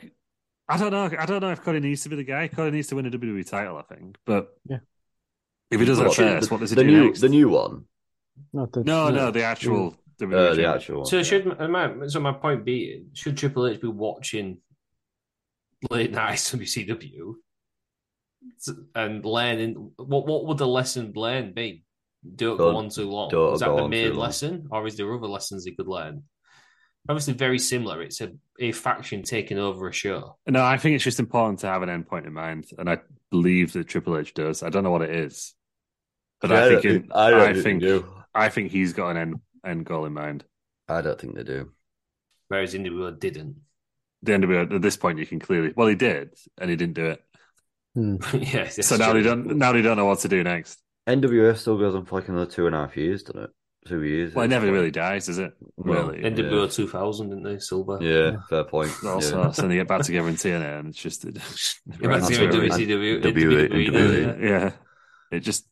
Speaker 4: I don't know. I don't know if Cody needs to be the guy. Cody needs to win a WWE title, I think. But
Speaker 3: Yeah.
Speaker 4: if he does that
Speaker 5: What,
Speaker 4: first,
Speaker 5: the,
Speaker 4: what does he
Speaker 5: the
Speaker 4: do
Speaker 5: new
Speaker 4: next?
Speaker 5: the new one?
Speaker 3: No, the-
Speaker 4: no, no, the actual E WWE.
Speaker 5: Uh, the
Speaker 4: champion.
Speaker 5: actual one.
Speaker 1: So should uh, my so my point be should Triple H be watching late night [laughs] WCW and learning what what would the lesson learn be? Don't go
Speaker 5: Don't-
Speaker 1: on too long.
Speaker 5: don't
Speaker 1: Is that
Speaker 5: go
Speaker 1: the
Speaker 5: on too
Speaker 1: main
Speaker 5: long.
Speaker 1: lesson, or is there other lessons he could learn? Obviously, very similar. It's a, a faction taking over a show.
Speaker 4: No, I think it's just important to have an endpoint in mind, and I believe that Triple H does. I don't know what it is, but I
Speaker 5: don't
Speaker 4: think it,
Speaker 5: I, don't
Speaker 4: I
Speaker 5: think
Speaker 4: think
Speaker 5: they do.
Speaker 4: I think he's got an end end goal in mind.
Speaker 5: I don't think they do.
Speaker 1: Whereas Indigo didn't. [laughs]
Speaker 4: the NWO at this point you can clearly well he did and he didn't do it.
Speaker 1: yeah, [laughs]
Speaker 4: so now they don't now they don't know what to do next.
Speaker 5: NWF still goes on for like another two and a half years, doesn't it? Two years.
Speaker 4: Well, it
Speaker 5: It's
Speaker 4: never
Speaker 5: like-
Speaker 4: really dies, does it?
Speaker 5: Well,
Speaker 4: Really.
Speaker 5: and-
Speaker 1: NWO
Speaker 5: Yeah.
Speaker 1: 2000, didn't they? Silver.
Speaker 5: Yeah, fair point.
Speaker 4: also, so they get back together in TNA, and it's just it,
Speaker 1: Yeah, but
Speaker 5: Right,
Speaker 1: it's even
Speaker 5: that's
Speaker 4: yeah,
Speaker 5: right.
Speaker 1: WCW,
Speaker 5: W-
Speaker 1: WWE.
Speaker 5: WWE.
Speaker 4: it just.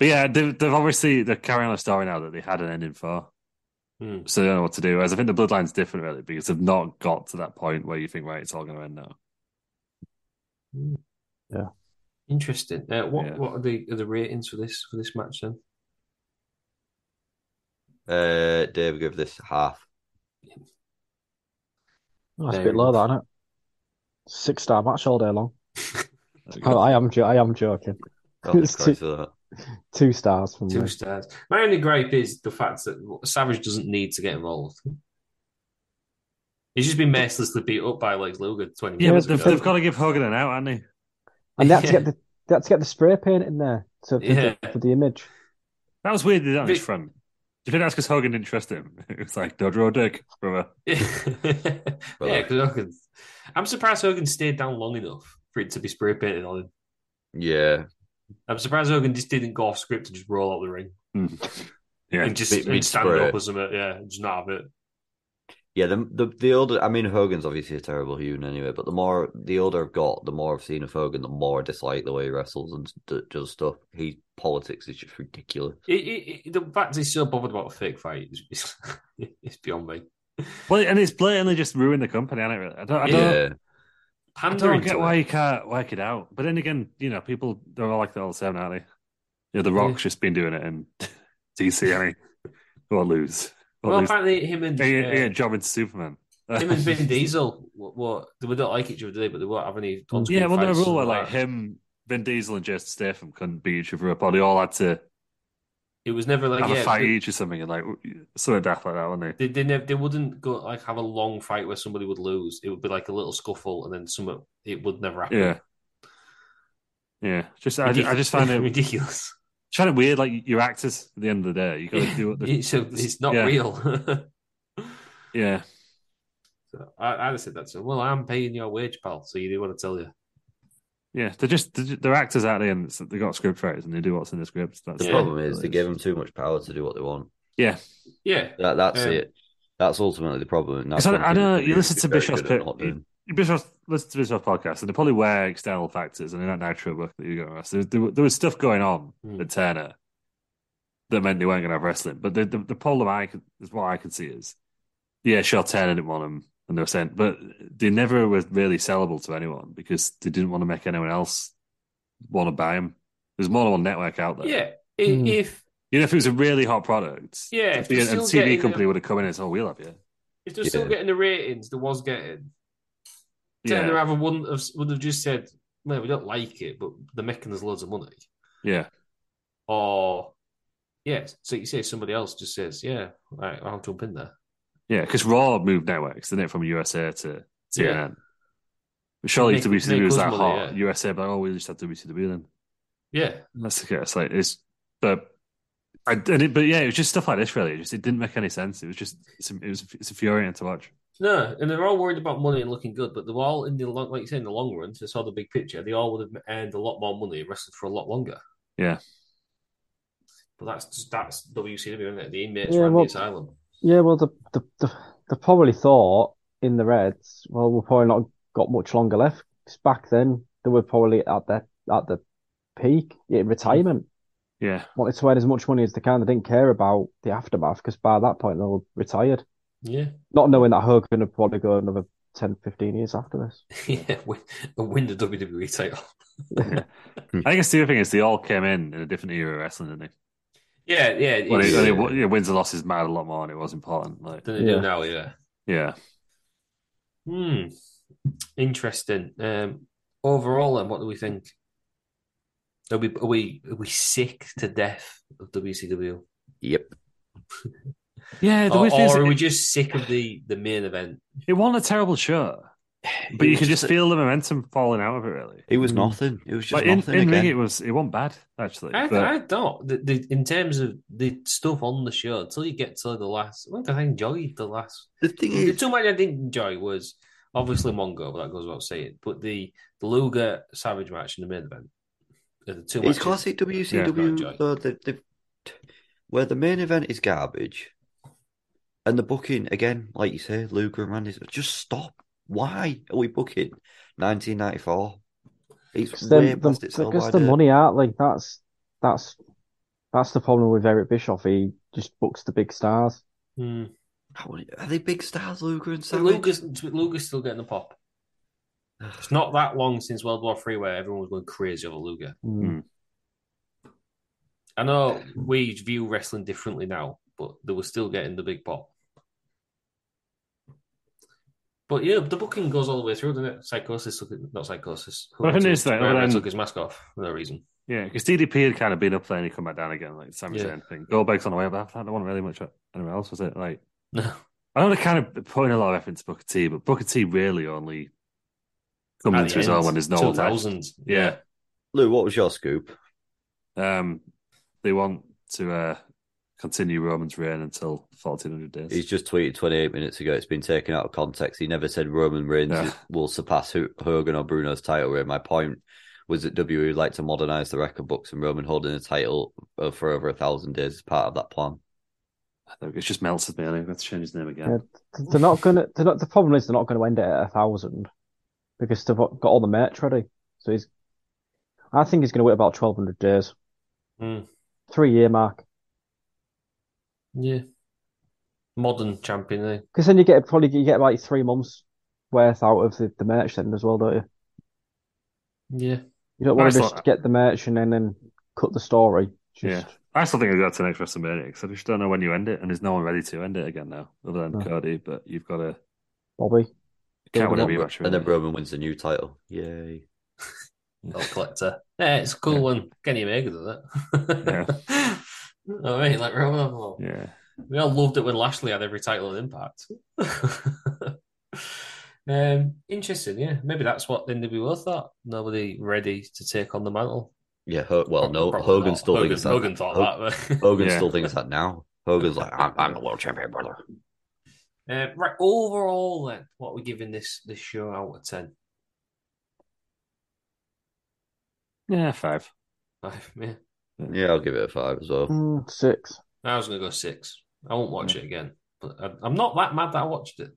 Speaker 4: But yeah, they've, they've obviously they're carrying on a story now that they had an ending for,
Speaker 1: Hmm.
Speaker 4: so they don't know what to do. Whereas I think the Bloodline's different really because they've not got to that point where you think right, it's all going to end now.
Speaker 1: Interesting. Uh, what
Speaker 4: Yeah.
Speaker 1: what are the are the ratings for this for this match then?
Speaker 5: Yeah. Uh, Dave give this half.
Speaker 3: Oh, it's a
Speaker 1: Fair
Speaker 3: bit low,
Speaker 1: enough.
Speaker 3: that, isn't it? Six star match all day
Speaker 4: [laughs]
Speaker 3: long. Oh, I am, jo- I am joking.
Speaker 5: [laughs] I'll
Speaker 3: It's
Speaker 5: just go
Speaker 3: too-
Speaker 5: for that.
Speaker 3: Two stars from
Speaker 1: Two
Speaker 3: me.
Speaker 1: stars. My only gripe is the fact that Savage doesn't need to get involved. He's just been mercilessly beat up by Lex Luger twenty
Speaker 4: Yeah,
Speaker 1: minutes
Speaker 4: but
Speaker 3: but
Speaker 4: they've,
Speaker 1: ago.
Speaker 4: they've got
Speaker 1: [laughs]
Speaker 4: to give Hogan an out, aren't they?
Speaker 3: And they had
Speaker 4: [laughs]
Speaker 3: to
Speaker 1: Yeah.
Speaker 3: get the they had to get the spray paint in there to for, the,
Speaker 1: Yeah.
Speaker 3: for the image.
Speaker 4: That was weird. That on his
Speaker 1: Vic-
Speaker 4: front. Do you think that's because Hogan didn't trust him? [laughs] It was like, don't draw a dick, brother.
Speaker 1: yeah, because Hogan. I'm surprised Hogan stayed down long enough for it to be spray painted on him.
Speaker 5: Yeah,
Speaker 1: I'm surprised Hogan just didn't go off script and just roll out the ring
Speaker 4: Yeah,
Speaker 1: and just
Speaker 5: bit
Speaker 1: and stand
Speaker 5: mid-spray.
Speaker 1: up or something. Yeah, and just not have it.
Speaker 5: yeah. The the, the older, I mean, Hogan's obviously a terrible human anyway. But the more the older I've got, the more I've seen of Hogan, the more I dislike the way he wrestles and d- does stuff. He politics is just ridiculous.
Speaker 1: It, it, it- the fact he's so bothered about a fake fight is is- [laughs] it's beyond me.
Speaker 4: well, and it's blatantly just ruined the company. I don't, really- I don't, I don't,
Speaker 5: yeah,
Speaker 4: I
Speaker 1: Pandering
Speaker 4: don't
Speaker 1: to
Speaker 4: get
Speaker 1: it.
Speaker 4: why you can't work it out. But then again, you know, people they're all like that all the same, aren't they? Yeah, The Rock's just been doing it in [laughs] DC, I mean, or lose, or
Speaker 1: Well,
Speaker 4: lose.
Speaker 1: apparently him and
Speaker 4: Yeah, yeah,
Speaker 1: uh,
Speaker 4: yeah, job into Superman.
Speaker 1: him and
Speaker 4: [laughs]
Speaker 1: Vin Diesel, what, what they don't like each other, did they? but they won't have any. on-screen
Speaker 4: yeah, well, no
Speaker 1: fights and
Speaker 4: rule where
Speaker 1: all
Speaker 4: like
Speaker 1: that.
Speaker 4: him, Vin Diesel, and Jason Statham couldn't beat each other up, or they all had to
Speaker 1: It was never like
Speaker 4: have
Speaker 1: yeah,
Speaker 4: a fight
Speaker 1: they,
Speaker 4: each or something, and like sort of death like that, wouldn't they?
Speaker 1: they, they, never, they wouldn't go like have a long fight where somebody would lose. It would be like a little scuffle, and then some it would never happen.
Speaker 4: Yeah. Yeah, just I, I just find it
Speaker 1: [laughs] ridiculous.
Speaker 4: kind of weird. Like your actors at the end of the day, you got to do what
Speaker 1: [laughs]
Speaker 4: the,
Speaker 1: it's, a- it's not
Speaker 4: yeah.
Speaker 1: real. [laughs]
Speaker 4: Yeah,
Speaker 1: so I, I just said that to him. Well, I'm paying your wage, pal, so you do what I tell you.
Speaker 4: yeah, they're just they're, just- they're actors out there, and it's- they got script writers, and they do what's in the script. That's
Speaker 5: The
Speaker 1: Yeah.
Speaker 5: problem is they give them too much power to do what they want.
Speaker 4: Yeah,
Speaker 1: Yeah.
Speaker 5: That, that's
Speaker 1: Yeah.
Speaker 5: it. That's ultimately the problem. and that's
Speaker 4: Because I-
Speaker 5: something
Speaker 4: I know-
Speaker 5: that
Speaker 4: you listen to
Speaker 5: they're very
Speaker 4: Bischoff's
Speaker 5: good at
Speaker 4: pit-
Speaker 5: not doing.
Speaker 4: Bischoff, listen to Bischoff podcast, and they probably were external factors, and they're not natural book that you got wrestling. There, there was stuff going on
Speaker 1: Hmm.
Speaker 4: at Turner that meant they weren't going to have wrestling. But the, the, the problem I could, is what I could see is, yeah, sure, Turner didn't want them, and they were sent, but they never were really sellable to anyone because they didn't want to make anyone else want to buy them. There's more than one network out there.
Speaker 1: Yeah. I-
Speaker 6: Hmm.
Speaker 1: If
Speaker 4: You know, if it was a really hot product,
Speaker 1: Yeah,
Speaker 4: if
Speaker 1: if
Speaker 4: the,
Speaker 1: they're
Speaker 4: and
Speaker 1: still
Speaker 4: TV
Speaker 1: getting
Speaker 4: company
Speaker 1: them-
Speaker 4: would have come in and said, oh, we'll have you.
Speaker 1: if they're still
Speaker 5: Yeah.
Speaker 1: getting the ratings they was getting,
Speaker 4: Yeah.
Speaker 1: Turner rather wouldn't have would have just said, "Man, we don't like it, but they're making us loads of money."
Speaker 4: yeah.
Speaker 1: Or, yes, so you say somebody else just says, "Yeah, right, I'll jump in there."
Speaker 4: Yeah, because Raw moved networks, didn't it, from USA to CNN?
Speaker 1: Yeah.
Speaker 4: But surely
Speaker 1: Make-
Speaker 4: if WCW was
Speaker 1: make
Speaker 4: that
Speaker 1: us money,
Speaker 4: hot,
Speaker 1: yeah.
Speaker 4: USA, but oh, we just had WCW then.
Speaker 1: Yeah,
Speaker 4: That's the case. Like it's, but I and it, but yeah, it was just stuff like this. Really, it just it didn't make any sense. It was just it's, it was it's infuriating to watch.
Speaker 1: no, and they're all worried about money and looking good, but they're all in the long, like you say, in the long run. So saw the big picture. They all would have earned a lot more money and wrestled for a lot longer.
Speaker 4: Yeah.
Speaker 1: but that's just, that's WCW, isn't it? The inmates
Speaker 3: Yeah,
Speaker 1: ran
Speaker 3: well-
Speaker 1: the asylum.
Speaker 3: Yeah, well, the the the, the probably thought in the Reds, well, we've probably not got much longer left. 'Cause back then, they were probably at their at the peak in retirement.
Speaker 4: Yeah,
Speaker 3: Wanted to earn as much money as they can. They didn't care about the aftermath because by that point they were retired,
Speaker 1: Yeah, [laughs]
Speaker 3: not knowing that Hogan would probably go another 10, 15 years after this.
Speaker 1: yeah, win, win the WWE title.
Speaker 3: [laughs]
Speaker 4: I guess the other thing is they all came in in a different era of wrestling, didn't they?
Speaker 1: Yeah, yeah,
Speaker 4: Well, it,
Speaker 1: yeah.
Speaker 4: and it- yeah, wins and losses mattered a lot more, and it was important. Like,
Speaker 1: than they
Speaker 3: Yeah.
Speaker 1: do now. Yeah.
Speaker 4: yeah,
Speaker 1: Hmm. Interesting. Um, overall, then, what do we think? Are we are we are we sick to death of WCW,
Speaker 5: Yep.
Speaker 4: yeah. The
Speaker 1: or,
Speaker 4: weird thing is,
Speaker 1: or are we
Speaker 4: it,
Speaker 1: just sick of the the main event?
Speaker 4: it wasn't a terrible show, but you could just feel the momentum falling out of it. Really,
Speaker 5: It
Speaker 2: Mm.
Speaker 5: was nothing. It was just
Speaker 4: Like in,
Speaker 5: nothing
Speaker 4: in ring,
Speaker 5: again.
Speaker 4: it was it wasn't bad actually.
Speaker 1: I,
Speaker 4: but-
Speaker 1: I don't. The, the, in terms of the stuff on the show, until you get to the last, I think I enjoyed the last.
Speaker 5: The thing
Speaker 1: The
Speaker 5: is,
Speaker 1: two matches I didn't enjoy was obviously Mongo, but that goes without saying. But the, the Luger Savage match in the main event, are the two
Speaker 5: it's
Speaker 1: matches-
Speaker 5: classic
Speaker 1: Yeah, I
Speaker 5: WCW
Speaker 1: enjoy.
Speaker 5: though. They, they, where the main event is garbage, and the booking again, like you say, Luger and Randy's. Just stop. Why are we booking 1994? It's
Speaker 3: 'Cause
Speaker 5: way
Speaker 3: them- them-
Speaker 5: past its sell
Speaker 3: because
Speaker 5: by
Speaker 3: the
Speaker 5: date.
Speaker 3: money out, like that's that's that's the problem with Eric Bischoff. He just books the big stars.
Speaker 1: Hmm.
Speaker 5: How- Are they big stars, Luger and
Speaker 1: So
Speaker 5: Savage?
Speaker 1: Luger's, Luger's still getting the pop. It's not that long since World War Three where everyone was going crazy over Luger.
Speaker 3: Mm.
Speaker 1: I know we view wrestling differently now, but they were still getting the big pop. But yeah, the booking goes all the way through, doesn't it? Psychosis, took it- not psychosis.
Speaker 4: Well, I think it's that-
Speaker 1: Barrett
Speaker 4: well, then-
Speaker 1: took his mask off for no reason.
Speaker 4: Yeah, because DDP had kind of been up there and he come back down again, like Sam was
Speaker 1: Yeah.
Speaker 4: saying. Thing. Goldberg's on the way up. That wasn't really much anywhere else, was it? Like,
Speaker 1: No,
Speaker 4: I know they kind of put in a lot of effort into Booker T, but Booker T really only comes
Speaker 1: At
Speaker 4: into
Speaker 1: the
Speaker 4: his
Speaker 1: end,
Speaker 4: own when there's no one left.
Speaker 1: 2000.
Speaker 4: Yeah.
Speaker 5: Lou, what was your scoop?
Speaker 4: Um, they want to uh, continue Roman's reign until 1400 days.
Speaker 5: He's just tweeted 28 minutes ago. It's been taken out of context. He never said Roman Reigns
Speaker 4: Yeah.
Speaker 5: will surpass Ho- Hogan or Bruno's title reign. My point was that WWE would like to modernize the record books, and Roman holding the title uh, for over a thousand days is part of that plan.
Speaker 4: I think It just melted me. I think I'm going to change his name again.
Speaker 3: Yeah, th- they're not gonna. They're not, the problem is they're not gonna end it at a thousand because they've got all the merch ready. So he's, I think he's gonna wait about twelve hundred days,
Speaker 4: Hmm.
Speaker 1: Mm.
Speaker 3: three year mark.
Speaker 1: yeah. Modern champion, eh?
Speaker 3: Because then you get probably you get like three months worth out of the, the merch then as well, don't you?
Speaker 1: yeah.
Speaker 3: You don't
Speaker 4: I
Speaker 3: want to
Speaker 4: saw
Speaker 3: just
Speaker 4: that.
Speaker 3: get the merch and then then cut the story. Just
Speaker 4: I still think I've got to the next WrestleMania because I just don't know when you end it, and there's no one ready to end it again now, other than
Speaker 3: No.
Speaker 4: Cody. But you've got to
Speaker 3: Bobby.
Speaker 4: count
Speaker 5: And
Speaker 4: win a
Speaker 5: then,
Speaker 4: rematch.
Speaker 5: and then
Speaker 4: really.
Speaker 5: Roman wins the new title. Yay.
Speaker 1: Or collector. [laughs] Yeah, it's a cool
Speaker 4: Yeah.
Speaker 1: one. Kenny Omega does it. Yeah. [laughs] All right, like Roman. Reigns.
Speaker 4: Yeah.
Speaker 1: We all loved it when Lashley had every title in Impact. [laughs] Um, interesting, yeah. Maybe that's what the NWO thought. Nobody ready to take on the mantle.
Speaker 5: Yeah, Ho- well, no,
Speaker 1: Probably
Speaker 5: Hogan
Speaker 1: not.
Speaker 5: still
Speaker 1: Hogan,
Speaker 5: thinks that.
Speaker 1: Hogan thought that. but- [laughs]
Speaker 5: Hogan
Speaker 4: Yeah.
Speaker 5: still thinks that now. Hogan's like, I'm, I'm the world champion, brother.
Speaker 1: Uh, right, overall, then, what are we giving this this show out of ten? [laughs]
Speaker 4: Yeah, five.
Speaker 1: Five, yeah.
Speaker 5: Yeah, I'll give it a five as well.
Speaker 3: Mm, six.
Speaker 1: I was gonna go six. I won't watch it again, but I, I'm not that mad that I watched it.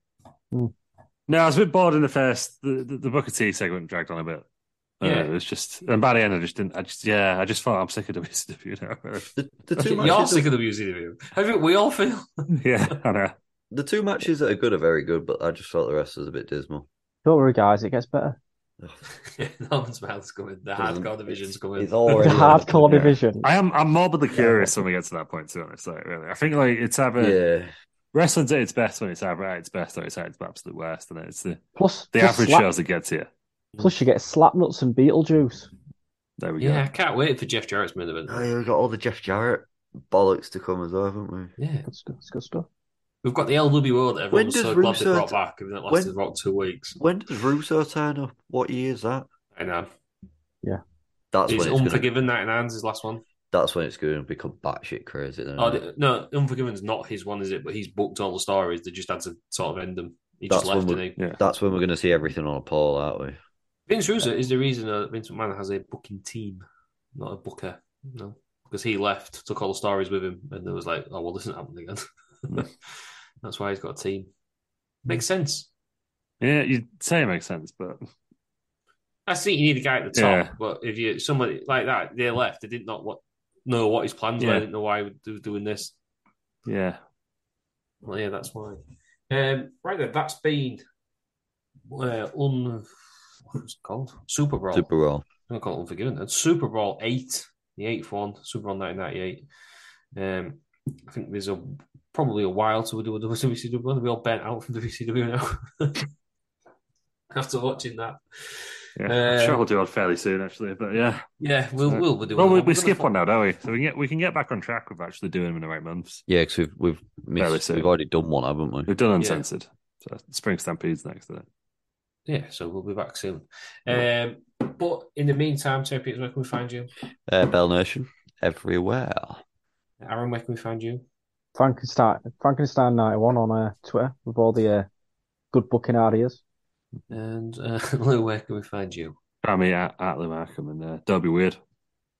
Speaker 4: No, I was a bit bored in the first. The the, the Booker T segment dragged on a bit. Uh,
Speaker 1: Yeah.
Speaker 4: it was just, and by the end, I just didn't. I just, yeah, I just thought I'm sick of [laughs] WCW now.
Speaker 5: The, the two
Speaker 1: You're
Speaker 5: matches,
Speaker 1: sick of the WCW. I think we all feel. [laughs]
Speaker 4: yeah, I know.
Speaker 5: the two matches that are good are very good, but I just felt the rest was a bit dismal.
Speaker 3: Don't worry, guys. It gets better.
Speaker 1: yeah, Norman's mouth's coming. The hardcore division's coming.
Speaker 5: It's
Speaker 3: The
Speaker 5: already
Speaker 3: hardcore division.
Speaker 4: I am. I'm morbidly curious when we get to that point. To be honest, like really, I think like it's either
Speaker 5: Yeah,
Speaker 4: wrestling's at its best when it's either at its best or it's at its absolute worst, and it's the
Speaker 3: Plus,
Speaker 4: the
Speaker 3: plus
Speaker 4: average
Speaker 3: slap-
Speaker 4: shows that gets here.
Speaker 3: Plus, you get slap nuts and Beetlejuice.
Speaker 4: There we
Speaker 1: yeah, I
Speaker 4: go.
Speaker 1: can't wait for Jeff Jarrett's main event.
Speaker 5: Oh, yeah, we've got all the Jeff Jarrett bollocks to come as well, haven't we?
Speaker 1: Yeah,
Speaker 3: Good stuff. It's good stuff.
Speaker 1: we've got the LWO that
Speaker 5: When
Speaker 1: everyone's
Speaker 5: does
Speaker 1: so glad they
Speaker 5: Russo-
Speaker 1: brought back. and that
Speaker 5: when-
Speaker 1: lasted about two weeks.
Speaker 5: When does Russo turn up? What year is that?
Speaker 1: I know.
Speaker 5: That's
Speaker 1: He's
Speaker 5: when it's gonna,
Speaker 1: Unforgiven. That and his last one.
Speaker 5: That's when it's going to become batshit crazy. Then
Speaker 1: Oh, the- no, Unforgiven's not his one, is it? But he's booked all the stories. They just had to sort of end them. He
Speaker 5: that's
Speaker 1: just left,
Speaker 5: when
Speaker 1: didn't
Speaker 5: we,
Speaker 1: he?
Speaker 4: Yeah.
Speaker 5: that's when we're going to see everything on a poll, aren't we?
Speaker 1: Vince Russo is the reason that Vince McMahon has a booking team, not a booker. No, because he left, took all the stories with him, and it was like, oh well, this isn't happening again. [laughs] That's why he's got a team. Makes sense.
Speaker 4: Yeah, you'd say it makes sense, but
Speaker 1: I think you need a guy at the top,
Speaker 4: Yeah.
Speaker 1: but if you somebody like that, they left. They did not what know what his plans were.
Speaker 4: Yeah.
Speaker 1: They didn't know why they were doing this.
Speaker 4: yeah,
Speaker 1: Well, yeah, that's why. Um, right then, that's been uh, un. What was it called? Super Bowl.
Speaker 5: Super Bowl.
Speaker 1: I'm gonna call it Unforgiven. That's Super Bowl eight, the eighth one, Super Bowl 1998. Um, I think there's a probably a while till we do another WCW one. We all bent out from the WCW now [laughs] after watching that.
Speaker 4: yeah.
Speaker 1: Uh,
Speaker 4: I'm sure we'll do it fairly soon, actually. But yeah,
Speaker 1: Yeah, we'll
Speaker 4: Right.
Speaker 1: we'll be doing.
Speaker 4: well, we,
Speaker 1: We're
Speaker 4: we
Speaker 1: gonna
Speaker 4: skip
Speaker 1: fo-
Speaker 4: one now, don't we? So we can get we can get back on track with actually doing them in the right months.
Speaker 5: Yeah, because we've we've
Speaker 4: Fairly
Speaker 5: missed,
Speaker 4: soon.
Speaker 5: we've already done one, haven't we? [laughs]
Speaker 4: We've done uncensored. So Spring Stampede's next to that.
Speaker 1: Yeah, so we'll be back soon. Um, but in the meantime, Terry Peters, where can we find you?
Speaker 5: Uh, Bell Nation everywhere.
Speaker 1: Aaron, where can we find you?
Speaker 3: Frankenstein, Frankenstein ninety one on uh, Twitter with all the uh, good booking ideas.
Speaker 1: And uh, [laughs] Lou, where can we find you?
Speaker 4: Find me at, at Lou Markham and uh, Don't Be Weird.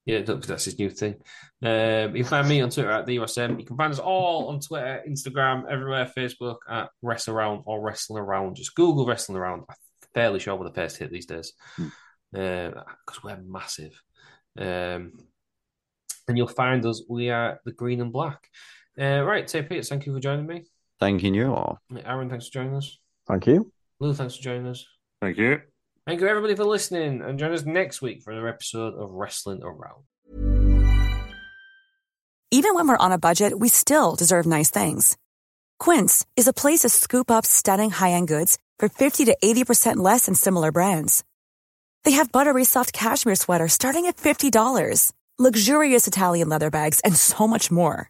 Speaker 1: Yeah, that- that's his new thing. Um, you can find me on Twitter at the USM. You can find us all on Twitter, Instagram, everywhere, Facebook at Wrestle Around or Wrestling Around. Just Google Wrestling Around. I'm fairly sure we're the first hit these days
Speaker 4: Hmm.
Speaker 1: because we're massive. Um, and you'll find us. We are the green and black. Uh, right, Tay Peters, thank you for joining me.
Speaker 5: Thanking you all.
Speaker 1: Aaron, thanks for joining us.
Speaker 3: Thank you.
Speaker 1: Lou, thanks for joining us.
Speaker 4: Thank you.
Speaker 1: Thank you, everybody, for listening. And join us next week for another episode of Wrestling Around.
Speaker 7: Even when we're on a budget, we still deserve nice things. Quince is a place to scoop up stunning high-end goods for 50 to 80% less than similar brands. They have buttery soft cashmere sweaters starting at $50, luxurious Italian leather bags, and so much more.